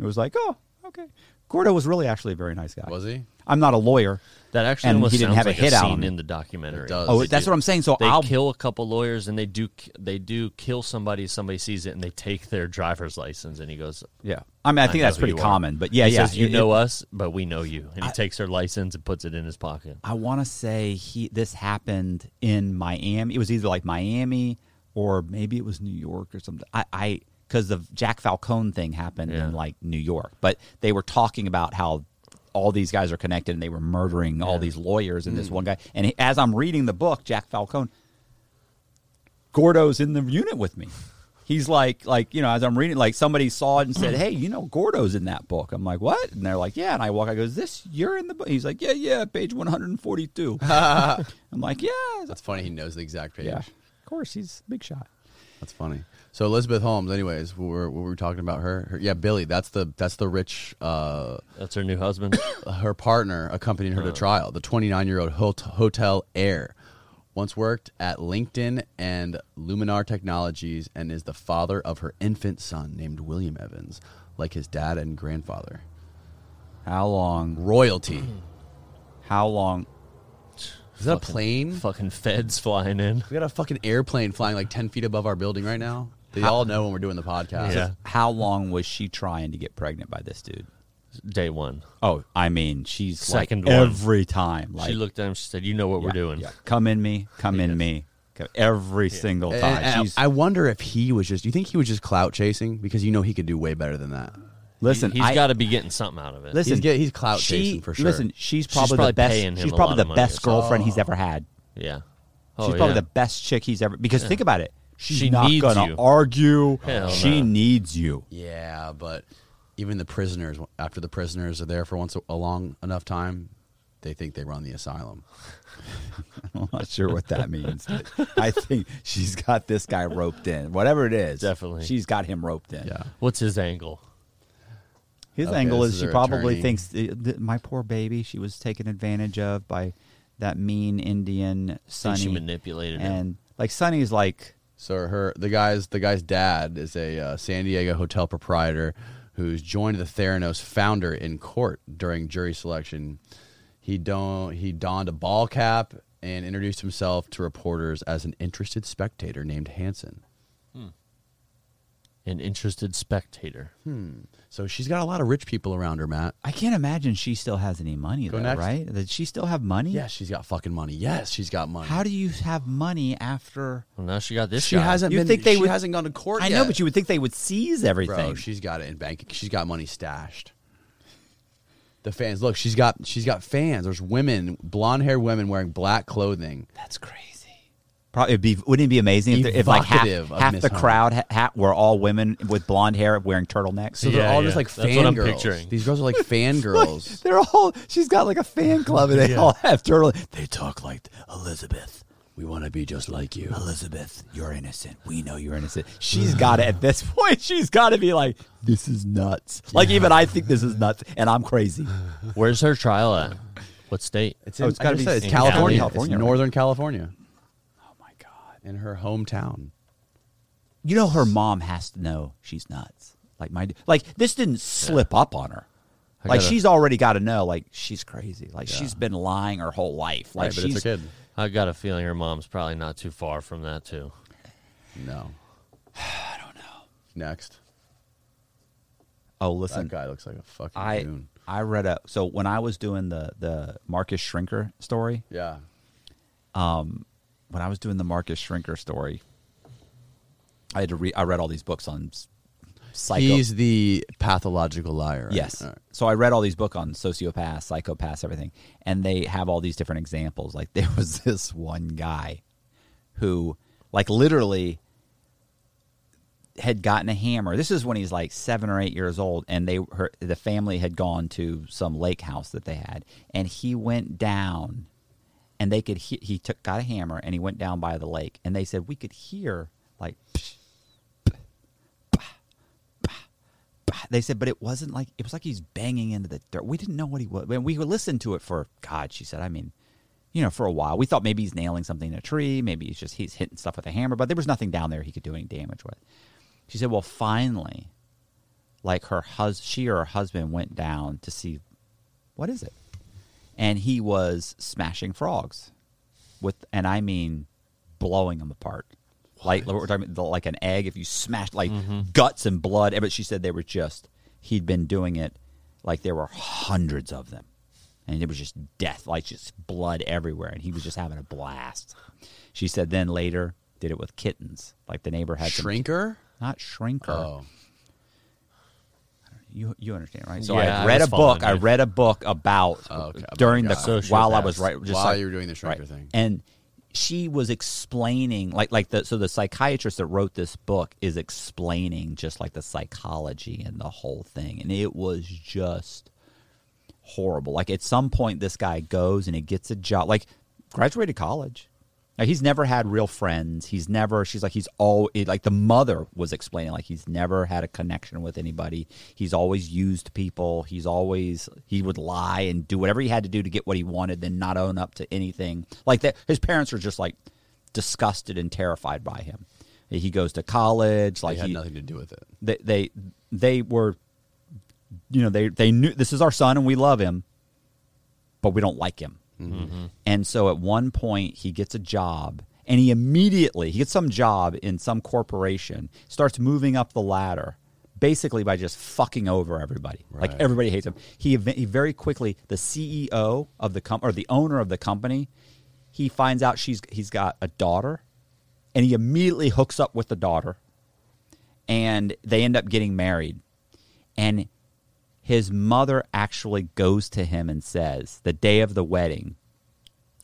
Speaker 4: It was like, "Oh, okay." Gordo was really actually a very nice guy.
Speaker 1: Was he?
Speaker 4: I'm not a lawyer.
Speaker 2: That actually
Speaker 4: And
Speaker 2: almost
Speaker 4: he didn't
Speaker 2: sounds
Speaker 4: have a
Speaker 2: like
Speaker 4: hit out
Speaker 2: scene
Speaker 4: on him.
Speaker 2: in the documentary.
Speaker 1: It does.
Speaker 4: Oh,
Speaker 1: They
Speaker 4: that's what I'm saying. So
Speaker 2: They
Speaker 4: I'll
Speaker 2: kill a couple lawyers, and they do they do kill somebody. Somebody sees it, and they take their driver's license. And he goes,
Speaker 4: Yeah, I mean, I think
Speaker 2: know
Speaker 4: that's
Speaker 2: who
Speaker 4: pretty
Speaker 2: you are."
Speaker 4: common. But yeah,
Speaker 2: he
Speaker 4: yeah,
Speaker 2: says, "You
Speaker 4: It-
Speaker 2: know
Speaker 4: it-
Speaker 2: us, but we know you." And he takes their license and puts it in his pocket.
Speaker 4: I want to say he this happened in Miami. It was either like Miami or maybe it was New York or something. I I because the Jack Falcone thing happened
Speaker 2: Yeah.
Speaker 4: in like New York, but they were talking about how all these guys are connected and they were murdering all these lawyers and
Speaker 2: Mm.
Speaker 4: this one guy. And he- as I'm reading the book, Jack Falcone, Gordo's in the unit with me. He's like, like you know, as I'm reading, like somebody saw it and said, "Hey, you know, Gordo's in that book." I'm like, "What?" And they're like, "Yeah." And I walk, I go, "Is this you're in the book?" He's like, "Yeah, yeah, page 142." I'm like, "Yeah,
Speaker 1: That's funny. He knows the exact page.
Speaker 4: yeah, of course, he's a big shot."
Speaker 1: That's funny. So Elizabeth Holmes. Anyways, we were we were talking about her. her yeah, Billy. That's the that's the rich. Uh,
Speaker 2: That's her new husband.
Speaker 1: her partner accompanied her to trial. The 29 year old hot- hotel heir once worked at LinkedIn and Luminar Technologies and is the father of her infant son named William Evans, like his dad and grandfather.
Speaker 4: How long?
Speaker 1: Royalty.
Speaker 4: How long?
Speaker 1: Is that a plane?
Speaker 2: Hmm. Fucking feds flying in.
Speaker 1: We got a fucking airplane flying like 10 feet above our building right now. They all know when we're doing the
Speaker 4: Uh,
Speaker 1: podcast.
Speaker 2: Yeah.
Speaker 4: How long was she trying to get pregnant by this dude?
Speaker 2: Day one.
Speaker 4: Oh, I mean, she's
Speaker 2: Second
Speaker 4: like
Speaker 2: one.
Speaker 4: every time. Like,
Speaker 2: she looked at him. She said, "You know what we're
Speaker 4: yeah,
Speaker 2: doing."
Speaker 4: yeah. Come in me, come in me, Come- every single
Speaker 1: And-
Speaker 4: time.
Speaker 1: and
Speaker 4: She's,
Speaker 1: Eh, I wonder if he was just. Do you think he was just clout chasing? Because you know he could do way better than that.
Speaker 4: listen,
Speaker 2: he,
Speaker 4: I,
Speaker 2: has got to be getting something out of it.
Speaker 4: Listen,
Speaker 1: He's get- he's clout
Speaker 4: she-
Speaker 1: chasing for sure.
Speaker 4: Listen, she's
Speaker 2: She's
Speaker 4: probably,
Speaker 2: probably
Speaker 4: the best.
Speaker 2: paying him
Speaker 4: she's
Speaker 2: a
Speaker 4: probably
Speaker 2: lot
Speaker 4: the
Speaker 2: of money or
Speaker 4: best
Speaker 2: something. Oh,
Speaker 4: girlfriend he's ever had.
Speaker 2: yeah.
Speaker 4: she's probably the best chick he's ever. Because think about it, she's
Speaker 2: She
Speaker 4: not
Speaker 2: needs
Speaker 4: gonna
Speaker 2: you.
Speaker 4: argue.
Speaker 2: Hell
Speaker 4: she
Speaker 2: no.
Speaker 4: needs you.
Speaker 1: Yeah, but even the prisoners, after the prisoners are there for once a long enough time, they think they run the asylum.
Speaker 4: I'm not sure what that means. but I think she's got this guy roped in. Whatever it is,
Speaker 2: Definitely.
Speaker 4: she's got him roped in.
Speaker 1: Yeah.
Speaker 2: What's his angle?
Speaker 4: His
Speaker 1: Okay,
Speaker 4: angle
Speaker 1: this
Speaker 4: is
Speaker 1: is
Speaker 4: she
Speaker 1: her
Speaker 4: probably
Speaker 1: attorney.
Speaker 4: thinks th- th- my poor baby, she was taken advantage of by that mean Indian
Speaker 2: Think
Speaker 4: Sonny.
Speaker 2: she manipulated him.
Speaker 4: and like Sonny's like
Speaker 1: So her, the guy's, the guy's dad is a uh, San Diego hotel proprietor who's joined the Theranos founder in court during jury selection. He don he donned a ball cap and introduced himself to reporters as an interested spectator named Hanson.
Speaker 2: An interested spectator.
Speaker 1: So she's got a lot of rich people around her, Matt.
Speaker 4: I can't imagine she still has any money
Speaker 1: Go
Speaker 4: though,
Speaker 1: next.
Speaker 4: right? Did she still have money?
Speaker 1: Yes, she's got fucking money. Yes, she's got money.
Speaker 4: How do you have money after?
Speaker 2: Well, now she got this
Speaker 1: she
Speaker 2: guy.
Speaker 1: hasn't
Speaker 4: You
Speaker 1: been,
Speaker 4: think they
Speaker 1: she
Speaker 4: would-
Speaker 1: hasn't gone to court
Speaker 4: I
Speaker 1: yet.
Speaker 4: know, but you would think they would seize everything.
Speaker 1: Bro, she's got it in bank. She's got money stashed. The fans. Look, she's got she's got fans. There's women, blonde haired women wearing black clothing.
Speaker 4: That's crazy. Probably it'd be wouldn't it be amazing if, the- if like half,
Speaker 1: Evocative of
Speaker 4: half
Speaker 1: Miss
Speaker 4: the
Speaker 1: Hunt.
Speaker 4: crowd ha- ha- were all women with blonde hair wearing turtlenecks?
Speaker 1: So they're
Speaker 2: Yeah,
Speaker 1: all just
Speaker 2: yeah.
Speaker 1: like
Speaker 2: That's what I'm
Speaker 1: fangirls.
Speaker 2: picturing.
Speaker 1: These girls are like fangirls.
Speaker 4: They're all. She's got like a fan club, and they all have turtle. They talk like Elizabeth.
Speaker 1: we want to be just like you.
Speaker 4: Elizabeth, you're innocent. We know you're innocent. She's got to at this point. She's got to be like, this is nuts. Like even I think this is nuts, and I'm crazy.
Speaker 2: Where's her trial at? What state?
Speaker 1: It's,
Speaker 4: Oh,
Speaker 1: in-
Speaker 4: it's
Speaker 1: I
Speaker 4: gotta
Speaker 1: just
Speaker 4: be
Speaker 1: said it's
Speaker 2: in
Speaker 1: California.
Speaker 4: California,
Speaker 1: It's
Speaker 4: right?
Speaker 1: Northern California
Speaker 4: Oh my god.
Speaker 1: in her hometown.
Speaker 4: You know her mom has to know she's nuts. Like my like this didn't slip up on her.
Speaker 2: I
Speaker 4: Like
Speaker 2: gotta-
Speaker 4: she's already got to know. Like she's crazy. Like she's been lying her whole life. Like
Speaker 1: right, but it's a
Speaker 4: she's-
Speaker 1: kid.
Speaker 2: I got a feeling her mom's probably not too far from that too.
Speaker 1: No. I don't know. Next.
Speaker 4: Oh,
Speaker 1: That
Speaker 4: listen,
Speaker 1: guy looks like a fucking
Speaker 4: I
Speaker 1: goon.
Speaker 4: I read a so when I was doing the the Marcus Shrinker story,
Speaker 1: Yeah.
Speaker 4: when I was doing the Marcus Shrinker story, I had to read. I read all these books on s- psycho.
Speaker 1: He's the pathological liar. right?
Speaker 4: yes.
Speaker 1: All right.
Speaker 4: So I read all these books on sociopaths, psychopaths, everything, and they have all these different examples. Like there was this one guy who, like, literally had gotten a hammer. This is when he's like seven or eight years old, and they her, the family had gone to some lake house that they had, and he went down, and they could he, he took got a hammer and he went down by the lake, and they said we could hear like. Psh, pah, pah, pah, pah." They said, but it wasn't like it was like he's banging into the dirt. We didn't know what he was. When we listened to it for God, she said. I mean, you know, for a while we thought maybe he's nailing something in a tree, maybe he's just he's hitting stuff with a hammer, but there was nothing down there he could do any damage with. She said, "Well, finally, like her hus, she or her husband went down to see what is it, and he was smashing frogs with, and I mean, blowing them apart." Like we're talking about the- like an egg. If you smashed like guts and blood, eh, but she said they were just he'd been doing it like there were hundreds of them, and it was just death, like just blood everywhere, and he was just having a blast. She said then later did it with kittens. Like the neighbor had some
Speaker 1: Shrinker?
Speaker 4: not shrinker.
Speaker 1: Oh.
Speaker 4: You you understand, right? So
Speaker 2: Yeah,
Speaker 4: I
Speaker 2: I
Speaker 4: read a
Speaker 2: was
Speaker 4: book.
Speaker 2: following
Speaker 4: I
Speaker 2: you.
Speaker 4: read a book about
Speaker 1: Oh, okay.
Speaker 4: during the
Speaker 2: Sociopaths.
Speaker 4: while I was right just
Speaker 1: While
Speaker 4: like-
Speaker 1: you were doing the shrinker thing.
Speaker 4: and she was explaining like like the so the psychiatrist that wrote this book is explaining just like the psychology and the whole thing, and it was just horrible. Like at some point, this guy goes and he gets a job, like graduated college. Like he's never had real friends. He's never. She's like he's all it- like the mother was explaining. Like he's never had a connection with anybody. He's always used people. He's always he would lie and do whatever he had to do to get what he wanted, then not own up to anything. Like that, his parents are just like disgusted and terrified by him. He goes to college.
Speaker 1: They
Speaker 4: Like
Speaker 1: had
Speaker 4: he,
Speaker 1: nothing to do with it.
Speaker 4: they they they were you know they they knew this is our son and we love him but we don't like him and so at one point he gets a job and he immediately he gets some job in some corporation starts moving up the ladder basically by just fucking over everybody like
Speaker 1: Right.
Speaker 4: everybody hates him he, ev- he very quickly the ceo of the com- or the owner of the company he finds out she's he's got a daughter and he immediately hooks up with the daughter and they end up getting married. And his mother actually goes to him and says, the day of the wedding,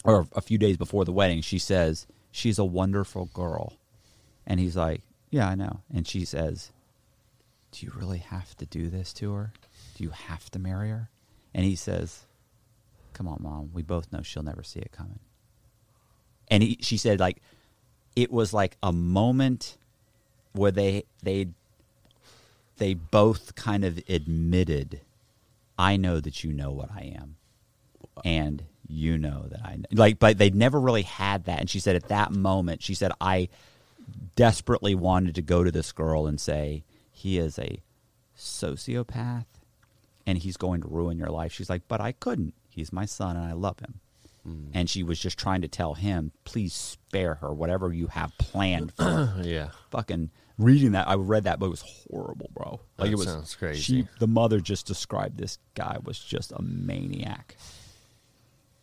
Speaker 4: or a few days before the wedding, she says, She's a wonderful girl. And he's like, Yeah, I know. And she says, Do you really have to do this to her? Do you have to marry her? And he says, Come on, mom. We both know she'll never see it coming. And he, she said, like, it was like a moment where they they they both kind of admitted, I know that you know what I am, and you know that I kn-" like, but they never really had that. And she said at that moment, she said I desperately wanted to go to this girl and say he is a sociopath and he's going to ruin your life. She's like, but I couldn't. He's my son and I love him. And she was just trying to tell him, please spare her whatever you have planned for her
Speaker 2: yeah.
Speaker 4: fucking reading that. I read that, but it was horrible, bro. Like
Speaker 2: That
Speaker 4: it was
Speaker 2: sounds crazy.
Speaker 4: She, the mother, just described this guy was just a maniac.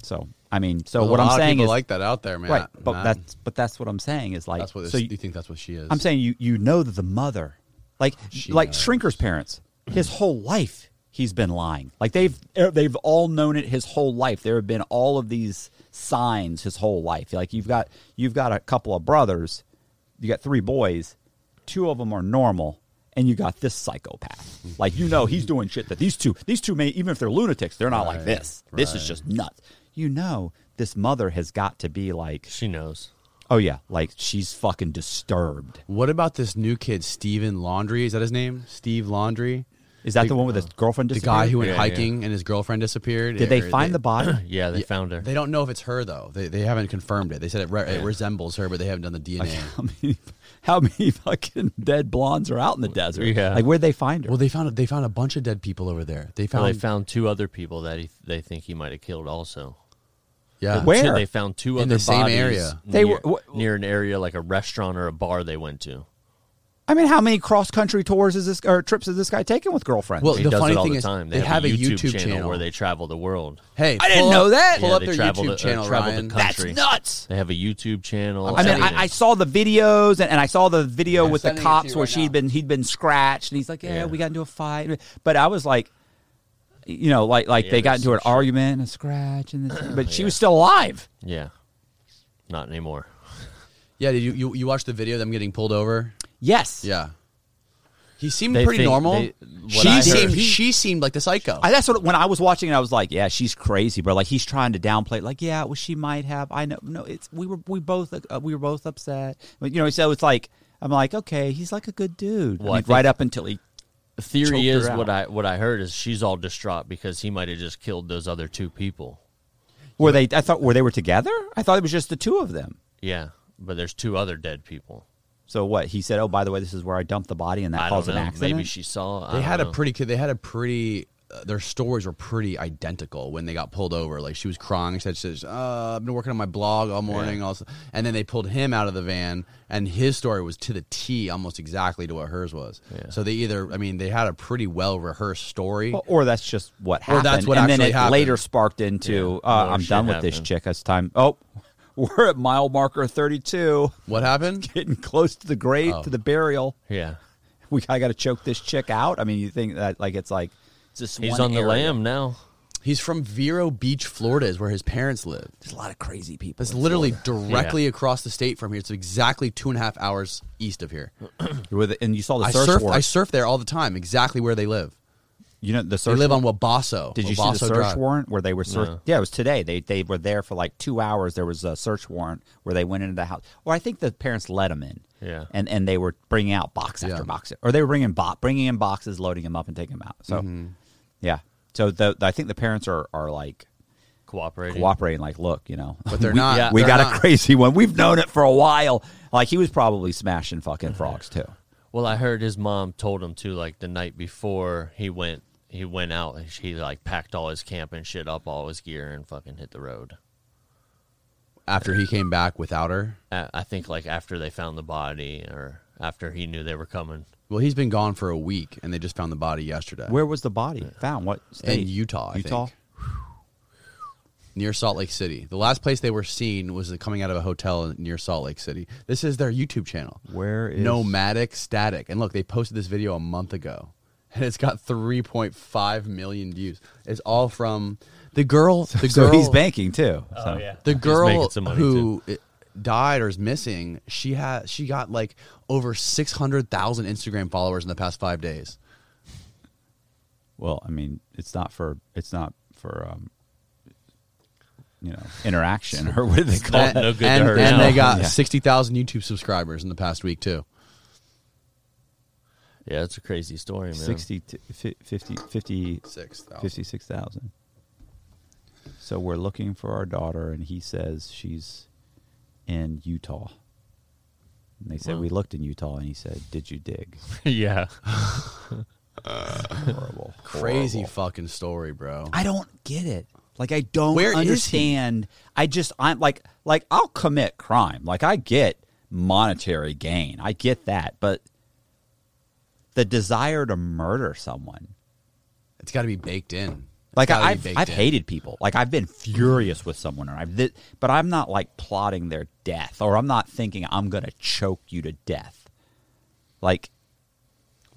Speaker 4: So I mean, so
Speaker 1: There's
Speaker 4: what
Speaker 1: a lot
Speaker 4: I'm
Speaker 1: of
Speaker 4: saying
Speaker 1: people
Speaker 4: is
Speaker 1: like that out there, man.
Speaker 4: right, but
Speaker 1: Not-
Speaker 4: that's but that's what I'm saying is like
Speaker 1: that's what this,
Speaker 4: so you-
Speaker 1: you think that's what she is.
Speaker 4: I'm saying you you know that the mother, like
Speaker 1: Oh, She
Speaker 4: like
Speaker 1: knows.
Speaker 4: Shrinker's parents, his whole life he's been lying. Like they've er, they've all known it his whole life. There have been all of these signs his whole life. Like you've got you've got a couple of brothers, you got three boys, two of them are normal, and you got this psychopath. Like you know he's doing shit that these two these two may even if they're lunatics, they're not like
Speaker 1: Right,
Speaker 4: this. This is just nuts. You know this mother has got to be like,
Speaker 2: She knows.
Speaker 4: oh yeah, like she's fucking disturbed.
Speaker 1: What about this new kid, Steven Laundry? Is that his name? Steve Laundry?
Speaker 4: Is that the, one with his girlfriend?
Speaker 1: uh, The guy
Speaker 4: disappeared?
Speaker 1: who went
Speaker 2: Yeah, yeah.
Speaker 1: hiking and his girlfriend disappeared.
Speaker 4: did they
Speaker 1: Or
Speaker 4: find the body?
Speaker 2: Yeah, they found her.
Speaker 1: They don't know if it's her though. They, they haven't confirmed it. They said it, re- it resembles her, but they haven't done the DNA.
Speaker 4: how many how many fucking dead blondes are out in the desert?
Speaker 2: Yeah.
Speaker 4: Like where'd they find her?
Speaker 1: Well, they found they found a bunch of dead people over there. They
Speaker 2: Well,
Speaker 1: found,
Speaker 2: they found two other people that he, they think he might have killed also.
Speaker 1: yeah.
Speaker 4: Where?
Speaker 2: Two- they found two
Speaker 1: In
Speaker 2: other
Speaker 1: the same
Speaker 2: bodies
Speaker 1: area.
Speaker 2: Near,
Speaker 4: They were- wh-
Speaker 2: near an area like a restaurant or a bar they went to.
Speaker 4: I mean, how many cross country tours is this or trips is this guy taking with girlfriends?
Speaker 1: Well,
Speaker 2: He
Speaker 1: the
Speaker 2: does
Speaker 1: funny
Speaker 2: it all
Speaker 1: thing
Speaker 2: the
Speaker 1: is
Speaker 2: time. They,
Speaker 1: they have, a YouTube,
Speaker 2: channel, where they travel the world.
Speaker 1: hey,
Speaker 4: I didn't
Speaker 1: pull
Speaker 4: know
Speaker 1: up-
Speaker 4: that.
Speaker 1: Pull
Speaker 2: Yeah,
Speaker 1: up
Speaker 2: they
Speaker 1: their
Speaker 2: travel the-
Speaker 1: YouTube
Speaker 2: uh,
Speaker 1: channel,
Speaker 2: travel the
Speaker 1: Ryan.
Speaker 2: country.
Speaker 4: that's
Speaker 2: country.
Speaker 4: nuts.
Speaker 2: They have a YouTube channel.
Speaker 4: I mean,
Speaker 2: everything.
Speaker 4: I, I saw the videos and, and I saw the video
Speaker 1: I'm
Speaker 4: with the
Speaker 1: sending it to you
Speaker 4: cops where
Speaker 1: right
Speaker 4: she'd
Speaker 1: now.
Speaker 4: been he'd been scratched and he's like, yeah,
Speaker 2: Yeah.
Speaker 4: we got into a fight. But I was like, you know, like like
Speaker 2: Yeah,
Speaker 4: they got
Speaker 2: there's
Speaker 4: into an
Speaker 2: some
Speaker 4: argument and a scratch and this, but she was still alive.
Speaker 2: yeah, not anymore.
Speaker 1: Yeah, did you, you you watched the video of them getting pulled over?
Speaker 4: Yes.
Speaker 1: Yeah. He seemed
Speaker 2: They
Speaker 1: pretty
Speaker 2: think-
Speaker 1: normal.
Speaker 2: they- what
Speaker 1: she
Speaker 2: I heard-
Speaker 1: seemed she seemed like the psycho.
Speaker 4: I, that's what when I was watching it, I was like, "Yeah, she's crazy, bro." Like he's trying to downplay, it. like, "Yeah, well, she might have." I know, no, it's we were we both uh, we were both upset, but, you know. So it's like I'm like, okay, he's like a good dude, I
Speaker 2: Well, I
Speaker 4: mean,
Speaker 2: think-
Speaker 4: right up until he.
Speaker 2: The
Speaker 4: Choked
Speaker 2: theory
Speaker 4: her
Speaker 2: is
Speaker 4: out.
Speaker 2: what I what I heard is she's all distraught because he might have just killed those other two people.
Speaker 4: Were they? I thought were they were together? I thought it was just the two of them.
Speaker 2: Yeah, but there's two other dead people.
Speaker 4: So what he said? Oh, by the way, this is where I dumped the body, and that
Speaker 2: I don't
Speaker 4: caused
Speaker 2: know.
Speaker 4: an accident.
Speaker 2: Maybe she saw. I
Speaker 1: they
Speaker 2: don't
Speaker 1: had a
Speaker 2: know.
Speaker 1: pretty they had a pretty uh, their stories were pretty identical when they got pulled over. Like she was crying, she said, she says, uh, "I've been working on my blog all morning." Also, and then they pulled him out of the van, and his story was to the T, almost exactly to what hers was.
Speaker 2: Yeah.
Speaker 1: So they either, I mean, they had a pretty well rehearsed story.
Speaker 4: Well, or that's just what
Speaker 1: Or
Speaker 4: happened.
Speaker 1: that's what
Speaker 4: and then
Speaker 1: actually
Speaker 4: it
Speaker 1: happened.
Speaker 4: later sparked into
Speaker 2: Yeah.
Speaker 4: uh,
Speaker 2: More
Speaker 4: I'm
Speaker 2: shit
Speaker 4: done with this
Speaker 2: happened.
Speaker 4: chick. It's time. Oh, we're at mile marker 32,
Speaker 1: what happened?
Speaker 4: getting close to the grave,
Speaker 2: Oh.
Speaker 4: to the burial.
Speaker 2: Yeah,
Speaker 4: we I got to choke this chick out. I mean, you think that like it's like it's this
Speaker 2: he's
Speaker 4: one
Speaker 2: on the
Speaker 4: area.
Speaker 2: lam now.
Speaker 1: He's from Vero Beach, Florida, is where his parents live.
Speaker 4: There's a lot of crazy people.
Speaker 1: That's literally directly across the state from here. It's exactly two and a half hours east of here.
Speaker 4: With and you saw the
Speaker 1: Hmm. I
Speaker 4: search
Speaker 1: surf,
Speaker 4: warrant.
Speaker 1: I surf there all the time, exactly where they live.
Speaker 4: you know the
Speaker 1: They
Speaker 4: search.
Speaker 1: live on
Speaker 4: warrant?
Speaker 1: Wabasso.
Speaker 4: Did you see
Speaker 1: Wabasso
Speaker 4: the search
Speaker 1: Drive.
Speaker 4: warrant where they were search? Yeah, it was today. They they were there for like two hours. There was a search warrant where they went into the house. Or I think the parents let them in.
Speaker 2: Yeah.
Speaker 4: and and they were bringing out box after
Speaker 1: Yeah.
Speaker 4: box, or they were bringing bo- bringing in boxes, loading them up, and taking them out. So,
Speaker 1: Mm-hmm.
Speaker 4: yeah. So the, I think the parents are are like
Speaker 2: Cooperating.
Speaker 4: cooperating. Like, look, you know,
Speaker 1: But they're
Speaker 4: we,
Speaker 1: not.
Speaker 4: We
Speaker 1: They're
Speaker 4: got a
Speaker 1: not.
Speaker 4: crazy one. We've known it for a while. Like he was probably smashing fucking frogs too.
Speaker 2: Well, I heard his mom told him to like the night before he went. He went out. and He like packed all his camp and shit up, all his gear, and fucking hit the road.
Speaker 1: after he came back without her.
Speaker 2: I I think like after they found the body, or after he knew they were coming.
Speaker 1: Well, he's been gone for a week, and they just found the body yesterday
Speaker 4: Where was the body found? What state?
Speaker 1: In Utah, I
Speaker 4: Utah.
Speaker 1: think. near Salt Lake City. The last place they were seen was coming out of a hotel in- near Salt Lake City. This is their YouTube channel,
Speaker 4: Where is
Speaker 1: Nomadic Static. And look, they posted this video a month ago, and it's got 3.5 million views. It's all from the girl. The
Speaker 4: So
Speaker 1: girl,
Speaker 4: he's banking too. so.
Speaker 1: the girl
Speaker 2: making some money,
Speaker 1: who i- died or is missing she had she got like over 600000 instagram followers in the past five days
Speaker 4: Well, I mean, it's not for it's not for um, you know interaction or what do they call
Speaker 2: not
Speaker 1: and,
Speaker 4: it?
Speaker 2: no good to
Speaker 1: and-
Speaker 2: her
Speaker 1: and
Speaker 2: now.
Speaker 1: they got
Speaker 4: Yeah.
Speaker 1: 60000 youtube subscribers in the past week too
Speaker 2: Yeah, it's a crazy story, man.
Speaker 4: 60 to fi- 50 50
Speaker 1: 6000
Speaker 4: 56,000. So we're looking for our daughter, and he says she's in Utah. And they said,
Speaker 2: Wow.
Speaker 4: We looked in Utah, and he said, Did you dig?
Speaker 2: yeah.
Speaker 4: Horrible.
Speaker 1: crazy
Speaker 4: horrible.
Speaker 1: fucking story bro
Speaker 4: I don't get it. Like, I don't
Speaker 1: Where is he?
Speaker 4: understand. I just, I'm like, like, I'll commit crime. Like, I get monetary gain. I get that. But the desire to murder someone
Speaker 1: it's got to be baked in It's
Speaker 4: Like
Speaker 1: gotta be
Speaker 4: I, I've,
Speaker 1: baked
Speaker 4: I've
Speaker 1: in.
Speaker 4: hated people. Like I've been furious with someone, or I've, thi- but I'm not like plotting their death, or I'm not thinking I'm going to choke you to death. Like,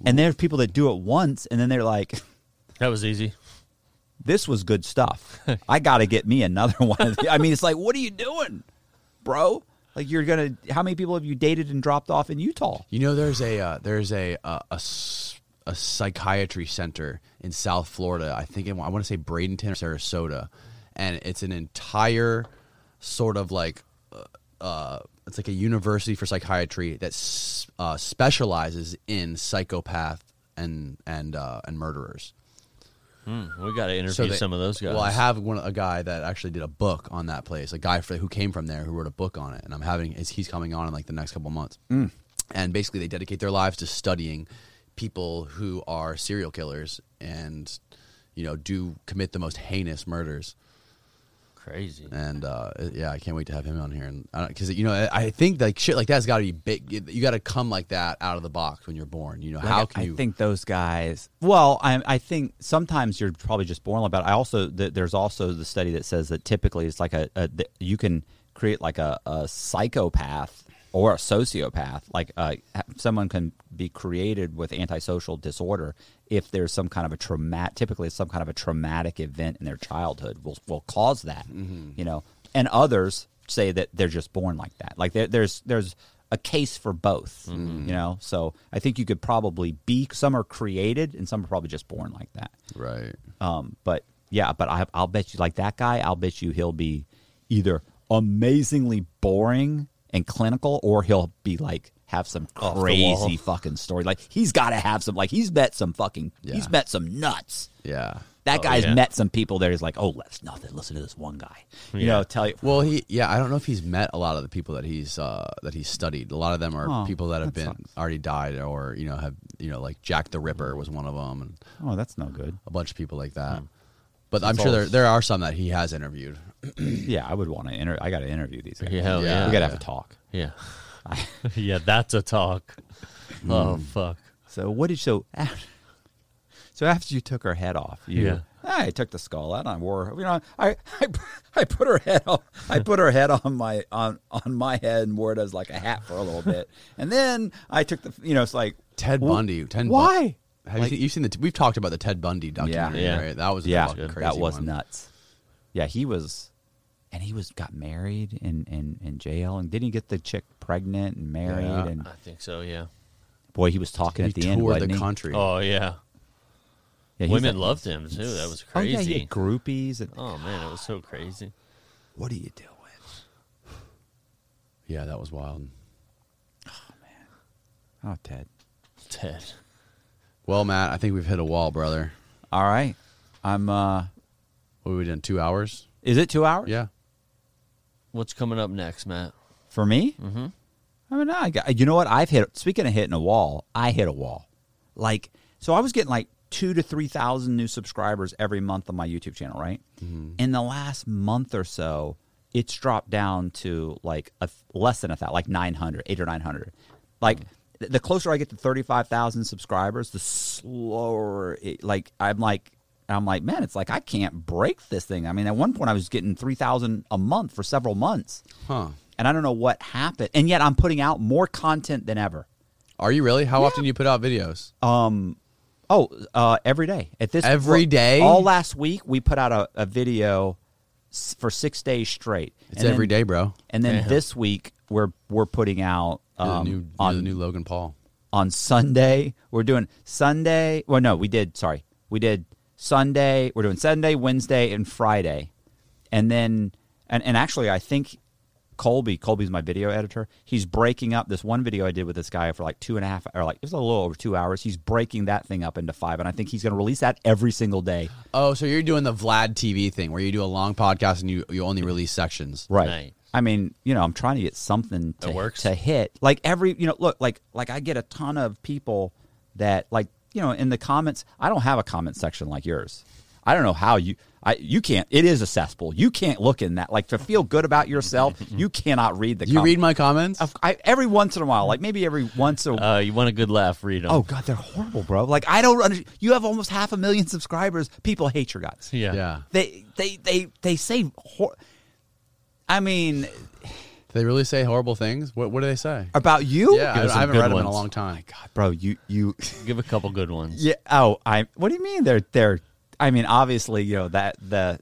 Speaker 4: and there's people that do it once, and then they're like,
Speaker 2: That was easy.
Speaker 4: This was good stuff. I got to get me another one. Of the, I mean, it's like, what are you doing, bro? Like, you're gonna. How many people have you dated and dropped off in Utah?
Speaker 1: You know, there's a uh, there's a uh, a s- a psychiatry center in South Florida. I think in, I want to say Bradenton or Sarasota, and it's an entire sort of like uh, uh, it's like a university for psychiatry that s- uh, specializes in psychopath and and uh, and murderers.
Speaker 2: Hmm, We got to interview
Speaker 1: they-
Speaker 2: some of those guys.
Speaker 1: Well, I have one a guy that actually did a book on that place. A guy for, who came from there who wrote a book on it, and I'm having is he's coming on in like the next couple months.
Speaker 4: Mm.
Speaker 1: And basically, they dedicate their lives to studying people who are serial killers and you know do commit the most heinous murders.
Speaker 2: crazy.
Speaker 1: And uh, yeah, I can't wait to have him on here. And because you know, I I think like shit like that's got to be big. You got to come like that out of the box when you're born. You know, how
Speaker 4: Like,
Speaker 1: can
Speaker 4: I
Speaker 1: you?
Speaker 4: think those guys. Well, I, I think sometimes you're probably just born like that. I also th- there's also the study that says that typically it's like a, a th- you can create like a, a psychopath or a sociopath. Like uh, ha- someone can be created with antisocial disorder if there's some kind of a traumatic. Typically, it's some kind of a traumatic event in their childhood will will cause that.
Speaker 1: Mm-hmm.
Speaker 4: You know, and others say that they're just born like that. Like there, there's there's a case for both.
Speaker 2: Mm-hmm.
Speaker 4: You know, so I think you could probably be. Some are created, and some are probably just born like that.
Speaker 1: right.
Speaker 4: Um, but yeah, but I, I'll bet you like that guy. I'll bet you he'll be either amazingly boring and clinical, or he'll be like have some
Speaker 2: Off the
Speaker 4: crazy
Speaker 2: wall.
Speaker 4: fucking story. Like he's got to have some. Like he's met some fucking.
Speaker 1: Yeah.
Speaker 4: He's met some nuts.
Speaker 1: Yeah.
Speaker 4: That
Speaker 2: Oh,
Speaker 4: guy's
Speaker 2: yeah.
Speaker 4: met some people that he's like, oh, let's nothing. Listen to this one guy. You know, tell you.
Speaker 1: Well, he yeah, I don't know if he's met a lot of the people that he's uh, that he's studied. A lot of them are
Speaker 4: Oh,
Speaker 1: people that have
Speaker 4: that
Speaker 1: been already died or you know have you know like Jack the Ripper was one of them, and
Speaker 4: Oh, that's no good.
Speaker 1: a bunch of people like that. But I'm
Speaker 2: It's
Speaker 1: sure
Speaker 2: all-
Speaker 1: there there are some that he has interviewed.
Speaker 4: Yeah, I would want to inter. I got to interview these guys.
Speaker 2: Yeah, hell
Speaker 1: Yeah.
Speaker 2: yeah.
Speaker 4: we got to have a talk.
Speaker 2: Yeah. yeah, that's a talk. Oh fuck.
Speaker 4: So what did so? So after you took her head off, you,
Speaker 2: Yeah.
Speaker 4: I took the skull out. I wore, you know, I, I, I put her head on, I put her head on my on on my head and wore it as like a hat for a little bit, and then I took the, you know, it's like
Speaker 1: Ted
Speaker 4: well,
Speaker 1: Bundy. Ted Bun-
Speaker 4: Why?
Speaker 1: have you seen, you've seen the? We've talked about the Ted Bundy documentary,
Speaker 2: Yeah.
Speaker 1: right? That was a
Speaker 4: yeah,
Speaker 1: fucking crazy
Speaker 4: that was
Speaker 1: one.
Speaker 4: nuts. Yeah, he was, and he was got married and in, in, in jail, and didn't he get the chick pregnant and married?
Speaker 1: Yeah.
Speaker 4: And
Speaker 2: I think so, yeah.
Speaker 4: boy, he was talking
Speaker 1: He
Speaker 4: at the end.
Speaker 1: toured
Speaker 4: wasn't
Speaker 1: the
Speaker 4: he?
Speaker 1: country.
Speaker 2: Oh yeah.
Speaker 4: Yeah, he's
Speaker 2: Women
Speaker 4: like-
Speaker 2: loved him too. That was
Speaker 4: Oh yeah, he
Speaker 2: crazy.
Speaker 4: had groupies and
Speaker 2: Oh man, it was so crazy.
Speaker 4: what are you doing?
Speaker 1: Yeah, that was wild.
Speaker 4: Oh, Ted.
Speaker 2: Ted.
Speaker 1: Well, Matt, I think we've hit a wall, brother.
Speaker 4: All right. I'm uh
Speaker 1: What have we done? Two hours?
Speaker 4: is it two hours?
Speaker 1: Yeah.
Speaker 2: What's coming up next, Matt?
Speaker 4: For me? Mm-hmm. I mean, I got, you know what? I've hit speaking of hitting a wall, I hit a wall. Like so I was getting like two to three thousand new subscribers every month on my YouTube channel, right? In the last month or so, it's dropped down to like a th- less than a thousand, like 900, eight or nine hundred. Like th- the closer I get to thirty five thousand subscribers, the slower it like I'm like I'm like, man, it's like I can't break this thing. I mean, at one point I was getting three thousand a month for several months
Speaker 1: Huh.
Speaker 4: and I don't know what happened. And yet I'm putting out more content than ever.
Speaker 1: Are you really? How often do you put out videos?
Speaker 4: Oh, uh, every day at this
Speaker 1: Every
Speaker 4: every day.
Speaker 1: day?
Speaker 4: All last week we put out a, a video s- for six days straight.
Speaker 1: it's every day, bro.
Speaker 4: And then this week we're we're putting out
Speaker 1: You're the
Speaker 4: um,
Speaker 1: new, you're
Speaker 4: on
Speaker 1: the new Logan Paul.
Speaker 4: on Sunday. We're doing Sunday. Well, no, we did. Sorry, we did Sunday. We're doing Sunday, Wednesday, and Friday, and then and and actually, I think Colby. Colby's my video editor. He's breaking up this one video I did with this guy for like two and a half, or like it was a little over two hours. He's breaking that thing up into five, and I think he's going to release that every single day.
Speaker 1: Oh, so you're doing the Vlad TV thing where you do a long podcast and you, you only release sections.
Speaker 4: Right.
Speaker 2: Nice.
Speaker 4: I mean, you know, I'm trying to get something to,
Speaker 2: That works.
Speaker 4: to hit. Like every, you know, look, like like I get a ton of people that like, you know, in the comments, I don't have a comment section like yours. I don't know how you I you can't. It is a cesspool. You can't look in that. Like to feel good about yourself, you cannot read the
Speaker 1: You read my comments?
Speaker 4: I, every once in a while, like maybe every once a
Speaker 2: Uh, you want a good laugh? Read 'em.
Speaker 4: Oh god, they're horrible, bro. Like I don't under, you have almost half a million subscribers. People hate your guts
Speaker 2: yeah.
Speaker 1: Yeah.
Speaker 4: they they they they say hor- I mean
Speaker 1: Do they really say horrible things? What What do they say?
Speaker 4: About you?
Speaker 1: yeah,
Speaker 2: give
Speaker 1: I,
Speaker 2: us
Speaker 1: I
Speaker 2: some
Speaker 1: haven't
Speaker 2: good
Speaker 1: read them in a
Speaker 2: ones.
Speaker 1: long time.
Speaker 4: God, bro, you you
Speaker 2: Give a couple good ones.
Speaker 4: Yeah. Oh, I. What do you mean? They're they're. I mean, obviously, you know that the.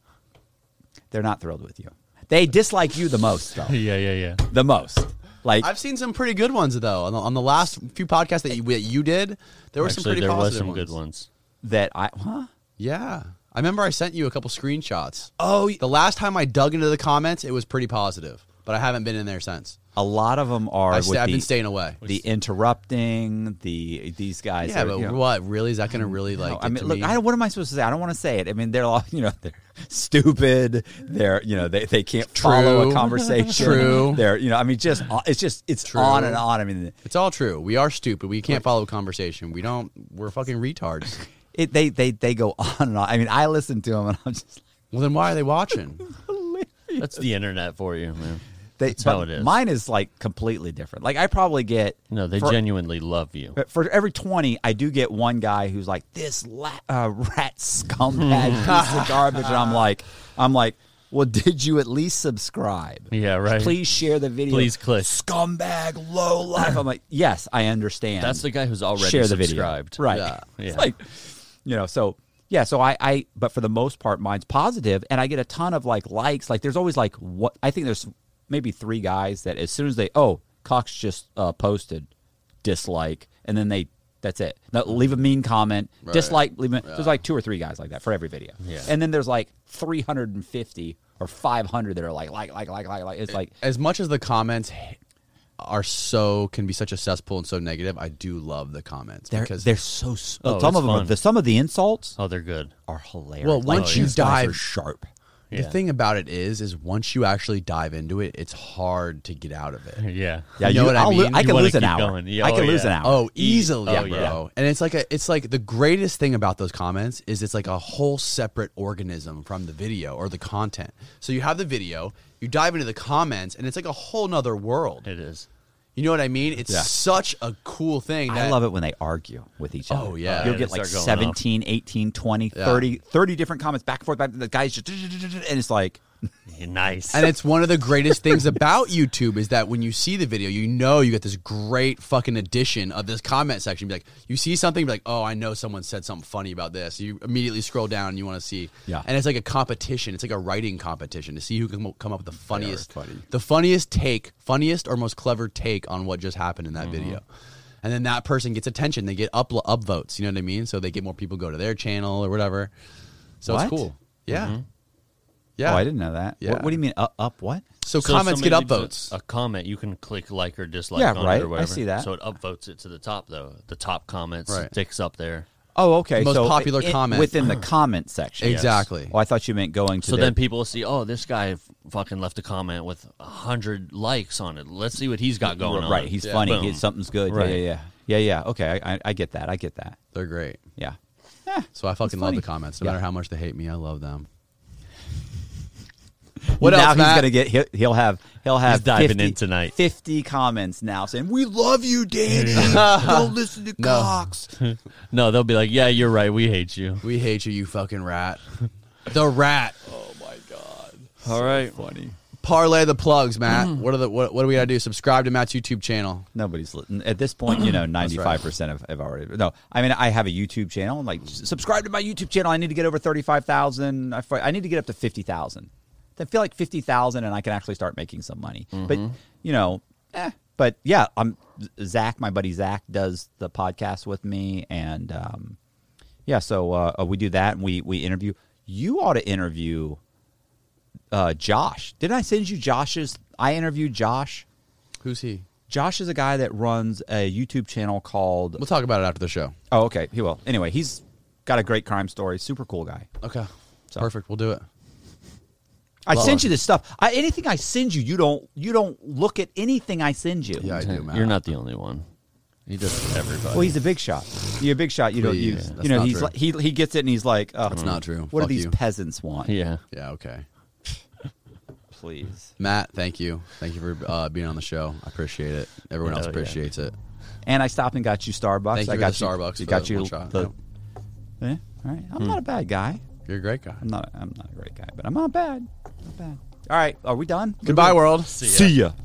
Speaker 4: They're not thrilled with you. They dislike you the most, though.
Speaker 2: yeah, yeah, yeah.
Speaker 4: the most. Like
Speaker 1: I've seen some pretty good ones though. On the, on the last few podcasts that you, that you did, there were some
Speaker 2: Actually,
Speaker 1: pretty
Speaker 2: there was
Speaker 1: positive
Speaker 2: some
Speaker 1: ones.
Speaker 2: good ones.
Speaker 4: that. I huh.
Speaker 1: Yeah, I remember I sent you a couple screenshots.
Speaker 4: Oh, y-
Speaker 1: The last time I dug into the comments, it was pretty positive, but I haven't been in there since.
Speaker 4: a lot of them are
Speaker 1: I
Speaker 4: with
Speaker 1: sta- I've
Speaker 4: the,
Speaker 1: been staying away.
Speaker 4: the interrupting. The these guys.
Speaker 1: yeah,
Speaker 4: are,
Speaker 1: but
Speaker 4: you know,
Speaker 1: what really is that going to really like?
Speaker 4: no, I
Speaker 1: get
Speaker 4: mean,
Speaker 1: to
Speaker 4: look.
Speaker 1: me?
Speaker 4: I don't, what am I supposed to say? I don't want to say it. I mean, they're all you know. They're stupid. They're you know they, they can't follow
Speaker 1: True.
Speaker 4: a conversation.
Speaker 1: True.
Speaker 4: They're you know. I mean, just uh, it's just it's
Speaker 1: True.
Speaker 4: on and on. I mean,
Speaker 1: It's all true. We are stupid. We can't follow a conversation. We don't. We're fucking retards.
Speaker 4: it they they they go on and on. I mean, I listen to them and I'm just
Speaker 1: Well, then why are they watching?
Speaker 2: That's the internet for you, man.
Speaker 4: They,
Speaker 2: That's
Speaker 4: but
Speaker 2: how it is.
Speaker 4: Mine is like completely different. Like I probably get
Speaker 2: No, they
Speaker 4: for,
Speaker 2: genuinely love you.
Speaker 4: for every twenty, I do get one guy who's like this la- uh, rat scumbag piece of garbage, and I'm like, I'm like, well, did you at least subscribe?
Speaker 2: Yeah, right.
Speaker 4: Please share the video.
Speaker 2: Please click.
Speaker 4: Scumbag, low life. I'm like, yes, I understand.
Speaker 2: That's the guy who's already
Speaker 4: share the
Speaker 2: subscribed.
Speaker 4: video, right?
Speaker 1: Yeah.
Speaker 2: Yeah.
Speaker 4: It's like, you know, so yeah, so I, I, but for the most part, mine's positive, and I get a ton of like likes. Like, there's always like what I think there's maybe three guys that as soon as they oh Cox just uh, posted dislike, and then they that's it. No, leave a mean comment,
Speaker 1: Right.
Speaker 4: dislike. Leave a, There's like two or three guys like that for every video,
Speaker 2: Yeah.
Speaker 4: and then there's like 350 or 500 that are like like like like like like. It's like
Speaker 1: as much as the comments h- are so can be such a cesspool and so negative, I do love the comments
Speaker 4: they're
Speaker 1: because
Speaker 4: they're so s-
Speaker 2: Oh,
Speaker 4: some
Speaker 2: it's
Speaker 4: of them are,
Speaker 2: fun.
Speaker 4: the, some of the insults
Speaker 2: Oh, they're good.
Speaker 4: are hilarious.
Speaker 1: Well,
Speaker 4: Like,
Speaker 1: once
Speaker 4: these
Speaker 1: you
Speaker 4: guys are
Speaker 1: dive-
Speaker 4: sharp.
Speaker 1: the
Speaker 2: Yeah.
Speaker 1: thing about it is, is once you actually dive into it, it's hard to get out of it.
Speaker 2: Yeah.
Speaker 4: Yeah,
Speaker 1: You
Speaker 4: you
Speaker 1: know what I
Speaker 4: I'll lo-
Speaker 1: mean?
Speaker 4: I
Speaker 1: You
Speaker 4: can
Speaker 2: wanna
Speaker 4: lose an
Speaker 2: keep
Speaker 4: hour.
Speaker 2: going. Yeah,
Speaker 4: I can
Speaker 2: oh,
Speaker 4: lose
Speaker 2: yeah.
Speaker 4: an hour.
Speaker 1: Oh, easily,
Speaker 2: oh,
Speaker 1: bro.
Speaker 2: yeah.
Speaker 1: And it's like a, it's like the greatest thing about those comments is it's like a whole separate organism from the video or the content. So you have the video, you dive into the comments, and it's like a whole nother world.
Speaker 2: It is.
Speaker 1: You know what I mean? It's
Speaker 4: Yeah.
Speaker 1: such a cool thing. That,
Speaker 4: I love it when they argue with each other.
Speaker 1: Oh, yeah.
Speaker 4: You'll
Speaker 1: Yeah,
Speaker 4: get
Speaker 2: they
Speaker 4: like
Speaker 2: start going
Speaker 4: 17, 18, 20,
Speaker 1: Yeah.
Speaker 4: 30, 30 different comments back and forth. Back, the guy's just, and it's like, oh,
Speaker 2: Yeah, nice.
Speaker 1: And it's one of the greatest things about YouTube is that when you see the video, you know you get this great fucking addition of this comment section. Be like, you see something, be like, oh, I know someone said something funny about this. You immediately scroll down and you want to see.
Speaker 4: Yeah.
Speaker 1: And it's like a competition. It's like a writing competition to see who can mo- come up with the funniest,
Speaker 4: funny.
Speaker 1: the funniest take, funniest or most clever take on what just happened in that
Speaker 4: Mm-hmm.
Speaker 1: video. And then that person gets attention. They get up upvotes. You know what I mean? So they get more people go to their channel or whatever. So
Speaker 4: What? Mm-hmm.
Speaker 1: it's cool. Yeah. Yeah.
Speaker 4: oh, I didn't know that.
Speaker 1: Yeah.
Speaker 4: What, what do you mean? Up, up what?
Speaker 1: So,
Speaker 2: So
Speaker 1: comments
Speaker 2: somebody
Speaker 1: get
Speaker 2: leaves
Speaker 1: upvotes.
Speaker 2: A, a comment, you can click like or dislike
Speaker 4: Yeah,
Speaker 2: on it
Speaker 4: right. I
Speaker 2: or whatever.
Speaker 4: see that.
Speaker 2: So it upvotes it to the top, though. The top comments
Speaker 1: Right.
Speaker 2: sticks up there.
Speaker 4: Oh, okay.
Speaker 1: Most
Speaker 4: so
Speaker 1: popular
Speaker 4: it- it-
Speaker 1: comment.
Speaker 4: Within the comment section.
Speaker 1: Exactly.
Speaker 4: Oh, I thought you meant going to
Speaker 2: So
Speaker 4: their-
Speaker 2: then people will see, oh, this guy f- fucking left a comment with a 100 likes on it. Let's see what he's got going on.
Speaker 4: Right. He's
Speaker 1: Yeah.
Speaker 4: funny.
Speaker 2: Boom.
Speaker 4: He, something's good.
Speaker 2: Right.
Speaker 4: Yeah, yeah, yeah. Yeah, yeah. Okay. I, I, I get that. I get that.
Speaker 1: They're great.
Speaker 4: Yeah. Eh.
Speaker 1: So I fucking love
Speaker 4: funny.
Speaker 1: the comments. No
Speaker 4: Yeah.
Speaker 1: matter how much they hate me, I love them. What
Speaker 4: now
Speaker 1: else,
Speaker 4: he's
Speaker 1: Matt?
Speaker 4: gonna get he'll, he'll have he'll have
Speaker 2: diving
Speaker 4: 50,
Speaker 2: in tonight.
Speaker 4: Fifty comments now saying we love you, Dan. Don't listen to Cox.
Speaker 2: No, they'll be like, yeah, you're right. We hate you.
Speaker 1: we hate you, you fucking rat. The rat.
Speaker 2: All right. Mm-hmm.
Speaker 4: Funny.
Speaker 1: Parlay the plugs, Matt. What are the what, what do we gotta do? Subscribe to Matt's YouTube channel.
Speaker 4: Nobody's li- at this point. You know, ninety five percent have, have already. No, I mean, I have a YouTube channel. and, Like, s- subscribe to my YouTube channel. I need to get over thirty five thousand. I, fi- I need to get up to fifty thousand. I feel like fifty thousand, and I can actually start making some money. But you know, eh. but yeah, I'm Zach. My buddy Zach does the podcast with me, and um, yeah, so uh, uh, we do that, and we we interview. You ought to interview uh, Josh. Didn't I send you Josh's? I interviewed Josh.
Speaker 1: Who's he?
Speaker 4: Josh is a guy that runs a YouTube channel called.
Speaker 1: We'll talk about it after the show.
Speaker 4: Oh, okay. He will. Anyway, he's got a great crime story. Super cool guy.
Speaker 1: Okay. Perfect. We'll do it.
Speaker 4: I
Speaker 1: Love
Speaker 4: sent
Speaker 1: it.
Speaker 4: you this stuff. I, anything I send you, you don't you don't look at anything I send you.
Speaker 1: Yeah, I do, Matt.
Speaker 2: You're not the only one. He does it to everybody.
Speaker 4: Well, he's a big shot. You're a big shot. You don't
Speaker 1: Please,
Speaker 4: you,
Speaker 1: that's
Speaker 4: you know
Speaker 1: not
Speaker 4: he's
Speaker 1: true.
Speaker 4: like, he he gets it and he's like, oh, that's
Speaker 1: not true.
Speaker 4: What
Speaker 1: Fuck
Speaker 4: do these
Speaker 1: you.
Speaker 4: peasants want?
Speaker 2: yeah.
Speaker 1: Yeah, okay.
Speaker 4: please.
Speaker 1: Matt, thank you. Thank you for uh, being on the show. I appreciate it. Everyone else
Speaker 2: Hell yeah.
Speaker 1: appreciates it.
Speaker 4: And I stopped and got you
Speaker 1: Thank
Speaker 4: Starbucks.
Speaker 1: you
Speaker 4: I
Speaker 1: for
Speaker 4: got
Speaker 1: the
Speaker 4: you
Speaker 1: Starbucks
Speaker 4: I
Speaker 1: for
Speaker 4: got
Speaker 1: the
Speaker 4: you
Speaker 1: one shot. Hmm.
Speaker 4: the- Eh, all right. I'm not a bad guy.
Speaker 1: You're a great guy.
Speaker 4: I'm not. I'm not a great guy, but I'm not bad. Not bad. All right. Are we done?
Speaker 1: Goodbye, world.
Speaker 2: See ya.
Speaker 4: ya.